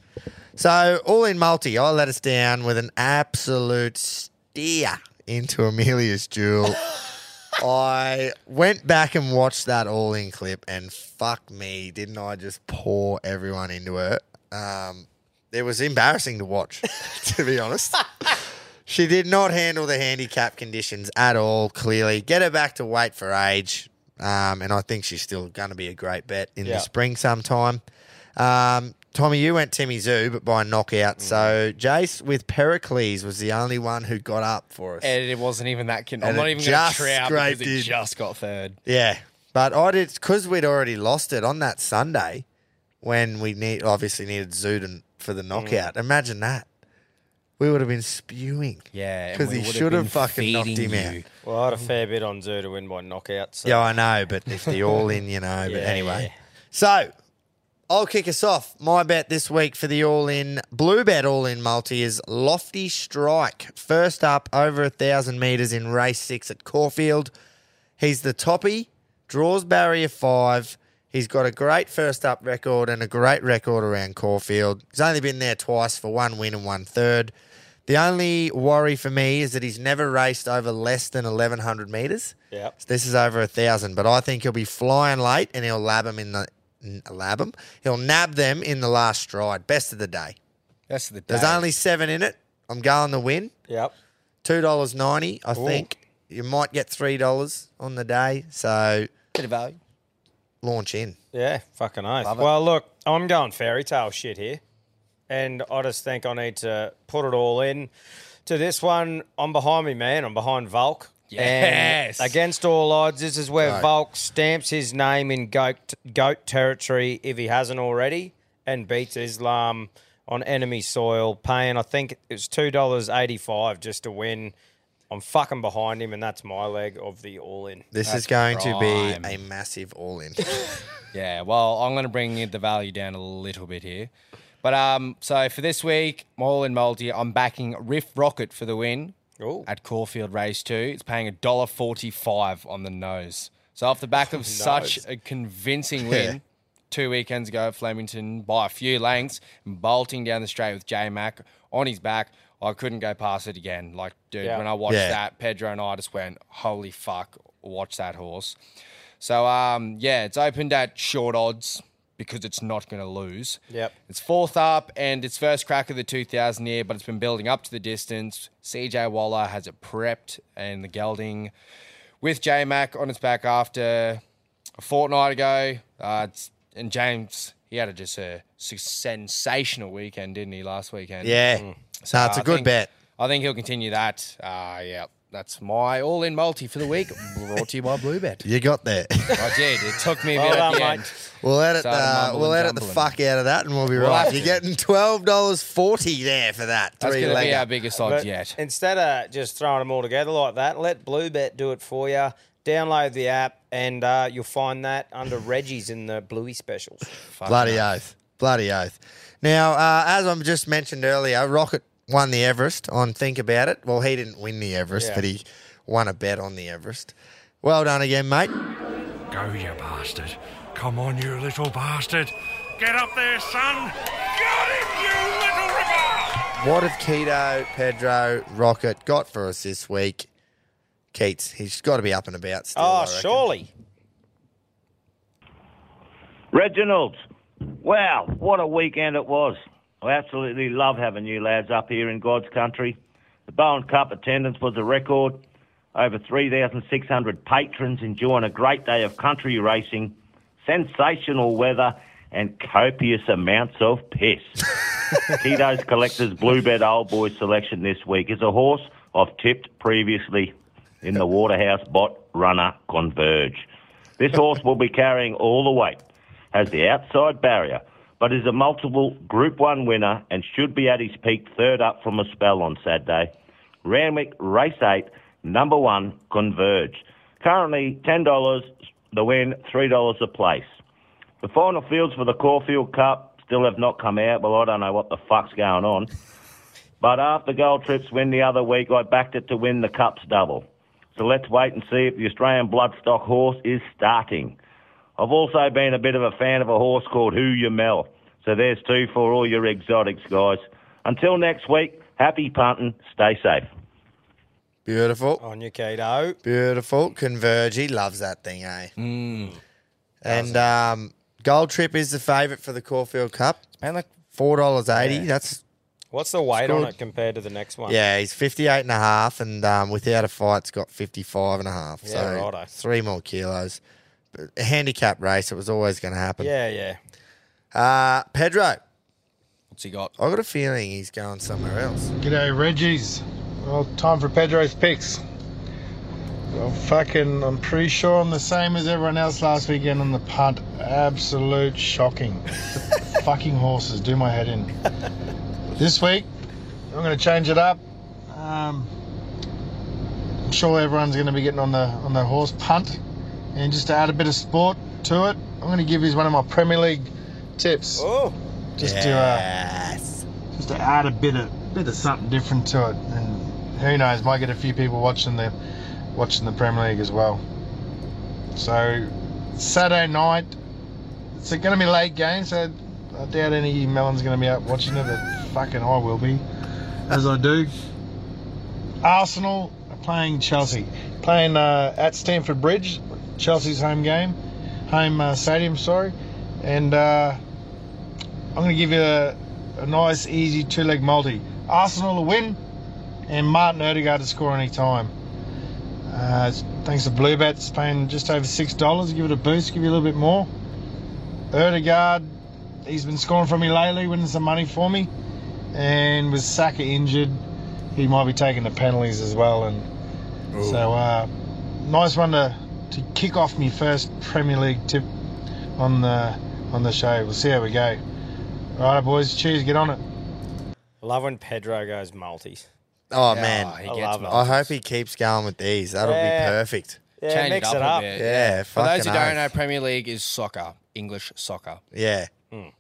Speaker 1: So all in multi, I let us down with an absolute steer into Amelia's
Speaker 5: <laughs>
Speaker 1: jewel. I went back and watched that all in clip, and fuck me, didn't I just pour everyone into her? Um, it was embarrassing to watch, <laughs> to be honest. She did not handle the handicap conditions at all, clearly. Get her back to weight for age. Um, and I think she's still going to be a great bet in
Speaker 2: Yeah.
Speaker 1: the spring sometime. Um, Tommy, you went Timmy Zoo, but by knockout. So Jace with Pericles was the only one who got up for us.
Speaker 5: And it wasn't even that. Con- I'm
Speaker 1: And
Speaker 5: not
Speaker 1: it
Speaker 5: even going
Speaker 1: just
Speaker 5: to trout because
Speaker 1: scraped in.
Speaker 5: it just got third.
Speaker 1: Yeah, but I did because we'd already lost it on that Sunday when we need obviously needed Zuden for the
Speaker 5: Mm.
Speaker 1: knockout. Imagine that. We would have been spewing.
Speaker 5: Yeah, and
Speaker 1: because he
Speaker 5: we would have
Speaker 1: should have
Speaker 5: been
Speaker 1: fucking knocked
Speaker 5: feeding
Speaker 1: him out.
Speaker 5: you.
Speaker 2: Well, I had a fair bit on Zoo to win by knockout. So.
Speaker 1: Yeah, I know, but if the all in, you know. But
Speaker 2: <laughs> Yeah,
Speaker 1: anyway,
Speaker 2: yeah.
Speaker 1: so I'll kick us off. My bet this week for the all in blue bet all in multi is Lofty Strike. First up, over a thousand meters in race six at Caulfield. He's the toppy, draws barrier five. He's got a great first up record and a great record around Caulfield. He's only been there twice for one win and one third. The only worry for me is that he's never raced over less than 1,100 metres.
Speaker 2: Yep.
Speaker 1: So this is over a 1,000, but I think he'll be flying late and he'll lab him in the. n- Lab him. He'll nab them in the last stride. Best of the day.
Speaker 5: That's the
Speaker 1: There's
Speaker 5: day.
Speaker 1: only seven in it. I'm going the win.
Speaker 2: Yep.
Speaker 1: Two dollars ninety, I think. You might get three dollars on the day. So
Speaker 5: bit of value.
Speaker 1: launch in.
Speaker 2: Yeah, fucking oath.
Speaker 5: Love it.
Speaker 2: well, look, I'm going fairy tale shit here, and I just think I need to put it all in to this one. I'm behind me, man. I'm behind Volk.
Speaker 5: Yes.
Speaker 2: And against all odds, this is where
Speaker 1: Right.
Speaker 2: Volk stamps his name in goat goat territory if he hasn't already, and beats Islam on enemy soil, paying I think it's two dollars eighty five just to win. I'm fucking behind him, and that's my leg of the all in.
Speaker 1: This is
Speaker 5: That's
Speaker 1: going to
Speaker 5: prime.
Speaker 1: be a massive all
Speaker 5: <laughs>
Speaker 1: in.
Speaker 5: Yeah, well, I'm going to bring the value down a little bit here. But um, so for this week, all in multi, I'm backing Riff Rocket for the win
Speaker 2: Ooh.
Speaker 5: at Caulfield Race Two. It's paying a dollar forty-five on the nose. So off the back
Speaker 2: <laughs>
Speaker 5: of such a convincing win two weekends ago at Flemington by a few lengths, bolting down the straight with J Mac on his back, I couldn't go past it again. Like, dude,
Speaker 2: Yeah.
Speaker 5: when I watched
Speaker 1: Yeah.
Speaker 5: that, Pedro and I just went, "Holy fuck!" Watch that horse. So um, yeah, it's opened at short odds because it's not going to lose.
Speaker 2: Yep.
Speaker 5: It's fourth up and it's first crack of the 2000 year, but it's been building up to the distance. CJ Waller has it prepped and the gelding with J Mac on its back after a fortnight ago. Uh, it's, and James, he had a, just a s- sensational weekend, didn't he, last weekend? Uh,
Speaker 1: yeah. no, it's
Speaker 5: Mm. I
Speaker 1: a good
Speaker 5: think-
Speaker 1: bet.
Speaker 5: I think he'll continue that. Uh, yeah, that's my all in multi for the week, brought to you by Bluebet.
Speaker 1: You got
Speaker 5: <laughs>
Speaker 1: there.
Speaker 5: I did. It took me a bit
Speaker 2: Well
Speaker 5: at
Speaker 2: done,
Speaker 5: the
Speaker 2: mate.
Speaker 5: end.
Speaker 1: We'll edit
Speaker 5: Started
Speaker 1: the
Speaker 5: mumbling,
Speaker 1: we'll edit the
Speaker 5: jumbling.
Speaker 1: fuck out of that and we'll be right.
Speaker 5: have
Speaker 1: You're
Speaker 5: to.
Speaker 1: getting twelve dollars forty there for that.
Speaker 5: That's
Speaker 1: Three
Speaker 5: going to be our
Speaker 1: legger.
Speaker 5: biggest odds
Speaker 2: But
Speaker 5: yet.
Speaker 2: Instead of just throwing them all together like that, let Bluebet do it for you. Download the app, and uh, you'll find that under Reggie's in the Bluey specials.
Speaker 1: Bloody oath. Bloody oath. Now, uh, as I just mentioned earlier, Rocket won the Everest on Think About It. Well, he didn't win the Everest, but he won a bet on the Everest. Well done again, mate.
Speaker 9: Go, you bastard. Come on, you little bastard.
Speaker 4: Get up there, son. Got him, you little ripper.
Speaker 1: What have Keto, Pedro, Rocket got for us this week? Keats, he's got to be up and about still. I
Speaker 2: oh,
Speaker 1: reckon.
Speaker 2: surely.
Speaker 10: Reginald, wow, what a weekend it was. I absolutely love having you lads up here in God's country. The Bowen Cup attendance was a record. Over 3,600 patrons enjoying a great day of country racing, sensational weather, and copious amounts of piss. Tito's Collector's Bluebed Old Boy selection this week is a horse I've tipped previously in the Waterhouse Bot Runner Converge. This horse will be carrying all the weight, has the outside barrier, but is a multiple Group 1 winner and should be at his peak third up from a spell on Saturday. Ranwick Race 8, number 1, Converge. Currently $10 the win, $3 a place. The final fields for the Caulfield Cup still have not come out. Well, I don't know what the fuck's going on. But after Gold Trip's win the other week, I backed it to win the Cup's double. So let's wait and see if the Australian bloodstock horse is starting. I've also been a bit of a fan of a horse called Who You Mel. So there's two for all your exotics, guys. Until next week, happy punting. Stay safe.
Speaker 1: Beautiful.
Speaker 2: On your keto.
Speaker 1: Beautiful. Converge. He loves that thing, eh?
Speaker 2: Mm.
Speaker 1: and um, Gold Trip is the favourite for the Caulfield Cup.
Speaker 5: And like
Speaker 1: $4.80. That's
Speaker 2: What's the weight on
Speaker 1: good.
Speaker 2: it compared to the next one?
Speaker 1: Yeah, he's 58 and a half, and um, without a fight's got 55 and a half.
Speaker 2: Yeah,
Speaker 1: so
Speaker 2: righto.
Speaker 1: three more kilos. But A handicap race, it was always going to happen.
Speaker 2: Yeah, yeah.
Speaker 1: Uh, Pedro, I've
Speaker 5: What's he got?
Speaker 1: got a feeling he's going somewhere else.
Speaker 10: G'day, Reggie's. Well, time for Pedro's picks. Well, fucking, I'm pretty sure I'm the same as everyone else last weekend on the punt. Absolute shocking. fucking horses do my head in. This week, I'm going to change it up. Um, I'm sure everyone's going to be getting on the on the horse punt, and just to add a bit of sport to it, I'm going to give you one of my Premier League tips.
Speaker 2: Oh,
Speaker 10: Just to uh,
Speaker 1: yes.
Speaker 10: just to add a bit of bit of something different to it. And who knows, might get a few people watching the watching the Premier League as well. So Saturday night, it's going to be a late game, so I doubt any Melon's going to be out watching it. But fucking I will be.
Speaker 11: as I do. Arsenal are playing Chelsea, playing uh, at Stamford Bridge, Chelsea's home game, home uh, stadium. Sorry, and uh, I'm going to give you a, a nice, easy two-leg multi. Arsenal to win, and Martin Odegaard to score any time. Uh, thanks to Blue Bats, paying just over six dollars. Give it a boost. Give you a little bit more. Erdegaard, he's been scoring for me lately, winning some money for me. And with Saka injured, he might be taking the penalties as well. And so, uh, nice one to, to kick off my first Premier League tip on the on the show. We'll see how we go. All right, boys. Cheers. Get on it.
Speaker 2: Love when Pedro goes multis.
Speaker 1: Oh man,
Speaker 5: Ah,
Speaker 2: I love it.
Speaker 1: I hope he keeps going with these. That'll
Speaker 2: Yeah.
Speaker 1: be perfect.
Speaker 2: Yeah, Change mix it it up up. a
Speaker 1: Yeah,
Speaker 2: bit.
Speaker 5: For those who
Speaker 1: fucking
Speaker 5: don't
Speaker 1: oath.
Speaker 5: know, Premier League is soccer, English soccer.
Speaker 1: Yeah.
Speaker 5: Mm.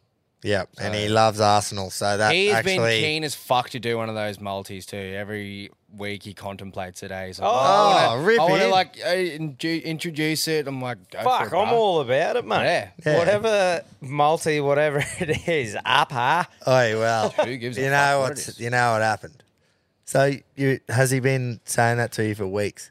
Speaker 1: Yep, and he
Speaker 5: So-
Speaker 1: loves Arsenal, so that
Speaker 5: He's
Speaker 1: actually
Speaker 5: been keen as fuck to do one of those multis too. Every week he contemplates it. Eh? He's like,
Speaker 1: Oh,
Speaker 5: I
Speaker 1: oh,
Speaker 5: wanna,
Speaker 1: rip
Speaker 5: I wanna,
Speaker 1: it.
Speaker 5: like uh, indu- introduce it. I'm like, go
Speaker 2: Fuck,
Speaker 5: for it,
Speaker 2: I'm
Speaker 5: bruh.
Speaker 2: all about it, mate.
Speaker 5: Yeah.
Speaker 2: Whatever multi, whatever <laughs> it is, up, huh?
Speaker 1: <laughs>
Speaker 2: <laughs>
Speaker 1: Oh well,
Speaker 2: Who gives a
Speaker 1: you
Speaker 2: fuck
Speaker 1: know
Speaker 2: what it
Speaker 1: what's you know what happened. So you has he been saying that to you for weeks?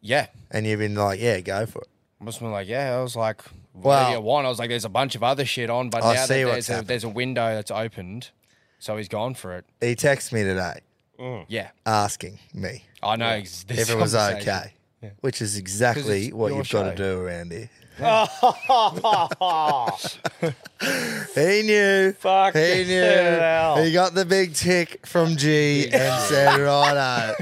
Speaker 5: Yeah,
Speaker 1: and you've been like, yeah, go for it.
Speaker 5: Must have been like, yeah. I was like,
Speaker 1: Well-
Speaker 5: well, you want? I was like, there's a bunch of other shit on, but
Speaker 1: I
Speaker 5: now that
Speaker 1: see what's
Speaker 5: there's a,
Speaker 1: happened.
Speaker 5: there's a window that's opened, so he's gone for it.
Speaker 1: He texted me today,
Speaker 5: Yeah,
Speaker 1: asking me
Speaker 5: I know ex- <laughs> this
Speaker 1: if it was
Speaker 5: conversation.
Speaker 1: okay,
Speaker 5: Yeah.
Speaker 1: which is exactly
Speaker 5: it's
Speaker 1: what
Speaker 5: your
Speaker 1: you've got to
Speaker 5: show.
Speaker 1: do around here. He knew.
Speaker 2: Fuck.
Speaker 1: He knew.
Speaker 2: hell.
Speaker 1: He got the big tick from G
Speaker 5: <laughs>
Speaker 1: and said, righto,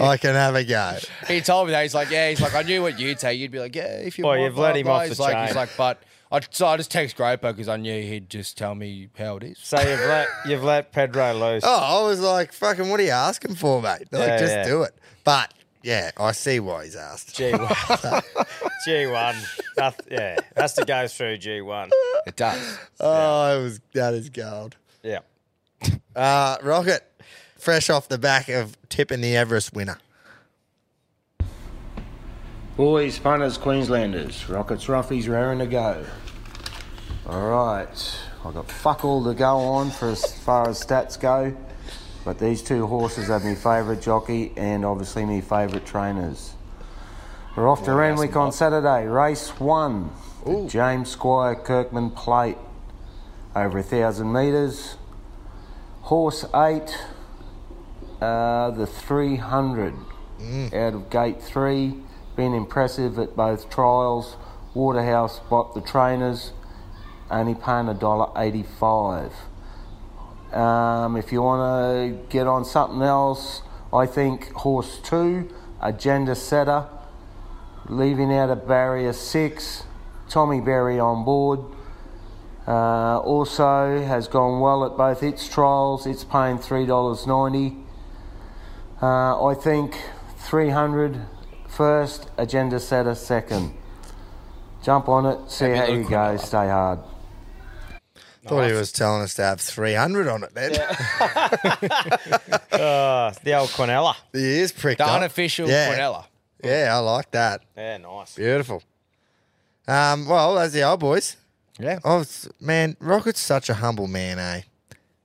Speaker 1: I can have a go.
Speaker 5: He told me that he's like, yeah. He's like, I knew what you'd say. You'd be like, yeah, if you
Speaker 2: Well,
Speaker 5: want.
Speaker 2: you've
Speaker 5: blah,
Speaker 2: let him
Speaker 5: blah.
Speaker 2: off
Speaker 5: he's
Speaker 2: the
Speaker 5: like,
Speaker 2: chain.
Speaker 5: He's like, but I so I just text Groper because I knew he'd just tell me how it is.
Speaker 2: So you've let you've let Pedro loose.
Speaker 1: Oh, I was like, fucking, what are you asking for, mate? Like,
Speaker 2: Yeah,
Speaker 1: just
Speaker 2: yeah.
Speaker 1: do it. But yeah, I see why he's asked.
Speaker 2: G one, <laughs> G one. Yeah, has to go through G one.
Speaker 5: It does.
Speaker 1: Oh, it was that is gold.
Speaker 2: Yeah.
Speaker 1: Uh, Rocket, fresh off the back of tipping the Everest winner.
Speaker 10: Boys, punters, Queenslanders, Rockets, Roughies, raring to go. All right, I've got fuck all to go on for as far as stats go, but these two horses are my favourite jockey and obviously my favourite trainers. We're off to Randwick on Saturday, race one, the James Squire Kirkman Plate, over a thousand metres. Horse eight, uh, the 300 out of gate three. Been impressive at both trials. Waterhouse bought the trainers, only paying a dollar eighty-five. Um, if you want to get on something else, I think horse two, agenda setter, leaving out a barrier six. Tommy Berry on board. Uh, also has gone well at both its trials. It's paying three dollars ninety. Uh, I think 300 first, agenda setter second. Jump on it, see how you go, stay hard.
Speaker 1: Thought he was telling us to have 300 on it then.
Speaker 2: Uh, the old Quinella.
Speaker 1: He is pricked
Speaker 2: The
Speaker 1: up.
Speaker 2: unofficial Quinella.
Speaker 1: Yeah, I like that.
Speaker 2: Yeah, nice.
Speaker 1: Beautiful. Um, well, that's the old boys.
Speaker 5: Yeah.
Speaker 1: Oh, s- man, Rocket's such a humble man, eh?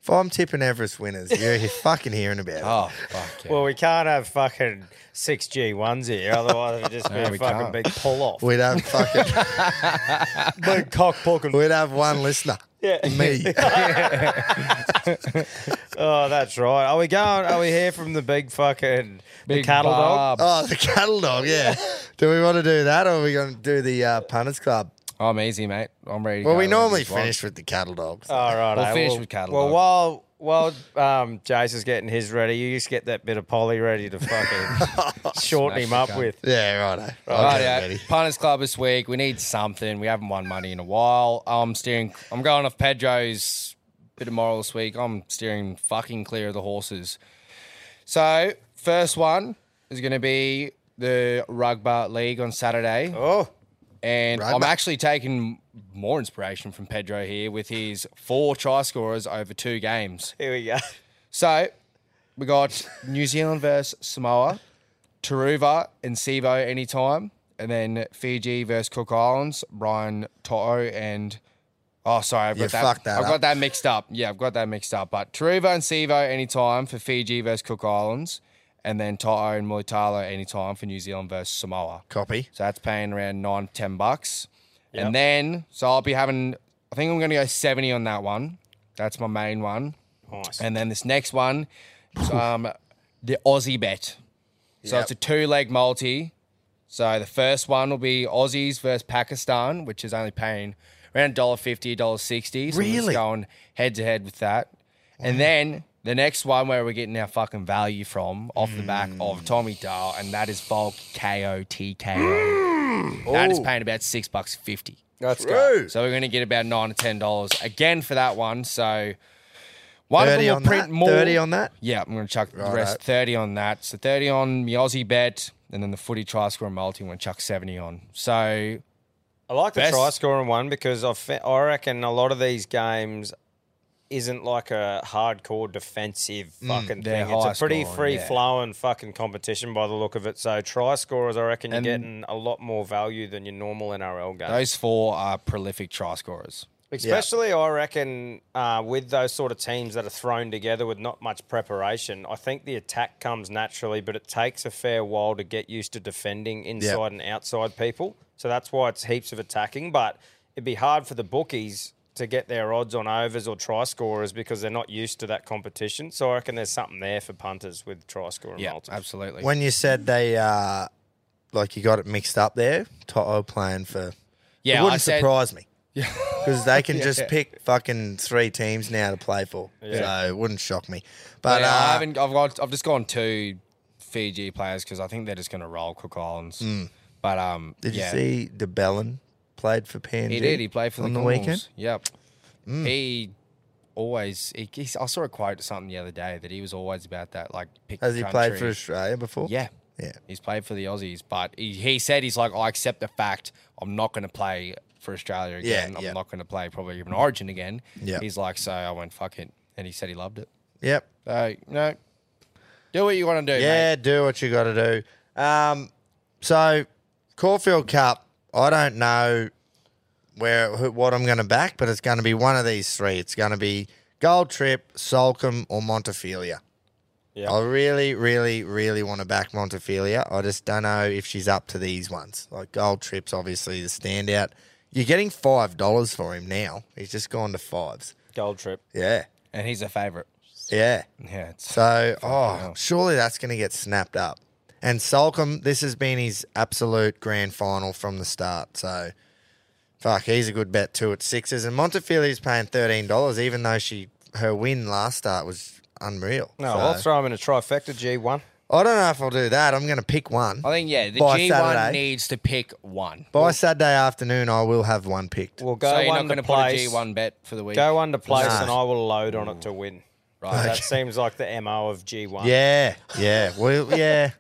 Speaker 1: If I'm tipping Everest winners, you're, you're fucking hearing about it.
Speaker 5: Oh fuck yeah.
Speaker 2: Well, we can't have fucking six G ones here, otherwise it'd just be
Speaker 5: <laughs> No,
Speaker 2: a
Speaker 5: we
Speaker 2: fucking
Speaker 5: can't.
Speaker 2: big pull off.
Speaker 1: We'd have fucking,
Speaker 2: Big cock poking.
Speaker 1: we'd have one listener.
Speaker 2: Yeah.
Speaker 1: Me.
Speaker 2: Oh, that's right. Are we going? Are we here from the big fucking the cattle dog?
Speaker 1: Oh, the cattle dog, yeah. do we want to do that or are we going to do the uh, punters club?
Speaker 5: I'm easy, mate. I'm ready. To
Speaker 1: Well,
Speaker 5: go
Speaker 1: we
Speaker 5: whenever
Speaker 1: normally
Speaker 5: you want.
Speaker 1: finish with the cattle dog.
Speaker 2: All right,
Speaker 5: We'll
Speaker 2: eh,
Speaker 5: finish with cattle
Speaker 2: Well,
Speaker 5: dog.
Speaker 2: while while um, Jace is getting his ready, you just get that bit of Polly ready to
Speaker 5: <laughs>
Speaker 2: fucking shorten him up with.
Speaker 1: Yeah, righto. I'll
Speaker 5: Right,
Speaker 1: get it
Speaker 5: yeah.
Speaker 1: ready.
Speaker 5: Punters Club this week. We need something. We haven't won money in a while. I'm steering. I'm going off Pedro's bit of moral this week. I'm steering fucking clear of the horses. So first one is going to be the Rugby League on Saturday.
Speaker 2: Oh,
Speaker 5: And I'm
Speaker 1: Rugby.
Speaker 5: actually taking more inspiration from Pedro here with his four try scorers over two games.
Speaker 2: here we go.
Speaker 5: So we got New Zealand versus Samoa, Taruva and Sivo anytime, and then Fiji versus Cook Islands, Brian To'o and Oh, sorry, I've got
Speaker 1: You
Speaker 5: that.
Speaker 1: fucked that
Speaker 5: I've
Speaker 1: up.
Speaker 5: got that mixed up. Yeah, I've got that mixed up. But Taruva and Sivo anytime for Fiji versus Cook Islands, and then Ta'o and Mulitalo anytime for New Zealand versus Samoa.
Speaker 1: Copy.
Speaker 5: So that's paying around nine, ten bucks,
Speaker 1: Yep.
Speaker 5: and then so I'll be having. I think I'm going to go seventy on that one. That's my main one.
Speaker 2: Nice.
Speaker 5: And then this next one, is, um, the Aussie bet. So it's a two-leg multi. So the first one will be Aussies versus Pakistan, which is only paying around $1.50, $1.60. So we're
Speaker 1: Really?
Speaker 5: just going head to head with that. And then the next one where we're getting our fucking value from off the back
Speaker 1: Hmm.
Speaker 5: of Tommy Dahl, and that is bulk KO
Speaker 1: <gasps>
Speaker 5: TKO. That is
Speaker 2: Ooh.
Speaker 5: paying about six bucks fifty.
Speaker 2: That's True.
Speaker 5: So we're gonna get about nine to ten dollars again for that one. So one of
Speaker 1: 30
Speaker 5: them will
Speaker 1: on
Speaker 5: print
Speaker 1: that?
Speaker 5: more.
Speaker 1: 30 on that?
Speaker 5: Yeah, I'm gonna chuck the
Speaker 1: Righto.
Speaker 5: rest thirty on that. So thirty on my Aussie bet, and then the footy try score and multi. I'm gonna chuck seventy on. So
Speaker 2: I like the
Speaker 5: Best-
Speaker 2: try scoring one because I've, fe- I reckon a lot of these games isn't like a hardcore defensive
Speaker 5: Mm,
Speaker 2: fucking
Speaker 5: they're
Speaker 2: thing. It's a
Speaker 5: high
Speaker 2: pretty
Speaker 5: scoring,
Speaker 2: free
Speaker 5: yeah.
Speaker 2: flowing fucking competition by the look of it. So try scorers, I reckon
Speaker 5: And-
Speaker 2: you're getting a lot more value than your normal NRL game.
Speaker 5: those four are prolific try scorers.
Speaker 2: Especially, I reckon, uh, with those sort of teams that are thrown together with not much preparation, I think the attack comes naturally, but it takes a fair while to get used to defending inside and outside people. So that's why it's heaps of attacking. But it'd be hard for the bookies to get their odds on overs or try scorers because they're not used to that competition. So I reckon there's something there for punters with try scorer and
Speaker 5: Yeah,
Speaker 2: multis.
Speaker 5: absolutely.
Speaker 1: When you said they, uh, like you got it mixed up there, Toto playing for.
Speaker 5: Yeah,
Speaker 1: it wouldn't
Speaker 5: I said-
Speaker 1: surprise me. <laughs> Because they can
Speaker 5: <laughs> Yeah.
Speaker 1: just pick fucking three teams now to play for.
Speaker 5: Yeah.
Speaker 1: So it wouldn't shock me. But
Speaker 5: Yeah, I
Speaker 1: uh,
Speaker 5: haven't. I've got. I've just gone two Fiji players because I think they're just gonna roll Cook Islands.
Speaker 1: Mm.
Speaker 5: But um,
Speaker 1: did you
Speaker 5: yeah.
Speaker 1: see DeBellin played for PNG?
Speaker 5: He did. He played for
Speaker 1: on
Speaker 5: the,
Speaker 1: the
Speaker 5: Cools.
Speaker 1: weekend. Hmm.
Speaker 5: Yep. He always. He, he- I saw a quote or something the other day that he was always about that. Like, pick
Speaker 1: Has
Speaker 5: the
Speaker 1: he played for
Speaker 5: country.
Speaker 1: Australia before?
Speaker 5: Yeah.
Speaker 1: Yeah.
Speaker 5: He's played for the Aussies, but he, he said he's like, I accept the fact I'm not going to play for Australia
Speaker 1: Yeah,
Speaker 5: again. I'm
Speaker 1: yeah.
Speaker 5: not going to play probably even Origin again.
Speaker 1: Yeah.
Speaker 5: He's like, so I went fuck it, and he said he loved it.
Speaker 1: Yep.
Speaker 5: So no, do what you want to do.
Speaker 1: Yeah, do what you got to do. Um, so Caulfield Cup, I don't know where who, what I'm going to back, but it's going to be one of these three. It's going to be Gold Trip, Solcombe, or Montefilia.
Speaker 2: Yeah.
Speaker 1: I really, really, really want to back Montefilia. I just don't know if she's up to these ones. Like Gold Trip's obviously the standout. You're getting five dollars for him now. He's just gone to fives.
Speaker 2: Gold trip.
Speaker 1: Yeah.
Speaker 5: And he's a favourite.
Speaker 1: Yeah.
Speaker 5: Yeah. It's,
Speaker 1: So, oh, surely that's going to get snapped up. And Solcombe, this has been his absolute grand final from the start. So, fuck, he's a good bet too at sixes. And Montefili's paying thirteen dollars, even though she her win last start was unreal.
Speaker 2: No,
Speaker 1: So,
Speaker 2: I'll throw him in a trifecta G1.
Speaker 1: I don't know if I'll do that. I'm going to pick one.
Speaker 5: I think yeah, the
Speaker 1: By
Speaker 5: G one
Speaker 1: Saturday.
Speaker 5: needs to pick one.
Speaker 1: By Saturday afternoon, I will have one picked.
Speaker 2: We'll go
Speaker 5: so
Speaker 2: one
Speaker 5: you're not
Speaker 2: to
Speaker 5: going to put a
Speaker 2: place.
Speaker 5: G one bet for the week.
Speaker 2: Go under place
Speaker 1: Nah.
Speaker 2: and I will load on it to win. Right. That seems like the MO of G1.
Speaker 1: Yeah, yeah, well, yeah.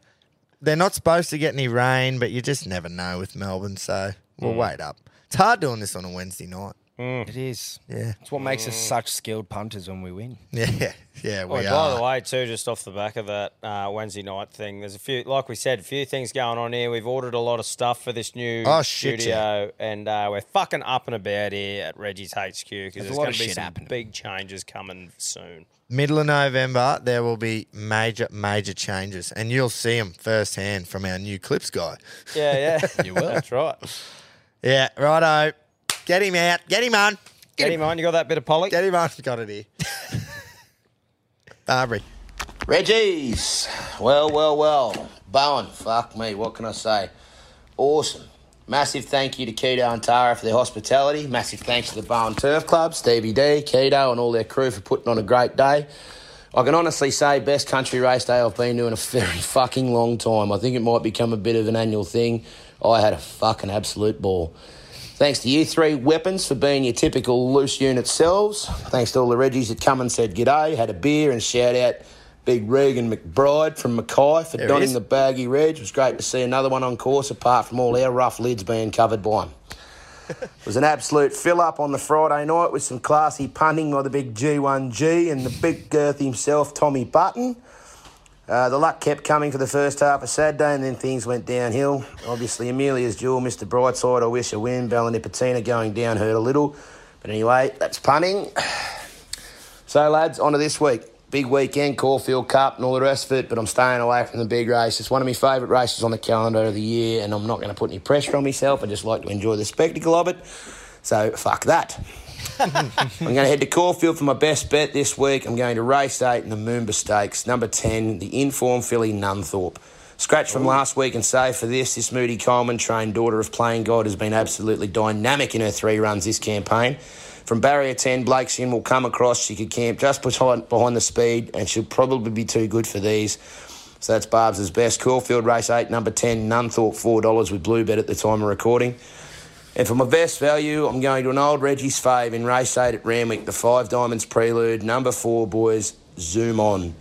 Speaker 1: They're not supposed to get any rain, but you just never know with Melbourne. So we'll
Speaker 5: Mm.
Speaker 1: wait up. It's hard doing this on a Wednesday night. <laughs>
Speaker 5: It is.
Speaker 1: Yeah.
Speaker 5: It's what makes us such skilled punters when we win.
Speaker 1: Yeah, yeah, we
Speaker 2: Oh,
Speaker 1: are.
Speaker 2: by the way, too, just off the back of that uh, Wednesday night thing, there's a few, like we said, a few things going on here. We've ordered a lot of stuff for this new
Speaker 1: Oh, shit,
Speaker 2: studio, and uh, we're fucking up and about here at Reggie's HQ because
Speaker 1: a
Speaker 2: there's,
Speaker 1: lot
Speaker 2: going
Speaker 1: of
Speaker 2: to be
Speaker 1: shit
Speaker 2: some
Speaker 1: happening.
Speaker 2: big changes coming soon.
Speaker 1: Middle of November, there will be major, major changes, and you'll see them firsthand from our new clips guy.
Speaker 2: Yeah, yeah.
Speaker 1: <laughs> You will.
Speaker 2: That's right.
Speaker 1: Yeah, righto. Get him out. Get him on.
Speaker 2: Get him on. You got that bit of poly?
Speaker 1: Get him on. <laughs> Got it here. Barbary.
Speaker 10: Reggie's. Well, well, well. Bowen, fuck me, what can I say? Awesome. Massive thank you to Keto and Tara for their hospitality. Massive thanks to the Bowen Turf Club, Stevie D, Keto, and all their crew for putting on a great day. I can honestly say, best country race day I've been to in a very fucking long time. I think it might become a bit of an annual thing. I had a fucking absolute ball. Thanks to you three weapons for being your typical loose unit selves. Thanks to all the Reggies that come and said g'day, had a beer, and shout out Big Regan McBride from Mackay for
Speaker 1: There he
Speaker 10: donning
Speaker 1: is.
Speaker 10: the baggy reg. It was great to see another one on course, apart from all our rough lids being covered by
Speaker 1: <laughs>
Speaker 10: him. It was an absolute fill up on the Friday night with some classy punting by the big G1G and the big girth himself, Tommy Button. Uh, the luck kept coming for the first half of Saturday, and then things went downhill. Obviously, Amelia's jewel, Mr. Brightside, I wish a win. Balanipatina going down hurt a little. But anyway, that's punning. <sighs> So, lads, on to this week. Big weekend, Caulfield Cup and all the rest of it, but I'm staying away from the big race. It's one of my favourite races on the calendar of the year, and I'm not going to put any pressure on myself. I just like to enjoy the spectacle of it. So, fuck that. I'm going to head to Caulfield for my best bet this week. I'm going to race eight in the Moomba Stakes, number 10, the informed filly Nunthorpe. Scratch from last week and save for this, this Moody Coleman, trained daughter of Playing God, has been absolutely dynamic in her three runs this campaign. From barrier 10, Blake's in will come across. She could camp just behind, behind the speed, and she'll probably be too good for these. So that's Barb's best. Caulfield race 8, number 10, Nunthorpe, $4 with Blue Bet at the time of recording. And for my best value, I'm going to an old Reggie's fave in race eight at Ramwick, the Five Diamonds Prelude, number four, boys, zoom on.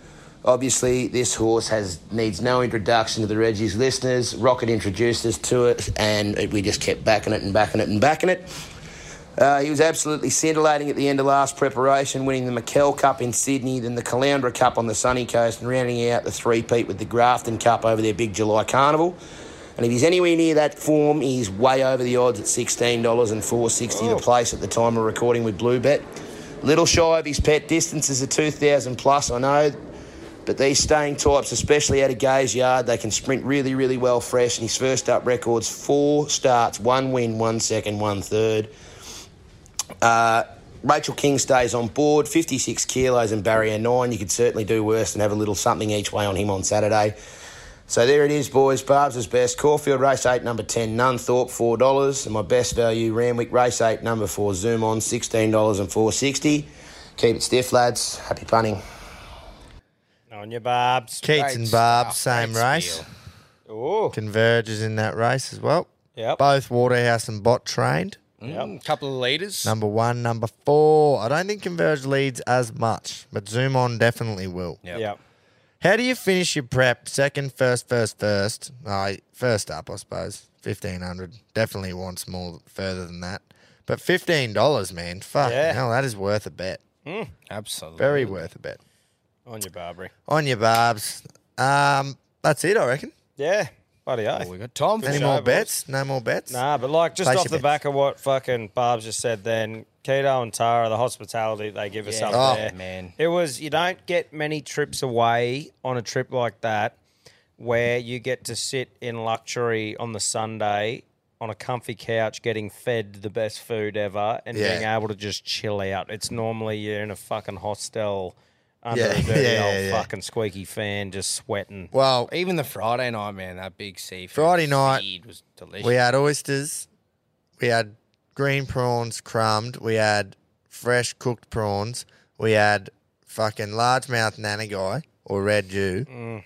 Speaker 10: Obviously, this horse has needs no introduction to the Reggie's listeners. Rocket introduced us to it, and it- we just kept backing it and backing it and backing it. Uh, he was absolutely scintillating at the end of last preparation, winning the McKell Cup in Sydney, then the Caloundra Cup on the sunny coast, and rounding out the three-peat with the Grafton Cup over their big July carnival. And if he's anywhere near that form, he's way over the odds at sixteen dollars and four sixty to place at the time of recording with Blue Bet. Little shy of his pet distances are two thousand plus, I know, but these staying types, especially out of Gay's yard, they can sprint really, really well fresh. And his first up records four starts, one win, one second, one third. Uh, Rachel King stays on board, 56 kilos and barrier nine. You could certainly do worse than have a little something each way on him on Saturday. So there it is, boys. Barb's is best. Caulfield race eight, number ten, Nunthorpe, four dollars. And my best value, Ramwick race eight, number four, Zoom on, sixteen dollars and four sixty. Keep it stiff, lads. Happy punning.
Speaker 2: On your barbs.
Speaker 1: Keats and Barb, same race.
Speaker 2: Ooh.
Speaker 1: Converges in that race as well.
Speaker 2: Yep.
Speaker 1: Both Waterhouse and Bot trained.
Speaker 5: Mm, couple of leaders.
Speaker 1: Number one, number four. I don't think Converge leads as much, but Zoom On definitely will.
Speaker 5: Yeah.
Speaker 1: How do you finish your prep? Second, first, first, first. I first up, I suppose. Fifteen hundred definitely wants more further than that. But fifteen dollars, man. Fuck
Speaker 2: Yeah.
Speaker 1: hell, that is worth a bet.
Speaker 2: Mm.
Speaker 5: Absolutely.
Speaker 1: Very worth a bet.
Speaker 2: On your Barbary.
Speaker 1: On your barbs. Um, that's it, I reckon.
Speaker 2: Yeah. Buddy, oh,
Speaker 5: we got Tom.
Speaker 1: Any more bets? No more bets.
Speaker 2: Nah, but like just
Speaker 1: Place
Speaker 2: off
Speaker 1: your
Speaker 2: the back of what fucking Barb's just said, then Keto and Tara, the hospitality they give us
Speaker 5: Yeah.
Speaker 2: up
Speaker 5: Oh,
Speaker 2: there,
Speaker 5: man.
Speaker 2: It was you don't get many trips away on a trip like that where you get to sit in luxury on the Sunday on a comfy couch, getting fed the best food ever, and
Speaker 1: Yeah.
Speaker 2: being able to just chill out. It's normally you're in a fucking hostel under
Speaker 1: <laughs> Yeah,
Speaker 2: a dirty
Speaker 1: yeah,
Speaker 2: old
Speaker 1: yeah, yeah.
Speaker 2: fucking squeaky fan, just sweating.
Speaker 1: Well,
Speaker 5: even the Friday night, man, that big seafood.
Speaker 1: Friday night,
Speaker 5: feed was delicious.
Speaker 1: We had oysters, we had green prawns crumbed, we had fresh cooked prawns, we had fucking largemouth nanagai or red jew,
Speaker 2: Mm.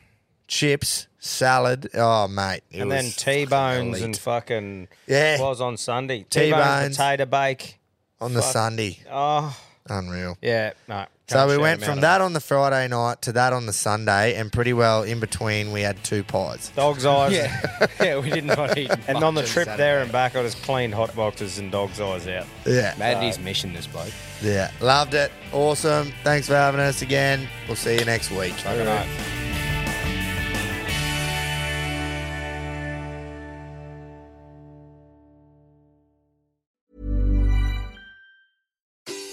Speaker 1: chips, salad. Oh mate, it
Speaker 2: and
Speaker 1: was
Speaker 2: then T bones
Speaker 1: elite.
Speaker 2: and fucking
Speaker 1: Yeah.
Speaker 2: was on Sunday. T
Speaker 1: T-bones.
Speaker 2: bones, potato bake
Speaker 1: on the
Speaker 2: Fuck.
Speaker 1: Sunday,
Speaker 2: Oh
Speaker 1: unreal.
Speaker 2: yeah, no.
Speaker 1: So we went from that on the Friday night to that on the Sunday, and pretty well in between we had two pies.
Speaker 5: <laughs>
Speaker 2: dog's eyes. <laughs>
Speaker 1: Yeah.
Speaker 5: yeah, we did not <laughs> eat.
Speaker 2: And on the
Speaker 5: much on
Speaker 2: trip
Speaker 5: Saturday.
Speaker 2: there and back, I just cleaned hot boxes and dog's eyes out.
Speaker 1: Yeah.
Speaker 5: Mad his mission, this bloke.
Speaker 1: Yeah, loved it. Awesome. Thanks for having us again. We'll see you next week.